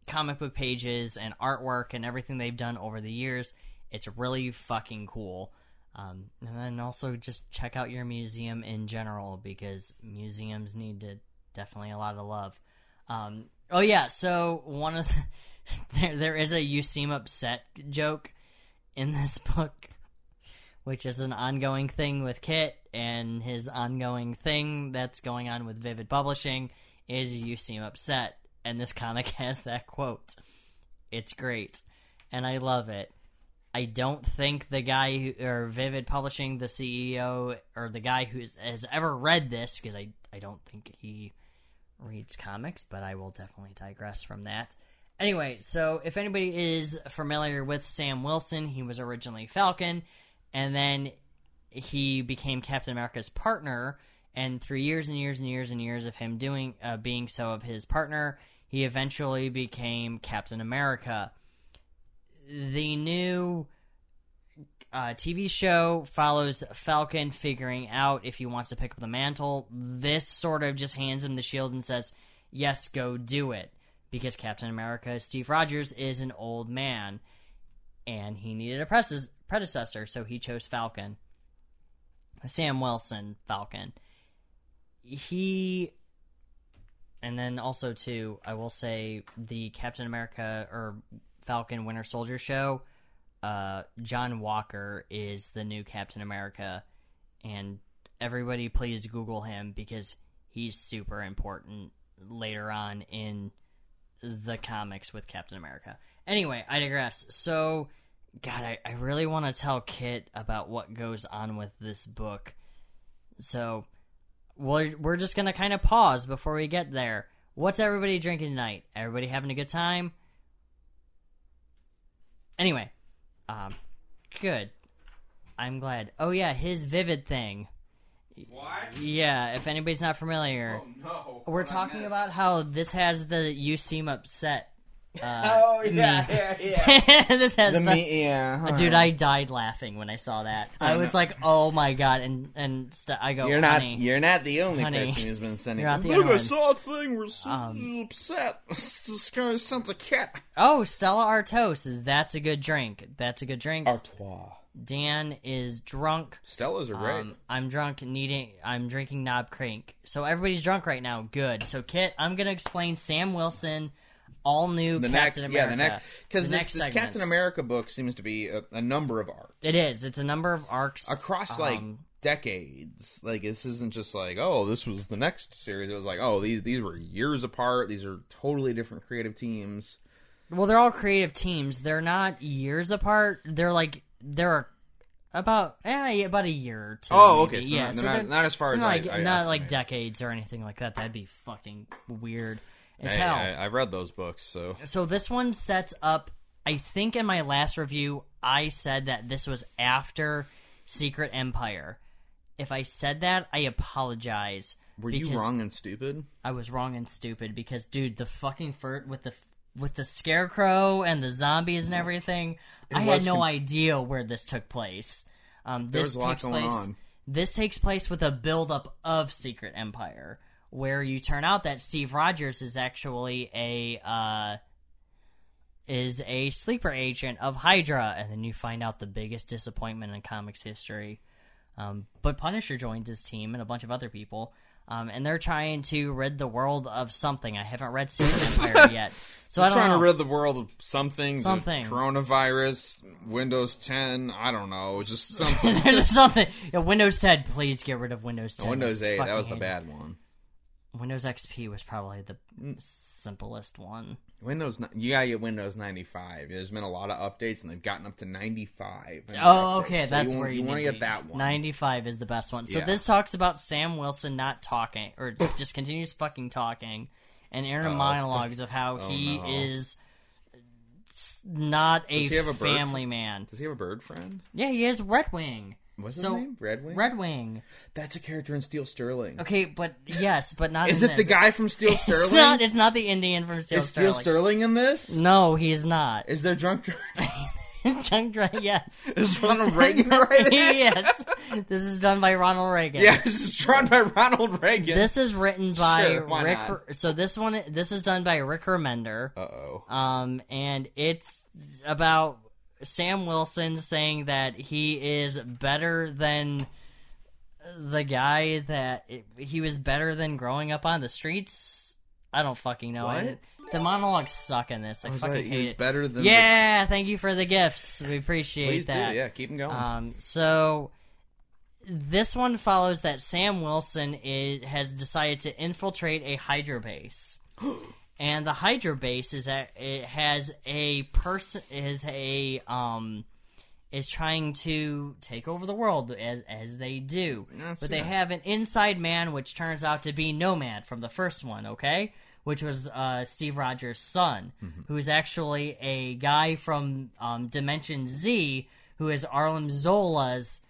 B: comic book pages and artwork and everything they've done over the years. It's really fucking cool. Um, and then also just check out your museum in general because museums need to definitely a lot of love. Um, oh yeah, so one of the, <laughs> there there is a you seem upset joke in this <laughs> book, which is an ongoing thing with Kit and his ongoing thing that's going on with Vivid Publishing is you seem upset, and this comic <laughs> has that quote. It's great, and I love it. I don't think the guy who, or Vivid Publishing, the CEO or the guy who has ever read this, because I I don't think he reads comics, but I will definitely digress from that. Anyway, so if anybody is familiar with Sam Wilson, he was originally Falcon, and then he became Captain America's partner. And through years and years and years and years of him doing uh, being so of his partner, he eventually became Captain America the new uh, TV show follows Falcon figuring out if he wants to pick up the mantle. This sort of just hands him the shield and says, Yes, go do it. Because Captain America, Steve Rogers, is an old man and he needed a preces- predecessor, so he chose Falcon. Sam Wilson, Falcon. He and then also too, I will say the Captain America or Falcon Winter Soldier show. Uh, John Walker is the new Captain America, and everybody please Google him because he's super important later on in the comics with Captain America. Anyway, I digress. So, God, I, I really want to tell Kit about what goes on with this book. So, we're, we're just going to kind of pause before we get there. What's everybody drinking tonight? Everybody having a good time? Anyway, um, good. I'm glad. Oh, yeah, his vivid thing.
A: What? Oh,
B: Yeah, if anybody's not familiar.
A: no.
B: We're talking about how this has the you seem upset
A: <laughs>
C: oh yeah, yeah, yeah.
B: uh, <laughs> this has
A: The
B: the-
A: me- yeah, huh.
B: Dude, I died laughing when I saw that. I was like, "Oh my god!" And and st- I go,
A: You're not.
B: "Honey."
A: You're not the only
B: Honey.
A: person who's been sending.
B: You're not the
A: Look,
B: only
A: I
B: one."
A: saw a thing. We're so
B: Um,
A: upset. <laughs> this guy sent a cat.
B: Oh, Stella Artois. That's a good drink. That's a good drink.
A: Oh. Artois.
B: Dan is drunk.
A: Stella's are great.
B: Um, I'm drunk, needing. I'm drinking Knob Crank. So everybody's drunk right now. Good. So Kit, I'm gonna explain Sam Wilson, all new
A: the
B: Captain
A: next,
B: America.
A: yeah, the next, because
B: The
A: this,
B: next
A: this
B: segment.
A: Captain America book seems to be a, a number of arcs
B: It is. It's a number of arcs
A: across like
B: um,
A: decades. Like this isn't just like oh, this was the next series. It was like oh, these these were years apart. These are totally different creative teams.
B: Well, they're all creative teams. They're not years apart. They're like they're about eh, about a year or two.
A: Oh, okay,
B: maybe.
A: so
B: Mm, yeah,
A: not-
B: so
A: not-
B: they're-
A: not as far
B: they're
A: as
B: not
A: I-
B: like
A: I
B: not like
A: estimated.
B: decades or anything like that. That'd be fucking weird as
A: Hey,
B: hell.
A: I, I've read those books, so
B: So this one sets up. I think in my last review, I said that this was after Secret Empire. If I said that, I apologize.
A: were you
B: because
A: wrong and stupid?
B: I was wrong and stupid because, dude, the fucking fur with the with the scarecrow and the zombies and everything. I had
A: was
B: no
A: com-
B: idea where this took place. Um,
A: There
B: this
A: was a lot
B: takes
A: going
B: place.
A: on.
B: This takes place with a buildup of Secret Empire, where you turn out that Steve Rogers is actually a uh, is a sleeper agent of Hydra, and then you find out the biggest disappointment in comics history. Um, but Punisher joined his team and a bunch of other people, um, and they're trying to rid the world of something. I haven't read
A: <laughs>
B: Secret Empire yet, so I
A: I'm
B: don't
A: trying
B: know.
A: to rid the world of something. the
B: Something.
A: Coronavirus, Windows 10, I don't know, just
B: <laughs>
A: something.
B: There's something. Yeah, Windows 10, please get rid of Windows 10.
A: Windows
B: I
A: 8, that
B: fucking
A: was the
B: hate it.
A: bad one.
B: Windows XP was probably the simplest one.
A: Windows, ni- you gotta get Windows 95. There's been a lot of updates, and they've gotten up to 95. in
B: Oh,
A: updates.
B: okay,
A: So
B: that's
A: you,
B: where you,
A: want
B: need
A: to get that one.
B: 95 is the best one. So
A: Yeah.
B: this talks about Sam Wilson not talking
A: <laughs>
B: or just continues fucking talking and
A: Oh,
B: inner monologues of how he
A: no.
B: is s- not a,
A: Does he have a bird
B: family man.
A: Does he have a bird friend?
B: Yeah, he is Red Wing.
A: What's
B: So-
A: his name? Red Wing.
B: Red Wing.
A: That's a character in Steel Sterling.
B: Okay, but yes, but not
A: Is
B: in
A: it the
B: this.
A: guy from Steel Sterling?
B: <laughs> It's not it's not the Indian from Steel
A: Is Steel
B: Sterling.
A: Sterling in this?
B: No, he's not. <laughs>
A: Is there drunk? Dr-
B: Junk right, yes.
A: Is
B: <laughs>
A: Ronald Reagan right? in it?
B: yes. This is done by Ronald
A: <laughs>
B: Reagan.
A: Yeah, this is drawn by Ronald Reagan.
B: This is written by
A: Sure, why
B: Rick.
A: not?
B: So this one, this is done by Rick Remender,
A: Uh oh.
B: um, and it's about Sam Wilson saying that he is better than the guy that he was better than growing up on the streets. I don't fucking know.
A: What?
B: The monologues suck in this. I
A: Was
B: fucking
A: that-
B: hate
A: he was
B: it.
A: better than the-
B: yeah, thank you for the gifts. We appreciate
A: Please do,
B: that.
A: yeah, keep him going.
B: Um, so this one follows that Sam Wilson is, has decided to infiltrate a Hydra base, and the Hydra base is a, it has a person is a um is trying to take over the world as as they do,
A: Yes,
B: but they
A: yeah.
B: have an inside man which turns out to be Nomad from the first one. Okay. Which was uh, Steve Rogers' son,
A: Mm-hmm.
B: who is actually a guy from um, Dimension Z, who is Arlem Zola's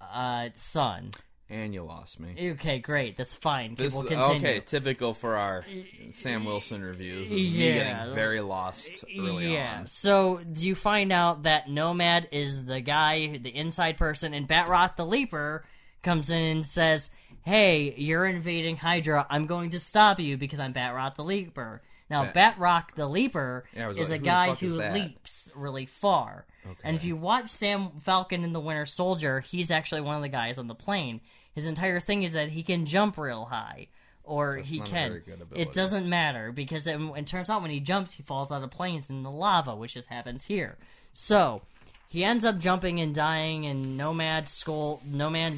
B: uh, son.
A: and you lost me.
B: Okay, great. That's fine.
A: This-
B: we'll continue.
A: okay, typical for our Sam Wilson reviews. Is me
B: Yeah.
A: getting very lost early
B: yeah. So you find out that Nomad is the guy, the inside person, and Batroth the Leaper comes in and says, "Hey, you're invading Hydra. I'm going to stop you because I'm Batroth the Leaper." Now, Batrock the Leaper
A: Yeah, I was
B: is
A: like, who
B: a
A: the
B: guy
A: fuck is
B: who
A: that?
B: leaps really far. And if you watch Sam Falcon in The Winter Soldier, he's actually one of the guys on the plane. His entire thing is that he can jump real high, or he
A: not a
B: can.
A: very good ability.
B: It doesn't matter because it, it turns out when he jumps, he falls out of planes in the lava, which just happens here. So he ends up jumping and dying, and Nomad skull Nomad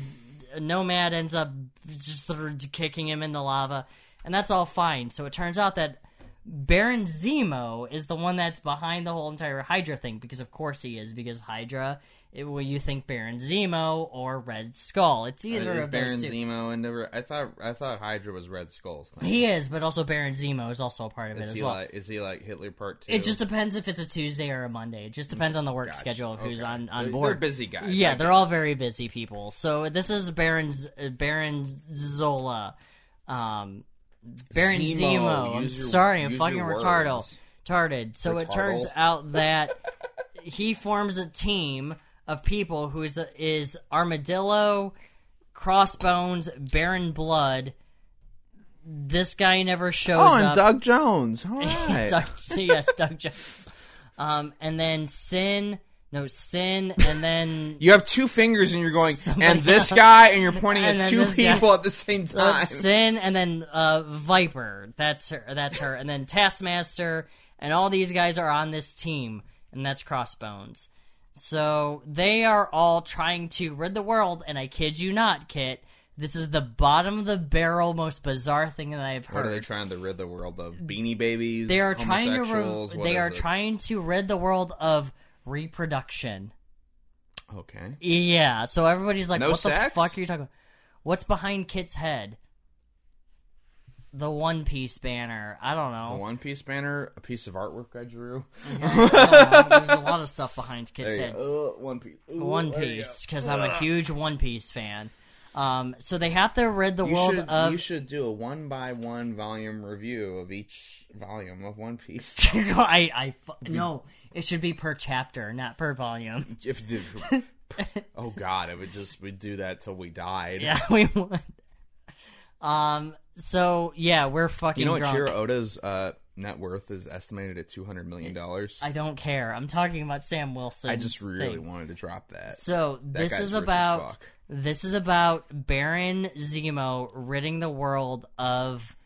B: Nomad ends up just sort of kicking him in the lava, and that's all fine. So it turns out that Baron Zemo is the one that's behind the whole entire Hydra thing because, of course, he is. Because Hydra, it, well, you think Baron Zemo or Red Skull? It's
A: on.
B: either
A: Uh, Is
B: of
A: Baron
B: those two.
A: Zemo and never? I thought I thought Hydra was Red Skull's thing.
B: He is, but also Baron Zemo is also a part of it
A: is
B: as
A: he
B: well.
A: like is he like Hitler Part Two?
B: it just depends if it's a Tuesday or a Monday. It just depends on the work
A: Gotcha.
B: schedule of who's
A: Okay.
B: on on
A: They're-
B: board.
A: They're busy guys.
B: Yeah,
A: I
B: they're
A: get
B: all very busy people. So this is Baron Z- uh, Baron Zola, um, Baron
A: Zemo,
B: Zemo. I'm
A: use your-
B: sorry, I'm
A: use
B: fucking
A: your
B: retardo.
A: words.
B: retarded. So it turns
A: Retardle. <laughs>
B: out that he forms a team of people who is is armadillo, crossbones, barren blood. This guy never shows
A: Oh, and
B: up.
A: Doug Jones. All right.
B: <laughs> Doug, yes, Doug Jones. Um, and then Sin, no Sin, and
A: <laughs>
B: then
A: you have two fingers and you're going,
B: <laughs> Somebody
A: and this
B: else.
A: guy, and you're pointing
B: And
A: at
B: then
A: two
B: this guy.
A: people at the same
B: uh,
A: time.
B: Sin, and then uh, Viper. That's her. That's her. And then Taskmaster, and all these guys are on this team, and that's Crossbones. So they are all trying to rid the world, and I kid you not, Kit. This is the bottom of the barrel, most bizarre thing that I've heard.
A: What are they trying to rid the world of? Beanie babies?
B: They are trying to
A: homosexuals?
B: re-
A: What
B: they
A: is
B: are
A: it?
B: trying to rid the world of reproduction.
A: Okay.
B: Yeah, so everybody's like,
A: No
B: "What
A: sex?
B: the fuck are you talking about? What's behind Kit's head?" The One Piece banner. I don't
A: A
B: know.
A: One Piece banner, a piece of artwork I drew.
B: I don't know.
A: <laughs>
B: There's a lot of stuff behind Kit's
A: There you
B: head.
A: go. Uh, One Piece. Ooh,
B: One
A: there you
B: Piece, because I'm a huge One Piece fan. Um, so they have to rid the
A: go. You
B: world
A: should,
B: of.
A: you
B: <laughs>
A: should do a one by one volume review of each volume of One Piece.
B: <laughs> I, I fu- no, it should be per chapter, not per volume.
A: if
B: <laughs>
A: you did- oh God, it would just we'd do that till we died.
B: <laughs> Yeah, we would. Um. So yeah, we're fucking
A: You know what?
B: drunk.
A: Shiro Oda's uh, net worth is estimated at two hundred million dollars.
B: I don't care. I'm talking about Sam Wilson.
A: I just really wanted to drop that.
B: So this
A: guy's
B: is
A: rich as
B: about
A: fuck.
B: this is about Baron Zemo ridding the world of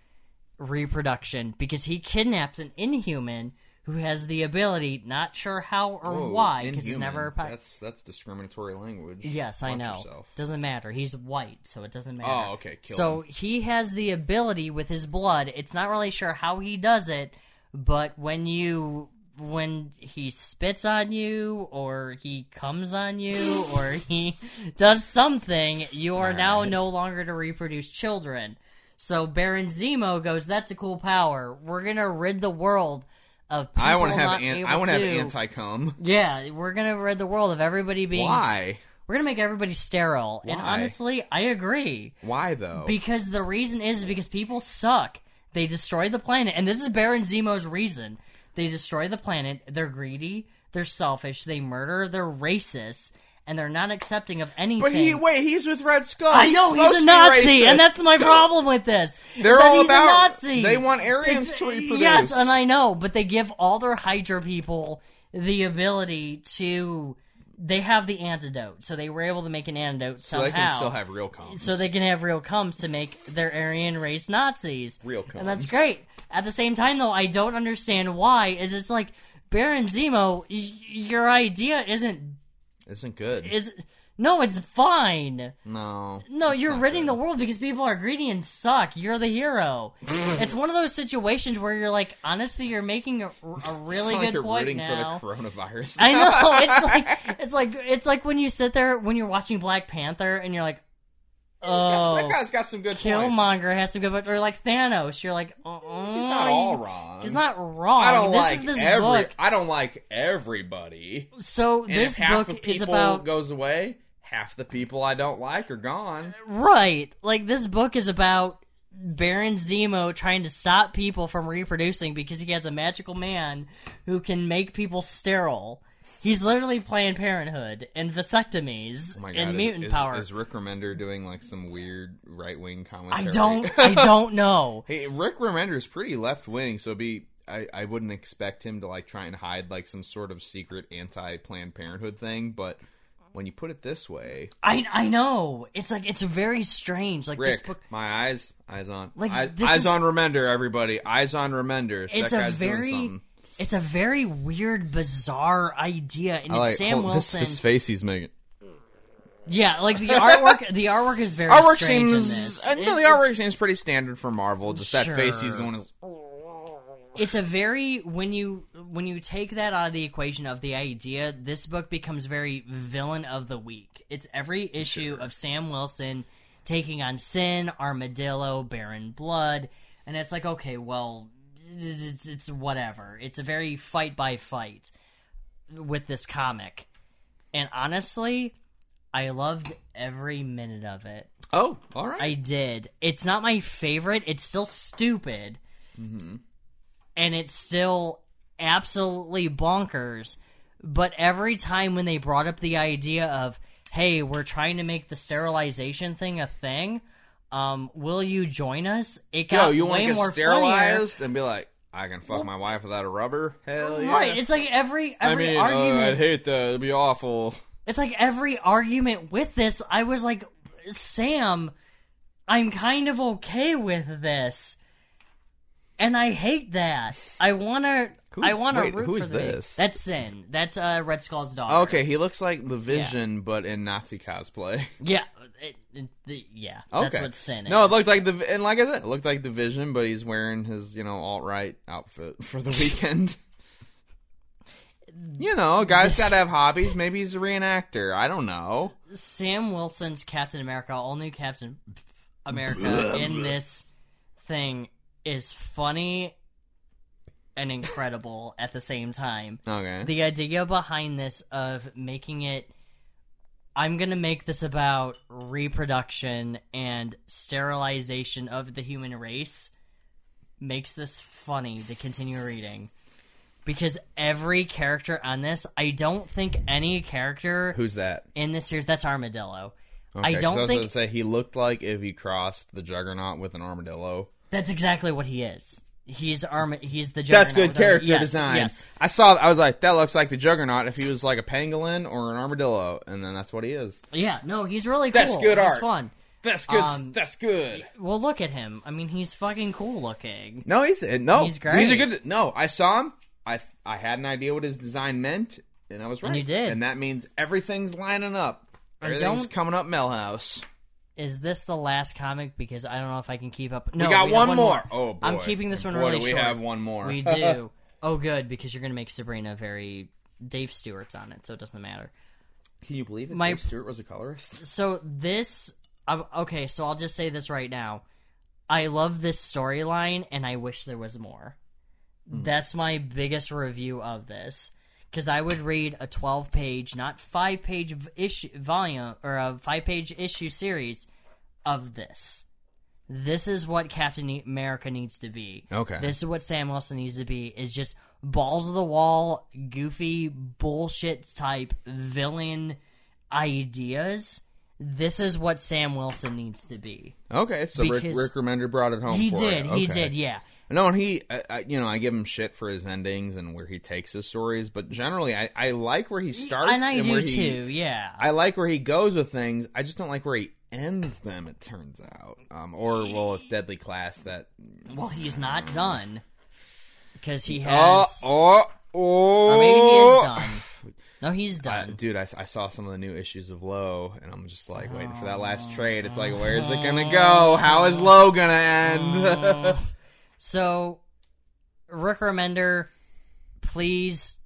B: reproduction because he kidnaps an inhuman who has the ability, not sure how or
A: Whoa,
B: why, because it's
A: inhuman.
B: never. appo-
A: That's that's discriminatory language.
B: Yes, I
A: Watch
B: know.
A: yourself.
B: Doesn't matter. He's white, so it doesn't matter.
A: Oh, okay, kill
B: so he has the ability with his blood. It's not really sure how he does it, but when you when he spits on you or he comes
A: <laughs>
B: on you or he does something, you are now
A: Alright.
B: no longer to reproduce children. So Baron Zemo goes, "That's a cool power. We're gonna rid the world of people
A: I want to have
B: not
A: an,
B: able
A: I want to have
B: to-
A: anti cum.
B: Yeah, we're gonna rid the world of everybody being
A: Why?
B: we're gonna make everybody sterile. And
A: Why?
B: honestly, I agree.
A: Why though?
B: Because the reason is because people suck. They destroy the planet, and this is Baron Zemo's reason. They destroy the planet, they're greedy, they're selfish, they murder, they're racist, and they're not accepting of anything.
A: but he wait, he's with Red Skull.
B: I know
A: supposed
B: he's
A: to
B: a
A: be
B: Nazi,
A: racist.
B: and that's my
A: Go-
B: problem with this. is
A: They're
B: that
A: all
B: he's
A: about.
B: a Nazi.
A: They want Aryans
B: It's-
A: to reproduce.
B: Yes, and I know, but they give all their Hydra people the ability to. They have the antidote, so they were able to make an antidote
A: so
B: somehow.
A: they can still have real cum.
B: so they can have real cums to make their Aryan race Nazis.
A: Real
B: and that's
A: cums.
B: great. At the same time, though, I don't understand why. Is it's like Baron Zemo, y- your idea isn't
A: isn't good.
B: is no, it's fine.
A: no.
B: No, you're ridding the world because people are greedy and suck. You're
A: <laughs>
B: the hero. it's one of those situations where you're like, honestly, you're making a,
A: <laughs>
B: a really
A: It's not
B: good
A: like you're
B: point
A: rooting
B: now.
A: for the coronavirus.
B: <laughs>
A: <laughs>
B: I know it's like it's like it's like when you sit there when you're watching Black Panther and you're like,
A: that
B: oh,
A: guy's got some good points.
B: Killmonger has some good, but or like Thanos, you're like, oh,
A: He's not all wrong.
B: He's not wrong.
A: I don't
B: this
A: like
B: is this
A: every.
B: book.
A: I don't like everybody.
B: So
A: And
B: this
A: if half
B: book
A: of
B: is
A: people
B: about
A: goes away. Half the people I don't like are gone. Oh
B: Right. Like this book is about Baron Zemo trying to stop people from reproducing because he has a magical man who can make people sterile. He's literally Planned Parenthood and vasectomies
A: Oh my God,
B: and
A: is-
B: mutant
A: is,
B: power.
A: Is Rick Remender doing like some weird right wing
B: I
A: commentary? <laughs>
B: don't. I don't know.
A: hey, Rick Remender is pretty left wing, so it'd be I, I wouldn't expect him to like try and hide like some sort of secret anti Planned Parenthood thing. But when you put it this way,
B: I I know. It's like it's very strange. Like this
A: Rick,
B: book.
A: my eyes, eyes on,
B: Like,
A: eyes,
B: this
A: eyes
B: is-
A: on Remender, everybody, eyes on Remender.
B: It's
A: that
B: a
A: guy's doing
B: very.
A: something.
B: It's a very weird, bizarre idea, and
A: I
B: it's
A: like
B: Sam
A: hold- this-
B: Wilson.
A: This, face he's making.
B: Yeah, like the artwork. the artwork is very
A: Artwork
B: strange in
A: seems
B: this.
A: uh, no,
B: It-
A: the artwork seems pretty standard for Marvel. Just that face he's
B: Sure.
A: going is
B: it's a very when you when you take that out of the equation of the idea this book becomes very villain of the week it's every issue of sam wilson taking on sin armadillo barren blood and it's like okay well it's, it's whatever it's a very fight by fight with this comic and honestly i loved every minute of it
A: oh, all right.
B: I did. It's not
A: Mm-hmm.
B: my favorite. It's still stupid. And it's still absolutely bonkers. But every time when they brought up the idea of, hey, we're trying to make the sterilization thing a thing, um, will you join us? It got
A: Yo, you
B: way
A: want to
B: more
A: get
B: funnier.
A: sterilized and be like, I can fuck my wife without a rubber? Hell yeah.
B: Right, it's like every
A: I
B: every
A: mean, uh, I'd
B: argument.
A: hate that. It'd be awful.
B: It's like every argument with this, I was like, Sam, I'm kind of okay with this, and I hate that. I wanna,
A: Who's-
B: I wanna
A: wait,
B: root
A: who's
B: for the baby.
A: this?
B: That's Sin. That's uh, Red Skull's daughter.
A: Okay, he looks like the Vision, but in Nazi cosplay.
B: yeah, it, it, the, yeah.
A: <laughs> Okay,
B: That's what Sin is.
A: No, it looked like the and like I said, it looked like the Vision, but he's wearing his you know alt right outfit for the weekend. <laughs> you know, a guy's got to have hobbies. Maybe he's a reenactor. I don't know.
B: Sam Wilson's Captain America, all new Captain America in this thing is funny and incredible at the same time.
A: Okay,
B: The idea behind this of making it I'm going to make this about reproduction and sterilization of the human race makes this funny to continue reading. Because every character on this, I don't think any character
A: who's that?
B: in this series. That's Armadillo. I
A: 'cause
B: don't
A: I was
B: think
A: gonna say he looked like if he crossed the Juggernaut with an armadillo.
B: that's exactly what he is. He's arm. He's the
A: That's
B: Juggernaut
A: good
B: with arm-
A: character
B: yes,
A: design.
B: Yes,
A: I saw. I was like, that looks like the Juggernaut if he was like a pangolin or an armadillo, and then that's what he is.
B: yeah. No, he's really cool.
A: That's good
B: He's
A: art.
B: Fun.
A: That's good.
B: Um,
A: that's good.
B: Well, look at him. I mean, he's fucking cool looking.
A: No, he's uh, no.
B: He's great.
A: These are good. No, I saw him. I I had an idea what his design meant, and I was right.
B: you did.
A: and that means everything's lining up.
B: don't-
A: Everything's coming up, Melhouse.
B: Is this the last comic? Because I don't know if I can keep up. No,
A: we got
B: have
A: one, more. Uh, Oh boy,
B: I'm keeping this one
A: boy,
B: really
A: do we
B: short.
A: have one more.
B: We
A: <laughs>
B: do. oh, good, because you're going to make Sabrina very. Dave Stewart's on it, so it doesn't matter.
A: Can you believe it?
B: My-
A: Dave Stewart was a colorist.
B: so this I'm, okay so i'll just say this right now i love this storyline and i wish there was more that's my biggest review of this because i would read a 12 page not 5 page v- issue volume or a 5 page issue series of this this is what captain E- america needs to be
A: Okay.
B: this is what sam wilson needs to be is just balls of the wall goofy bullshit type villain ideas, this is what Sam Wilson needs to be.
A: Okay, so Rick,
B: Because-
A: Rick Remender brought it home.
B: He
A: for
B: did.
A: you.
B: He
A: Okay.
B: did. Yeah.
A: No, and he, I, I, you know, I give him shit for his endings and where he takes his stories, but generally, I, I like where he starts
B: and I do
A: where he,
B: too. Yeah.
A: I like where he goes with things. I just don't like where he ends them. It turns out, um, or well, it's Deadly Class that.
B: well, he's not done because
A: Uh,
B: he has.
A: Oh, oh, oh.
B: or maybe he is done. No, he's
A: Uh,
B: done.
A: dude, I, I saw some of the new issues of Low, and I'm just like waiting for that last
B: Oh.
A: trade. It's like, where is it gonna go? How is Low gonna
B: <laughs>
A: end?
B: so, Rick Remender, please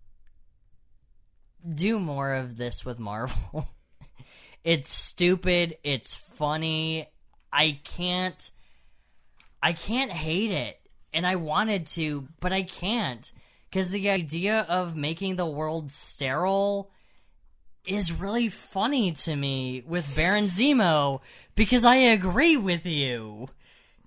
B: do more of this with Marvel. <laughs> it's stupid. It's funny. I can't. I can't hate it, and I wanted to, but I can't because the idea of making the world sterile is really funny to me with Baron Zemo because I agree with you,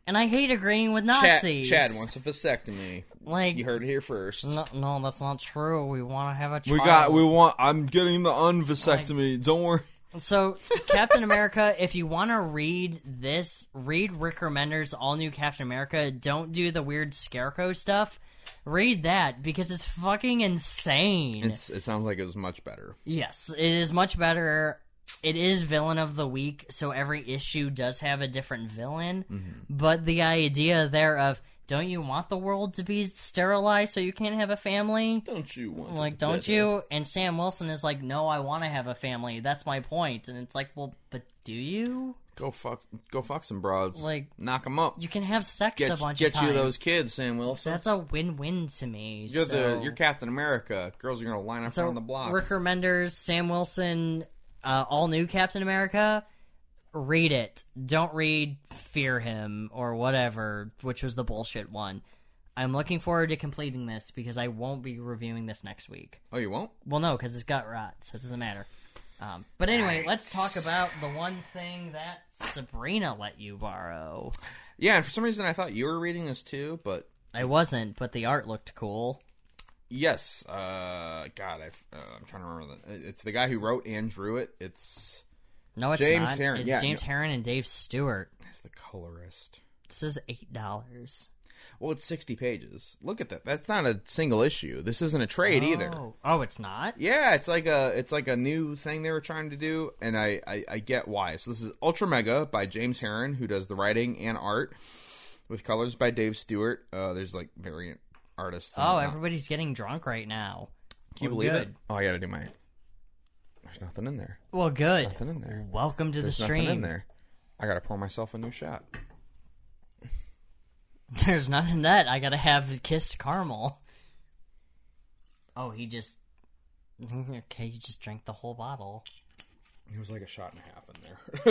B: and I hate agreeing with
A: Chad,
B: Nazis.
A: Chad wants a vasectomy.
B: like
A: You heard it here first.
B: no, no, that's not true. We want to have a child.
A: We got. We want. I'm getting the unvasectomy. Don't worry.
B: So, Captain America, if you want to read this, read Rick Remender's all new Captain America. Don't do the weird scarecrow stuff. Read that because it's fucking insane.
A: It's, it sounds like it was much better.
B: yes, it is much better. It is villain of the week, so every issue does have a different villain.
A: Mm-hmm.
B: But the idea there of don't you want the world to be sterilized so you can't have a family?
A: Don't you want?
B: like don't you and sam wilson is like no i want to have a family that's my point and it's like well but do you
A: Go fuck, go fuck some broads.
B: Like-
A: knock them up.
B: you can have sex a
A: get
B: bunch
A: get
B: of times
A: you those kids, Sam Wilson.
B: that's a win-win to me
A: you're
B: so,
A: the you're Captain America. Girls are gonna line up
B: so
A: around the block.
B: rick remenders sam wilson uh, all new captain america read it don't read fear him or whatever which was the bullshit one i'm looking forward to completing this because i won't be reviewing this next week
A: oh, you won't?
B: Well, no, because it's got rot, so it doesn't matter. Um, but anyway, let's talk about the one thing that Sabrina let you borrow.
A: Yeah. And for some reason, I thought you were reading this too, but
B: I wasn't, but the art looked cool.
A: Yes. Uh, God, I, uh, I'm trying to remember. The, it's the guy who wrote and drew it. It's
B: No, it's
A: James
B: not.
A: Herron,
B: It's
A: yeah,
B: James
A: no.
B: Herron and Dave Stewart.
A: it's the colorist.
B: This is eight dollars.
A: Well, it's 60 pages. Look at that. That's not a single issue. This isn't a trade either.
B: Oh, oh, it's not.
A: Yeah, it's like a it's like a new thing they were trying to do, and I, I I get why. So this is Ultra Mega by James Herron, who does the writing and art, with colors by Dave Stewart. Uh, there's like variant artists. and
B: Oh,
A: whatnot.
B: everybody's getting drunk right now.
A: Can you
B: Well,
A: believe
B: good.
A: it? Oh, I gotta do my. There's nothing in there.
B: Well, good.
A: Nothing in there.
B: Welcome to
A: There's
B: the
A: nothing
B: stream.
A: in there. I gotta pour myself a new shot.
B: <laughs> There's none in that. I gotta have kissed caramel. Oh, he just. <laughs> Okay, you just drank the whole bottle.
A: There was like a shot and a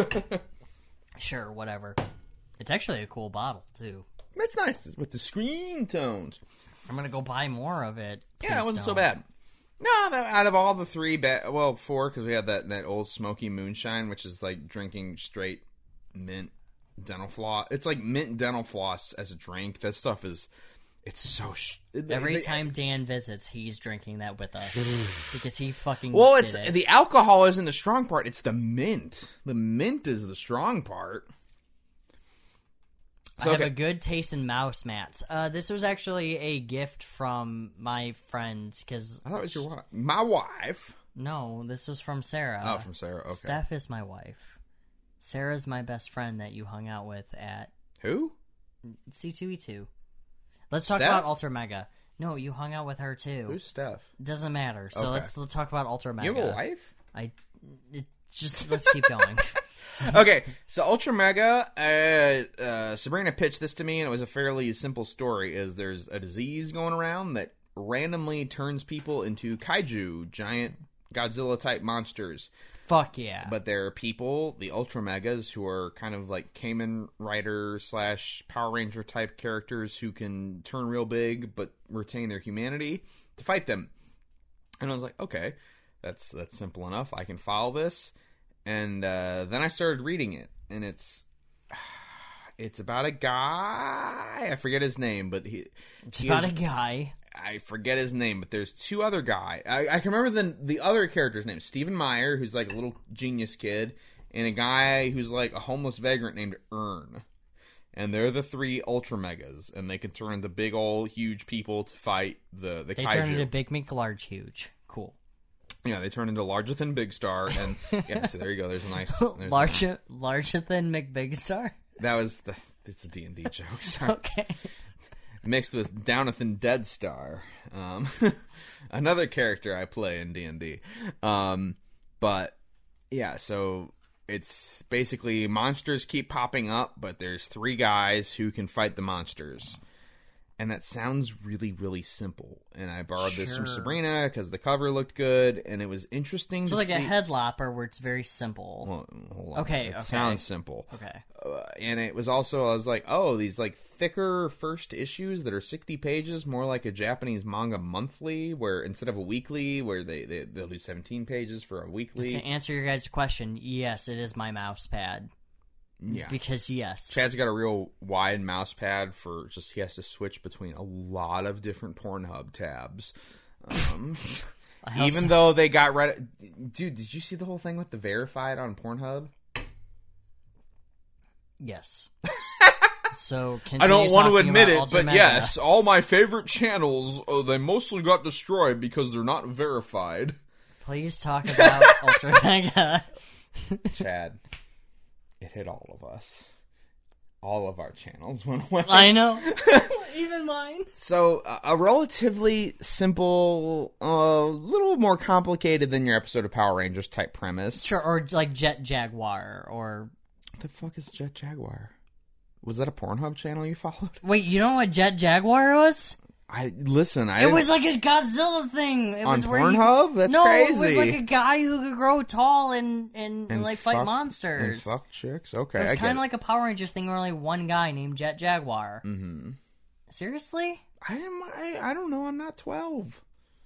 A: half in there. <laughs>
B: Sure, whatever. It's actually a cool bottle too.
A: That's nice it's with the screen tones.
B: I'm gonna go buy more of it.
A: yeah, it
B: Please
A: wasn't so
B: don't.
A: bad. No, that, out of all the three, ba- well, four because we had that that old smoky moonshine, which is like drinking straight mint dental floss. It's like mint dental floss as a drink. That stuff is, it's so. Sh-
B: Every
A: they-
B: time Dan visits, he's drinking that with us because he fucking.
A: Well, it's
B: did it.
A: the alcohol isn't the strong part. It's the mint. The mint is the strong part.
B: I have
A: okay.
B: a good taste in mouse mats. Uh, this was actually a gift from my friend because
A: I thought it was your wife. My wife.
B: no, this was from Sarah.
A: Oh, from Sarah. Okay.
B: Uh, Steph is my wife. Sarah's my best friend that you hung out with at
A: Who?
B: C2E2. Let's talk
A: Steph?
B: about Ultra Mega. No, you hung out with her too.
A: Who's Steph?
B: Doesn't matter. So
A: Okay.
B: let's, let's talk about Ultra Mega.
A: You have a wife?
B: I it, just let's keep
A: <laughs>
B: going.
A: okay, so Ultra Mega, uh, uh, Sabrina pitched this to me, and it was a fairly simple story. Is there's a disease going around that randomly turns people into kaiju, giant Godzilla type monsters,
B: Fuck yeah.
A: but there are people, the Ultra Megas, who are kind of like Kamen Rider slash Power Ranger type characters who can turn real big but retain their humanity to fight them. And I was like, okay, that's that's simple enough. I can follow this. And uh, then I started reading it, and it's <sighs> it's about a guy. I forget his name, but he
B: it's
A: he
B: about
A: is-
B: a guy.
A: I forget his name, but there's two other guy. I, I can remember the the other character's name, Stephen Meyer, who's like a little genius kid, and a guy who's like a homeless vagrant named Earn. And they're the three ultra megas, and they can turn into big old huge people to fight the the
B: They
A: kaiju.
B: turned into Big Mink Large Huge. Cool.
A: yeah, they turn into larger than Big Star,
B: <laughs>
A: and yeah, so there you go. There's a nice. There's a-
B: Larger larger than McBigstar?
A: that was the. It's a D and D joke. <laughs> Sorry.
B: <laughs> Okay.
A: mixed with Downathan Deadstar, um, <laughs> another character I play in D and D. Um, But yeah, so it's basically monsters keep popping up, but there's three guys who can fight the monsters. And that sounds really, really simple. And I borrowed this from
B: Sure.
A: Sabrina because the cover looked good, and it was interesting
B: It's
A: to
B: like
A: see.
B: a headlopper where it's very simple.
A: Well, hold on.
B: Okay,
A: it
B: okay.
A: sounds simple
B: okay.
A: uh, and it was also I was like, oh, these like thicker first issues that are sixty pages, more like a Japanese manga monthly, where instead of a weekly, where they, they they'll do seventeen pages for a weekly.
B: To answer your guys' question, yes, it is my mouse pad.
A: yeah,
B: Because yes.
A: Chad's got a real wide mouse pad for just he has to switch between a lot of different Pornhub tabs. Um,
B: <laughs> I also-
A: even though they got right, dude, did you see the whole thing with the verified on Pornhub? <laughs>
B: Yes. so
A: I don't
B: continue
A: want to
B: talking
A: admit
B: about
A: it,
B: Ultra
A: but
B: Mega.
A: yes, all my favorite channels uh, they mostly got destroyed because they're not verified.
B: Please talk about Ultra
A: <laughs>
B: Mega.
A: Chad, it hit all of us. All of our channels <laughs> went away.
B: I know. Even mine.
A: So, uh, a relatively simple, a little more complicated than your episode of Power Rangers type premise.
B: Sure, or like Jet Jaguar, or
A: What the fuck is Jet Jaguar? Was that a Pornhub channel you followed? <laughs>
B: wait, you know what Jet Jaguar was?
A: I listen. I
B: It
A: didn't-
B: was like a Godzilla thing. It
A: on
B: was where you-
A: Pornhub. That's
B: no,
A: crazy.
B: it was like a guy who could grow tall and and,
A: And
B: like fight
A: fuck-
B: monsters.
A: And fuck chicks. Okay,
B: it
A: I
B: was
A: get
B: kind
A: it.
B: of like a Power Rangers thing, where only one guy named Jet Jaguar. Mm-hmm. Seriously?
A: I, am, I I don't know. I'm not twelve.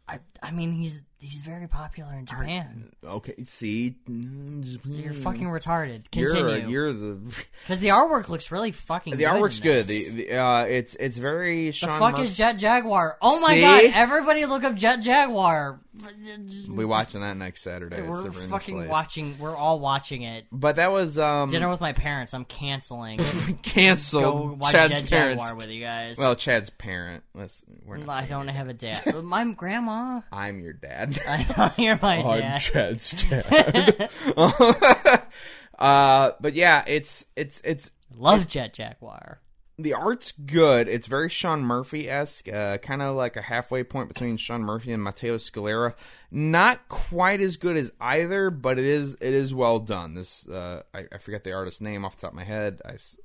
B: I, I mean, he's he's very popular in Japan.
A: Okay, see,
B: You're
A: you're
B: fucking retarded.
A: You're, uh,
B: Continue.
A: you're
B: <laughs>
A: the
B: Because the artwork looks really fucking.
A: the
B: good
A: artwork's
B: in
A: good.
B: this.
A: The, the, uh, it's it's very
B: The
A: Sean.
B: fuck
A: Mur-
B: is Jet Jaguar? Oh my
A: See?
B: god! Everybody look up Jet Jaguar.
A: we watching that next Saturday. at
B: We're
A: Severena's
B: fucking
A: place.
B: watching. We're all watching it.
A: But that was um
B: Dinner with my parents.
A: <laughs>
B: I'm canceling. Go
A: canceled.
B: watch
A: Chad's
B: Jet
A: parents.
B: Jaguar with you guys. Mm,
A: Well, Chad's parent. Let's. We're not
B: I
A: saying
B: don't
A: it.
B: have a dad.
A: <laughs>
B: my grandma.
A: I'm your dad.
B: <laughs> I don't hear
A: <laughs>
B: my
A: I'm
B: dad. <laughs>
A: Chad's dad. <laughs> uh, but yeah, it's it's it's
B: Love Jet Jaguar.
A: the art's good. It's very Sean Murphy esque, uh, kind of like a halfway point between Sean Murphy and Matteo Scalera. Not quite as good as either, but it is it is well done. This uh, I, I forget the artist's name off the top of my head. I s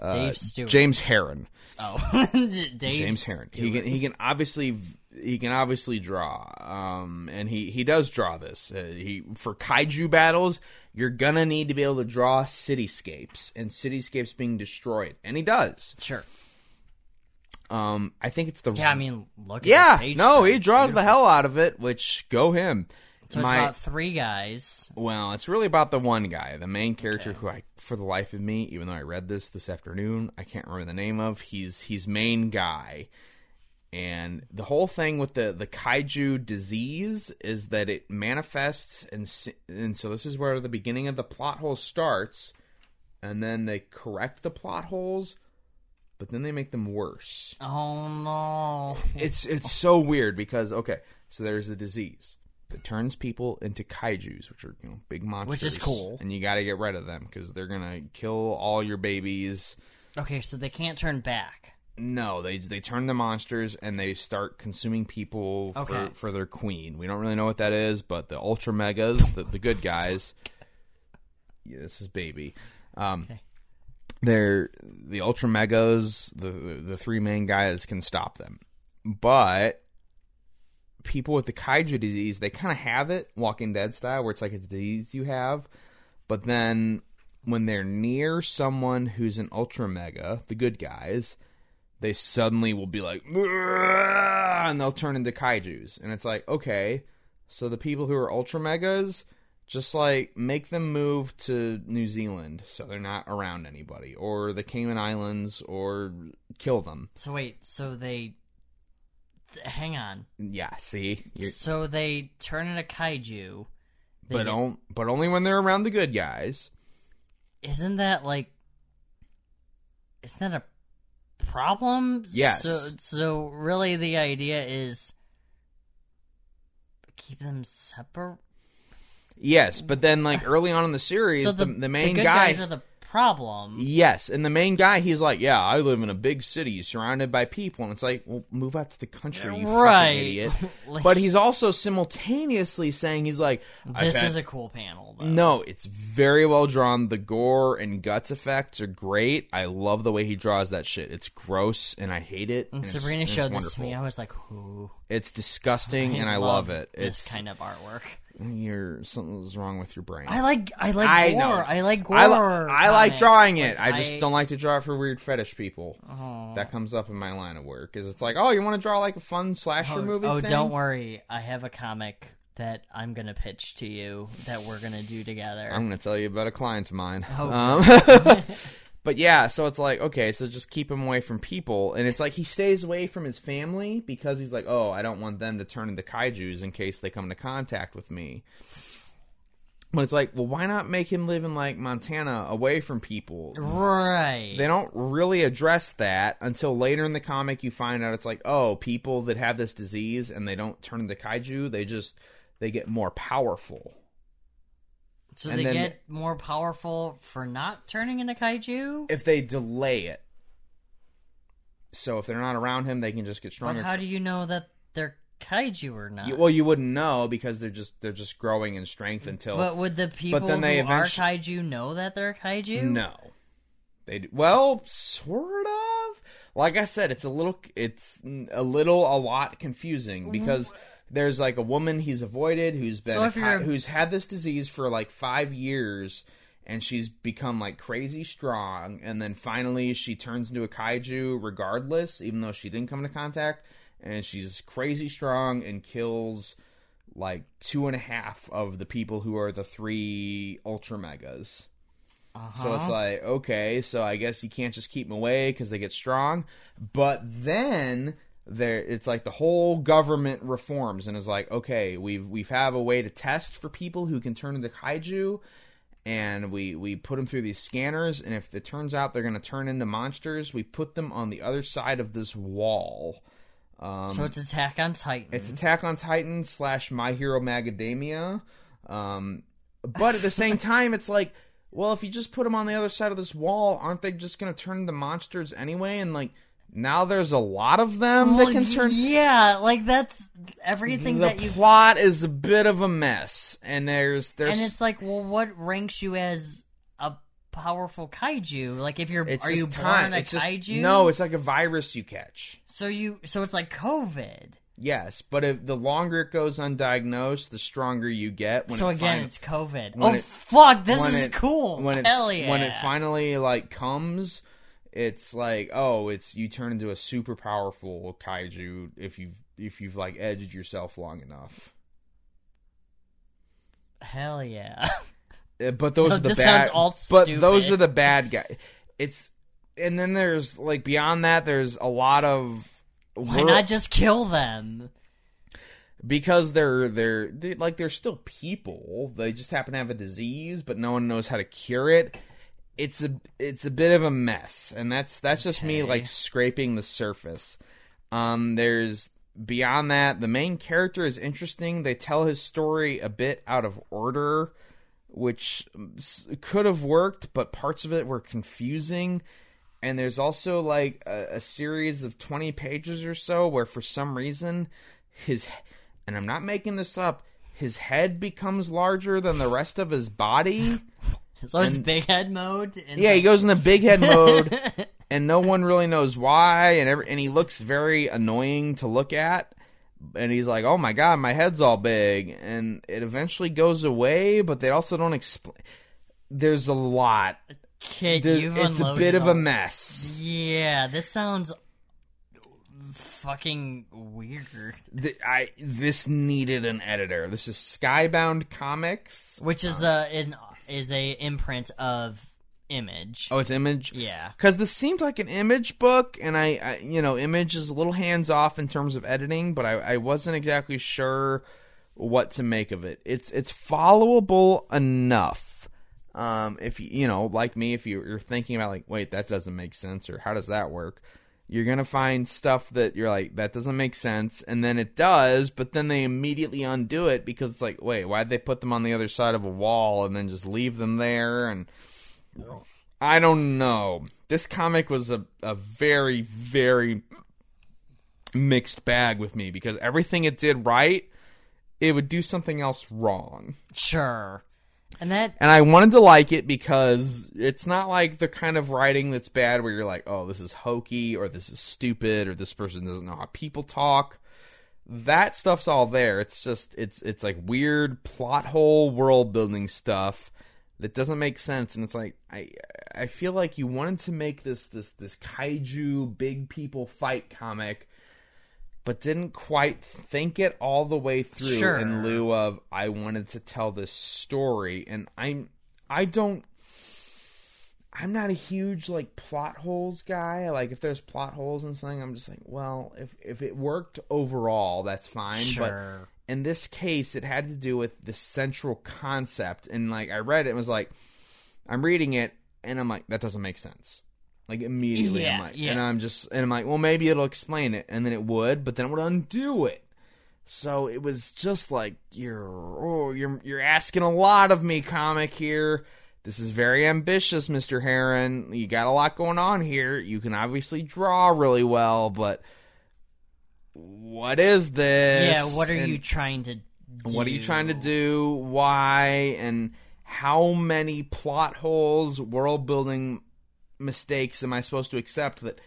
A: uh,
B: Dave Stewart.
A: James Heron.
B: Oh, <laughs> Dave
A: James Heron. He can he can obviously he can obviously draw. Um, and he he does draw this. Uh, he for kaiju battles, you're gonna need to be able to draw cityscapes and cityscapes being destroyed, and he does.
B: Sure.
A: Um, I think it's the
B: Yeah, I mean, look. At
A: yeah.
B: this page
A: no,
B: spread.
A: he draws the hell out of it. Which go him.
B: So it's
A: My
B: about three guys.
A: well, it's really about the one guy, the main character who I, for the life of me, even though I read this this afternoon, I can't remember the name of. He's he's main guy, and the whole thing with the the kaiju disease is that it manifests, and s- and so this is where the beginning of the plot hole starts, and then they correct the plot holes, but then they make them worse
B: Oh no.
A: it's it's so weird because okay, so there's a disease that turns people into kaiju's, which are you know big monsters,
B: Which is cool.
A: and you got to get rid of them because they're gonna kill all your babies.
B: Okay, so they can't turn back.
A: No, they they turn to monsters and they start consuming people
B: Okay.
A: for, for their queen. We don't really know what that is, but the ultra megas, the, the good guys. Yeah, this is baby. Um,
B: Okay.
A: They're the ultra megas. The the three main guys can stop them, but people with the kaiju disease, they kind of have it Walking Dead style, where it's like it's a disease you have, but then when they're near someone who's an ultra mega, the good guys, they suddenly will be like, "Urgh," and they'll turn into kaiju's, and it's like, okay, so the people who are ultra megas. Just like make them move to New Zealand so they're not around anybody, or the Cayman Islands, or kill them.
B: So wait, so they th- hang on.
A: Yeah, see, You're-
B: So they turn into kaiju. They
A: but
B: get-
A: on, but only when they're around the good guys.
B: isn't that like isn't that a problem?
A: Yes.
B: So, so really the idea is keep them separate.
A: Yes, but then like early on in the series,
B: So
A: the,
B: the,
A: the, main
B: good
A: guy.
B: guys are the problem.
A: Yes, and the main guy, he's like, "Yeah, I live in a big city surrounded by people," and it's like, "Well, move out to the country, you
B: Right.
A: fucking
B: <laughs>
A: idiot."
B: Like-
A: but he's also simultaneously saying, "He's like, I've
B: This
A: had-
B: is a cool panel
A: <laughs>
B: though.
A: No, it's very well drawn. The gore and guts effects are great. I love the way he draws that shit. It's gross and I hate it.
B: And
A: and it's- and
B: Sabrina
A: it's
B: showed this to
A: wonderful.
B: me. I was like, "Ooh,
A: It's disgusting and I love, it.
B: This
A: it's
B: kind of artwork.
A: you're something's wrong with your brain.
B: I like. I like
A: I
B: gore.
A: know.
B: I like gore.
A: I, li- I like
B: comics.
A: drawing it.
B: Like,
A: I just don't like to draw for weird fetish people.
B: Oh.
A: That comes up in my line of work. Is it's like, oh, you want to draw like a fun slasher
B: oh,
A: movie?
B: oh,
A: thing?
B: don't worry. I have a comic that I'm gonna pitch to you that we're gonna do together.
A: I'm going to tell you about a client of mine.
B: Oh.
A: Um, <laughs> but yeah, so it's like, okay, so just keep him away from people. And it's like he stays away from his family because he's like, oh, I don't want them to turn into kaijus in case they come into contact with me. But it's like, well, why not make him live in like Montana away from people?
B: right.
A: they don't really address that until later in the comic you find out it's like oh people that have this disease and they don't turn into kaiju they just they get more powerful
B: so
A: and
B: they
A: then-
B: get more powerful for not turning into kaiju.
A: if they delay it so if they're not around him they can just get
B: But
A: stronger
B: how do you know that they're kaiju or not?
A: You- well you wouldn't know because they're just they're just growing in strength until
B: but would the people
A: then they
B: who are
A: eventu-
B: kaiju know that they're kaiju?
A: no they do, well sort of like i said it's a little it's a little a lot confusing because there's like a woman he's avoided who's been
B: So
A: a
B: if
A: ki-
B: you're-
A: who's had this disease for like 5 years and she's become like crazy strong and then finally she turns into a kaiju regardless even though she didn't come into contact and she's crazy strong and kills like two and a half of the people who are the three ultra megas. So it's like, okay, so I guess you can't just keep them away because they get strong. But then there, it's like the whole government reforms and is like, okay, we've we've have a way to test for people who can turn into kaiju, and we we put them through these scanners, and if it turns out they're going to turn into monsters, we put them on the other side of this wall.
B: so it's Attack on Titan.
A: It's Attack on Titan slash My Hero Magadamia. Um, but at the
B: <laughs>
A: same time, it's like, well, if you just put them on the other side of this wall, aren't they just going to turn into monsters anyway? And like, now there's a lot of them that
B: Well,
A: can turn.
B: Yeah, like that's everything
A: The
B: that you.
A: plot is a bit of a mess, and there's there's
B: And it's like, well, what ranks you as a powerful kaiju? Like, if you're,
A: it's
B: are
A: just
B: you born
A: time.
B: a
A: it's just
B: kaiju?
A: no, it's like a virus you catch.
B: so you, so it's like COVID.
A: Yes, but if the longer it goes undiagnosed, the stronger you get. When
B: so
A: it
B: again,
A: fin-
B: it's COVID.
A: when
B: Oh
A: it-
B: fuck, this
A: when
B: is
A: it-
B: cool.
A: When it
B: Hell yeah.
A: when it finally like comes, it's like oh, it's you turn into a super powerful kaiju if you've if you've like edged yourself long enough.
B: Hell yeah. <laughs>
A: Uh, But those
B: No,
A: are the
B: this sounds
A: bad.
B: all
A: but those
B: stupid.
A: are the bad guys. It's and then there's like beyond that, there's a lot of
B: Why
A: wor-
B: not just kill them?
A: because they're they're they, like they're still people. They just happen to have a disease, but no one knows how to cure it. It's a it's a bit of a mess, and that's that's just me
B: Okay.
A: like scraping the surface. Um, there's beyond that, the main character is interesting. They tell his story a bit out of order, which um, s- could have worked, but parts of it were confusing. And there's also like a, a series of 20 pages or so where, for some reason, his and I'm not making this up. His head becomes larger than the rest of his body.
B: So it's big head mode. And
A: Yeah, he goes into big head mode,
B: <laughs>
A: and no one really knows why. And every, and he looks very annoying to look at. And he's like, "Oh my god, my head's all big." And it eventually goes away, but they also don't explain. There's a lot.
B: kid,
A: There-
B: you've
A: it's a
B: unloaded
A: bit of a
B: lot.
A: mess.
B: Yeah, this sounds fucking weird.
A: Th- I this needed an editor. This is Skybound Comics.
B: Which is a an, is a imprint of image.
A: Oh, it's Image.
B: Yeah.
A: because this seemed like an image book and I, I you know image is a little hands off in terms of editing but I, I wasn't exactly sure what to make of it it's it's followable enough um, if you you know like me if you, you're thinking about like wait that doesn't make sense or how does that work you're gonna find stuff that you're like that doesn't make sense and then it does but then they immediately undo it because it's like wait why'd they put them on the other side of a wall and then just leave them there and I don't know. This comic was a, a very, very mixed bag with me because everything it did right, it would do something else wrong.
B: Sure. And that
A: And I wanted to like it because it's not like the kind of writing that's bad where you're like, oh, this is hokey or this is stupid or this person doesn't know how people talk. That stuff's all there. It's just it's it's like weird plot hole world building stuff that doesn't make sense and it's like I I feel like you wanted to make this this this kaiju big people fight comic but didn't quite think it all the way through
B: Sure.
A: in lieu of I wanted to tell this story and I'm I don't I'm not a huge like plot holes guy. Like if there's plot holes in something, I'm just like, well, if if it worked overall, that's fine.
B: sure.
A: But in this case, it had to do with the central concept. And like I read it and was like, I'm reading it and I'm like, that doesn't make sense. Like immediately, I'm
B: Yeah,
A: like,
B: yeah.
A: and I'm just, and I'm like, well, maybe it'll explain it, and then it would, but then it would undo it. So it was just like you're oh, you're you're asking a lot of me, comic here. This is very ambitious, Mr. Heron. You got a lot going on here. You can obviously draw really well, but what is this?
B: yeah, what are
A: And-
B: you trying to do?
A: what are you trying to do? Why? And how many plot holes, world building mistakes am I supposed to accept that?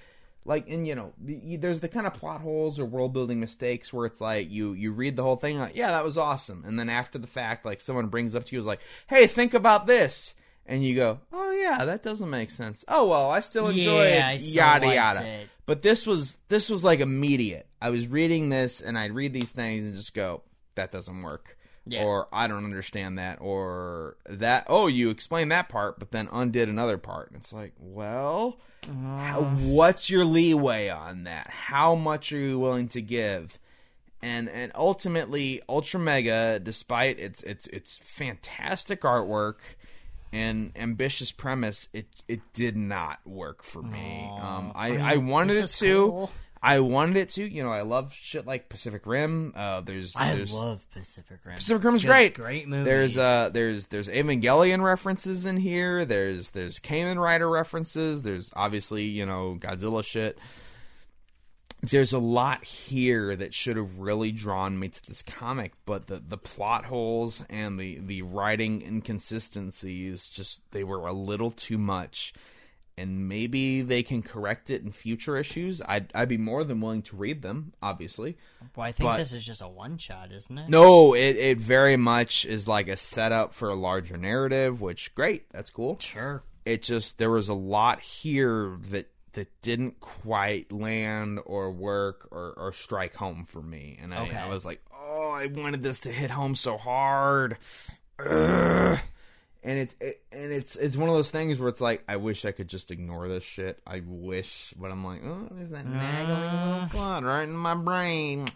A: Like, and you know, the- you- there's the kind of plot holes or world building mistakes where it's like you you read the whole thing like, yeah, that was awesome, and then after the fact, like someone brings up to you is like, hey, think about this, and you go, oh yeah, that doesn't make sense. Oh well, I still enjoy
B: Yeah, I still
A: yada
B: liked
A: yada.
B: it.
A: But this was this was like immediate. I was reading this and I'd read these things and just go, that doesn't work.
B: Yeah.
A: Or I don't understand that or that oh, you explained that part but then undid another part. And it's like, well, how, what's your leeway on that? How much are you willing to give? and and ultimately Ultra Mega, despite its its its fantastic artwork and ambitious premise, it it did not work for me. Um, I I wanted it
B: this is
A: to.
B: cool.
A: I wanted it to. You know, I love shit like Pacific Rim. Uh, there's
B: I
A: there's
B: love Pacific Rim.
A: Pacific Rim is
B: Good-
A: great.
B: Great movie.
A: There's uh there's there's Evangelion references in here. There's there's Kamen Rider references. There's obviously, you know, Godzilla shit. There's a lot here that should have really drawn me to this comic, but the the plot holes and the the writing inconsistencies just they were a little too much. And maybe they can correct it in future issues. I'd, I'd be more than willing to read them, obviously.
B: well, I think
A: but-
B: this is just a one shot, isn't it?
A: No, it, it very much is like a setup for a larger narrative, which great, that's cool.
B: Sure.
A: It just there was a lot here that that didn't quite land or work or, or strike home for me. And I, I
B: Okay.
A: was like, Oh, I wanted this to hit home so hard. Ugh. And it, it and it's it's one of those things where it's like I wish I could just ignore this shit. I wish, but I'm like, oh, there's that nagging little blood right in my brain.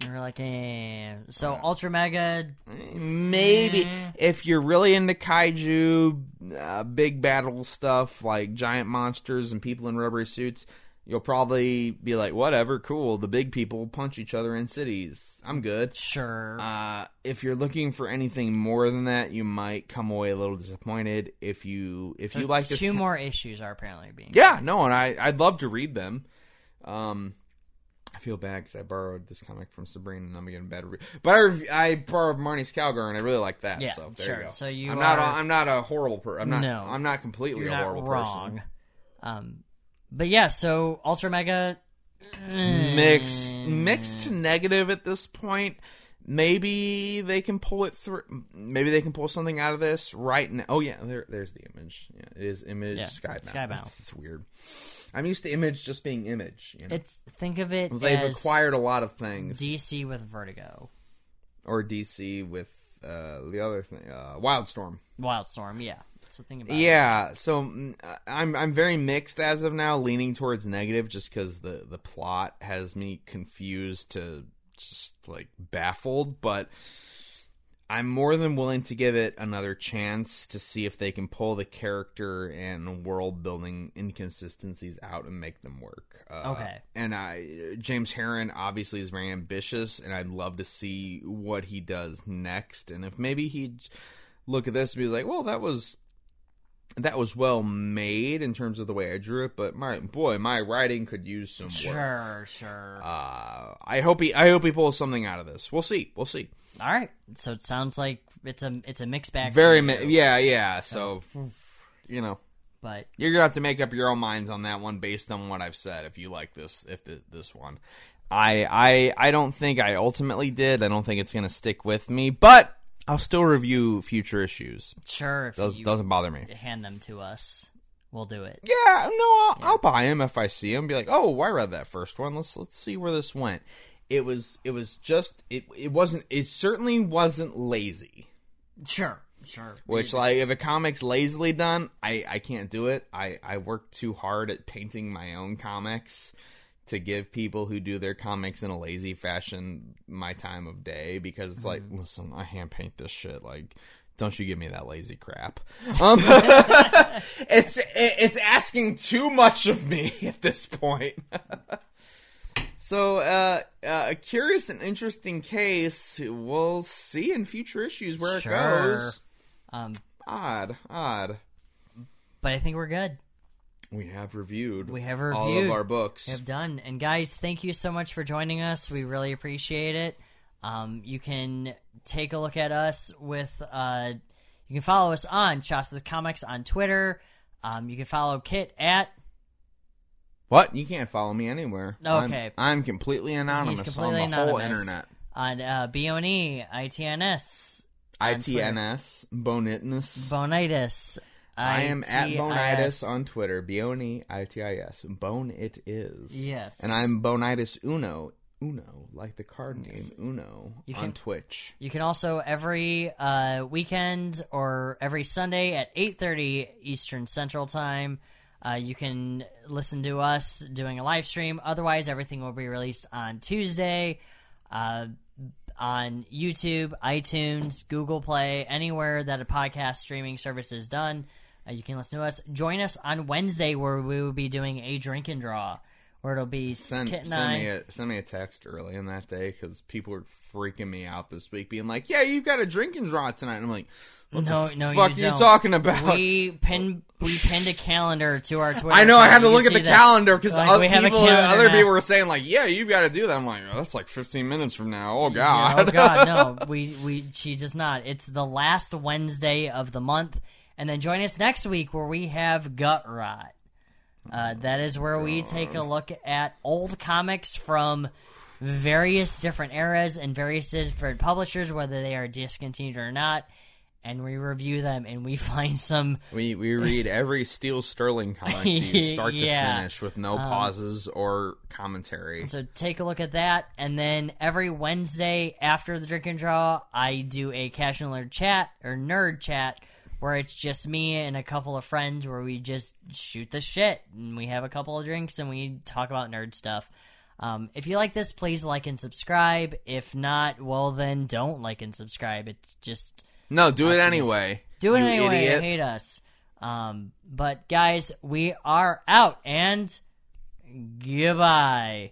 B: And we're like, eh. So Ultra Mega,
A: Maybe
B: Mm.
A: if you're really into kaiju, uh, big battle stuff like giant monsters and people in rubbery suits, you'll probably be like, "Whatever, cool." The big people punch each other in cities. I'm good.
B: sure.
A: Uh, if you're looking for anything more than that, you might come away a little disappointed. If you if you like this
B: two
A: ki-
B: more issues are apparently being.
A: yeah, no, and I I'd love to read them. Um, I feel bad because I borrowed this comic from Sabrina, and I'm getting bad. Re- but I, rev- I borrowed Marnie's Cowgirl, and I really like that.
B: Yeah,
A: so there
B: sure.
A: you go.
B: So you
A: I'm not a,
B: are-
A: I'm not a horrible person. I'm not.
B: No.
A: I'm not completely
B: you're
A: a
B: not
A: horrible
B: wrong. Um, but yeah, so Ultra Mega, Mm. eh.
A: person. Mixed, mixed to negative at this point. Maybe they can pull it through. Maybe they can pull something out of this right now. Oh yeah, there, there's the image. Yeah, it is image
B: Yeah,
A: skybound.
B: Skybound.
A: That's, that's weird. I'm used to image just being image. You know?
B: it's think of it
A: They've
B: as
A: acquired a lot of things,
B: DC with Vertigo,
A: or DC with uh, the other thing, uh, Wildstorm.
B: Wildstorm. Yeah. So think about it.
A: Yeah, so mm, I- I'm I'm very mixed as of now, leaning towards negative, just because the the plot has me confused to just like baffled, but. I'm more than willing to give it another chance to see if they can pull the character and world building inconsistencies out and make them work. Uh,
B: Okay.
A: And I, James Heron obviously is very ambitious, and I'd love to see what he does next. And if maybe he'd look at this and be like, "Well, that was that was well made in terms of the way I drew it, but my boy, my writing could use some work."
B: Sure, sure.
A: Uh, I hope he I hope he pulls something out of this. We'll see. We'll see.
B: All right. So it sounds like it's a it's a mixed bag.
A: Very,
B: for
A: mi-
B: you,
A: yeah, yeah. So, you know,
B: But
A: you're gonna have to make up your own minds on that one based on what I've said. If you like this, if th- this one, I, I, I don't think I ultimately did. I don't think it's gonna stick with me, but I'll still review future issues.
B: sure, if
A: Does
B: you
A: doesn't bother me.
B: hand them to us, we'll do it.
A: Yeah, no, I'll, I'll buy him if I see him. Be like, oh, well, I read that first one. Let's let's see where this went. It was it was just it it wasn't it certainly wasn't lazy.
B: Sure, sure.
A: Which, like, if a comic's lazily done, I, I can't do it. I, I work too hard at painting my own comics to give people who do their comics in a lazy fashion my time of day because it's like, listen, I hand paint this shit. Like, don't you give me that lazy crap. Um, <laughs> it's it, it's asking too much of me <laughs> at this point. so, uh, uh, a curious and interesting case. We'll see in future issues where
B: Sure.
A: it goes.
B: um,
A: Odd, odd.
B: but I think we're good.
A: We have reviewed.
B: We have
A: all of
B: reviewed.
A: our books.
B: We have done. And guys, thank you so much for joining us. We really appreciate it. Um, you can take a look at us with. Uh, you can follow us on Shots of the Comics on Twitter. Um, you can follow Kit at
A: What? You can't follow me anywhere.
B: Okay.
A: I'm, I'm completely anonymous
B: he's completely
A: on the
B: anonymous
A: whole internet.
B: on uh, BONE, ITNS,
A: ITNS, Bonitness.
B: Bonitis.
A: I am at
B: ITIS.
A: Bonitis on Twitter. B O N E I T I S. Bone it is.
B: Yes.
A: And I'm Bonitis Uno. Uno, like the card name Uno
B: You
A: on
B: can-
A: Twitch.
B: You can also every uh, weekend or every Sunday at eight thirty Eastern Central Time. Uh, you can listen to us doing a live stream. Otherwise, everything will be released on Tuesday uh, on YouTube, iTunes, Google Play, anywhere that a podcast streaming service is done. Uh, you can listen to us. Join us on Wednesday where we will be doing a drink and draw, where it'll be
A: Send,
B: Kit and
A: send
B: I.
A: me a send me a text early in that day because people were freaking me out this week, being like, "Yeah, you've got a drinking draw tonight." And I'm like, "What
B: No,
A: the
B: no,
A: fuck
B: you
A: are
B: don't.
A: you talking <laughs> about?"
B: We pin we pinned a calendar to our Twitter.
A: I know I
B: account.
A: had to
B: You
A: look at
B: see
A: the
B: that?
A: calendar because
B: Like, we
A: other
B: have a
A: people,
B: calendar
A: other
B: now.
A: people were saying like, "Yeah, you've got to do that." I'm like, oh, "That's like 15 minutes from now." Oh
B: Yeah,
A: god. <laughs>
B: oh God, no, we we she does not. It's the last Wednesday of the month, and then join us next week where we have gut rot. Uh, that is where we take a look at old comics from various different eras and various different publishers, whether they are discontinued or not, and we review them and we <laughs> find some
A: We we read every Steel
B: <laughs>
A: Sterling comic to you start
B: Yeah. Uh-huh.
A: to finish with no pauses or commentary.
B: So take a look at that, and then every Wednesday after the drink and draw, I do a casual nerd chat or nerd chat where it's just me and a couple of friends where we just shoot the shit and we have a couple of drinks and we talk about nerd stuff. Um, if you like this, please like and subscribe. If not, well then don't like and subscribe. It's just
A: No, do it anyway.
B: do it
A: you
B: anyway.
A: Idiot.
B: Hate us. Um, but guys, we are out and goodbye.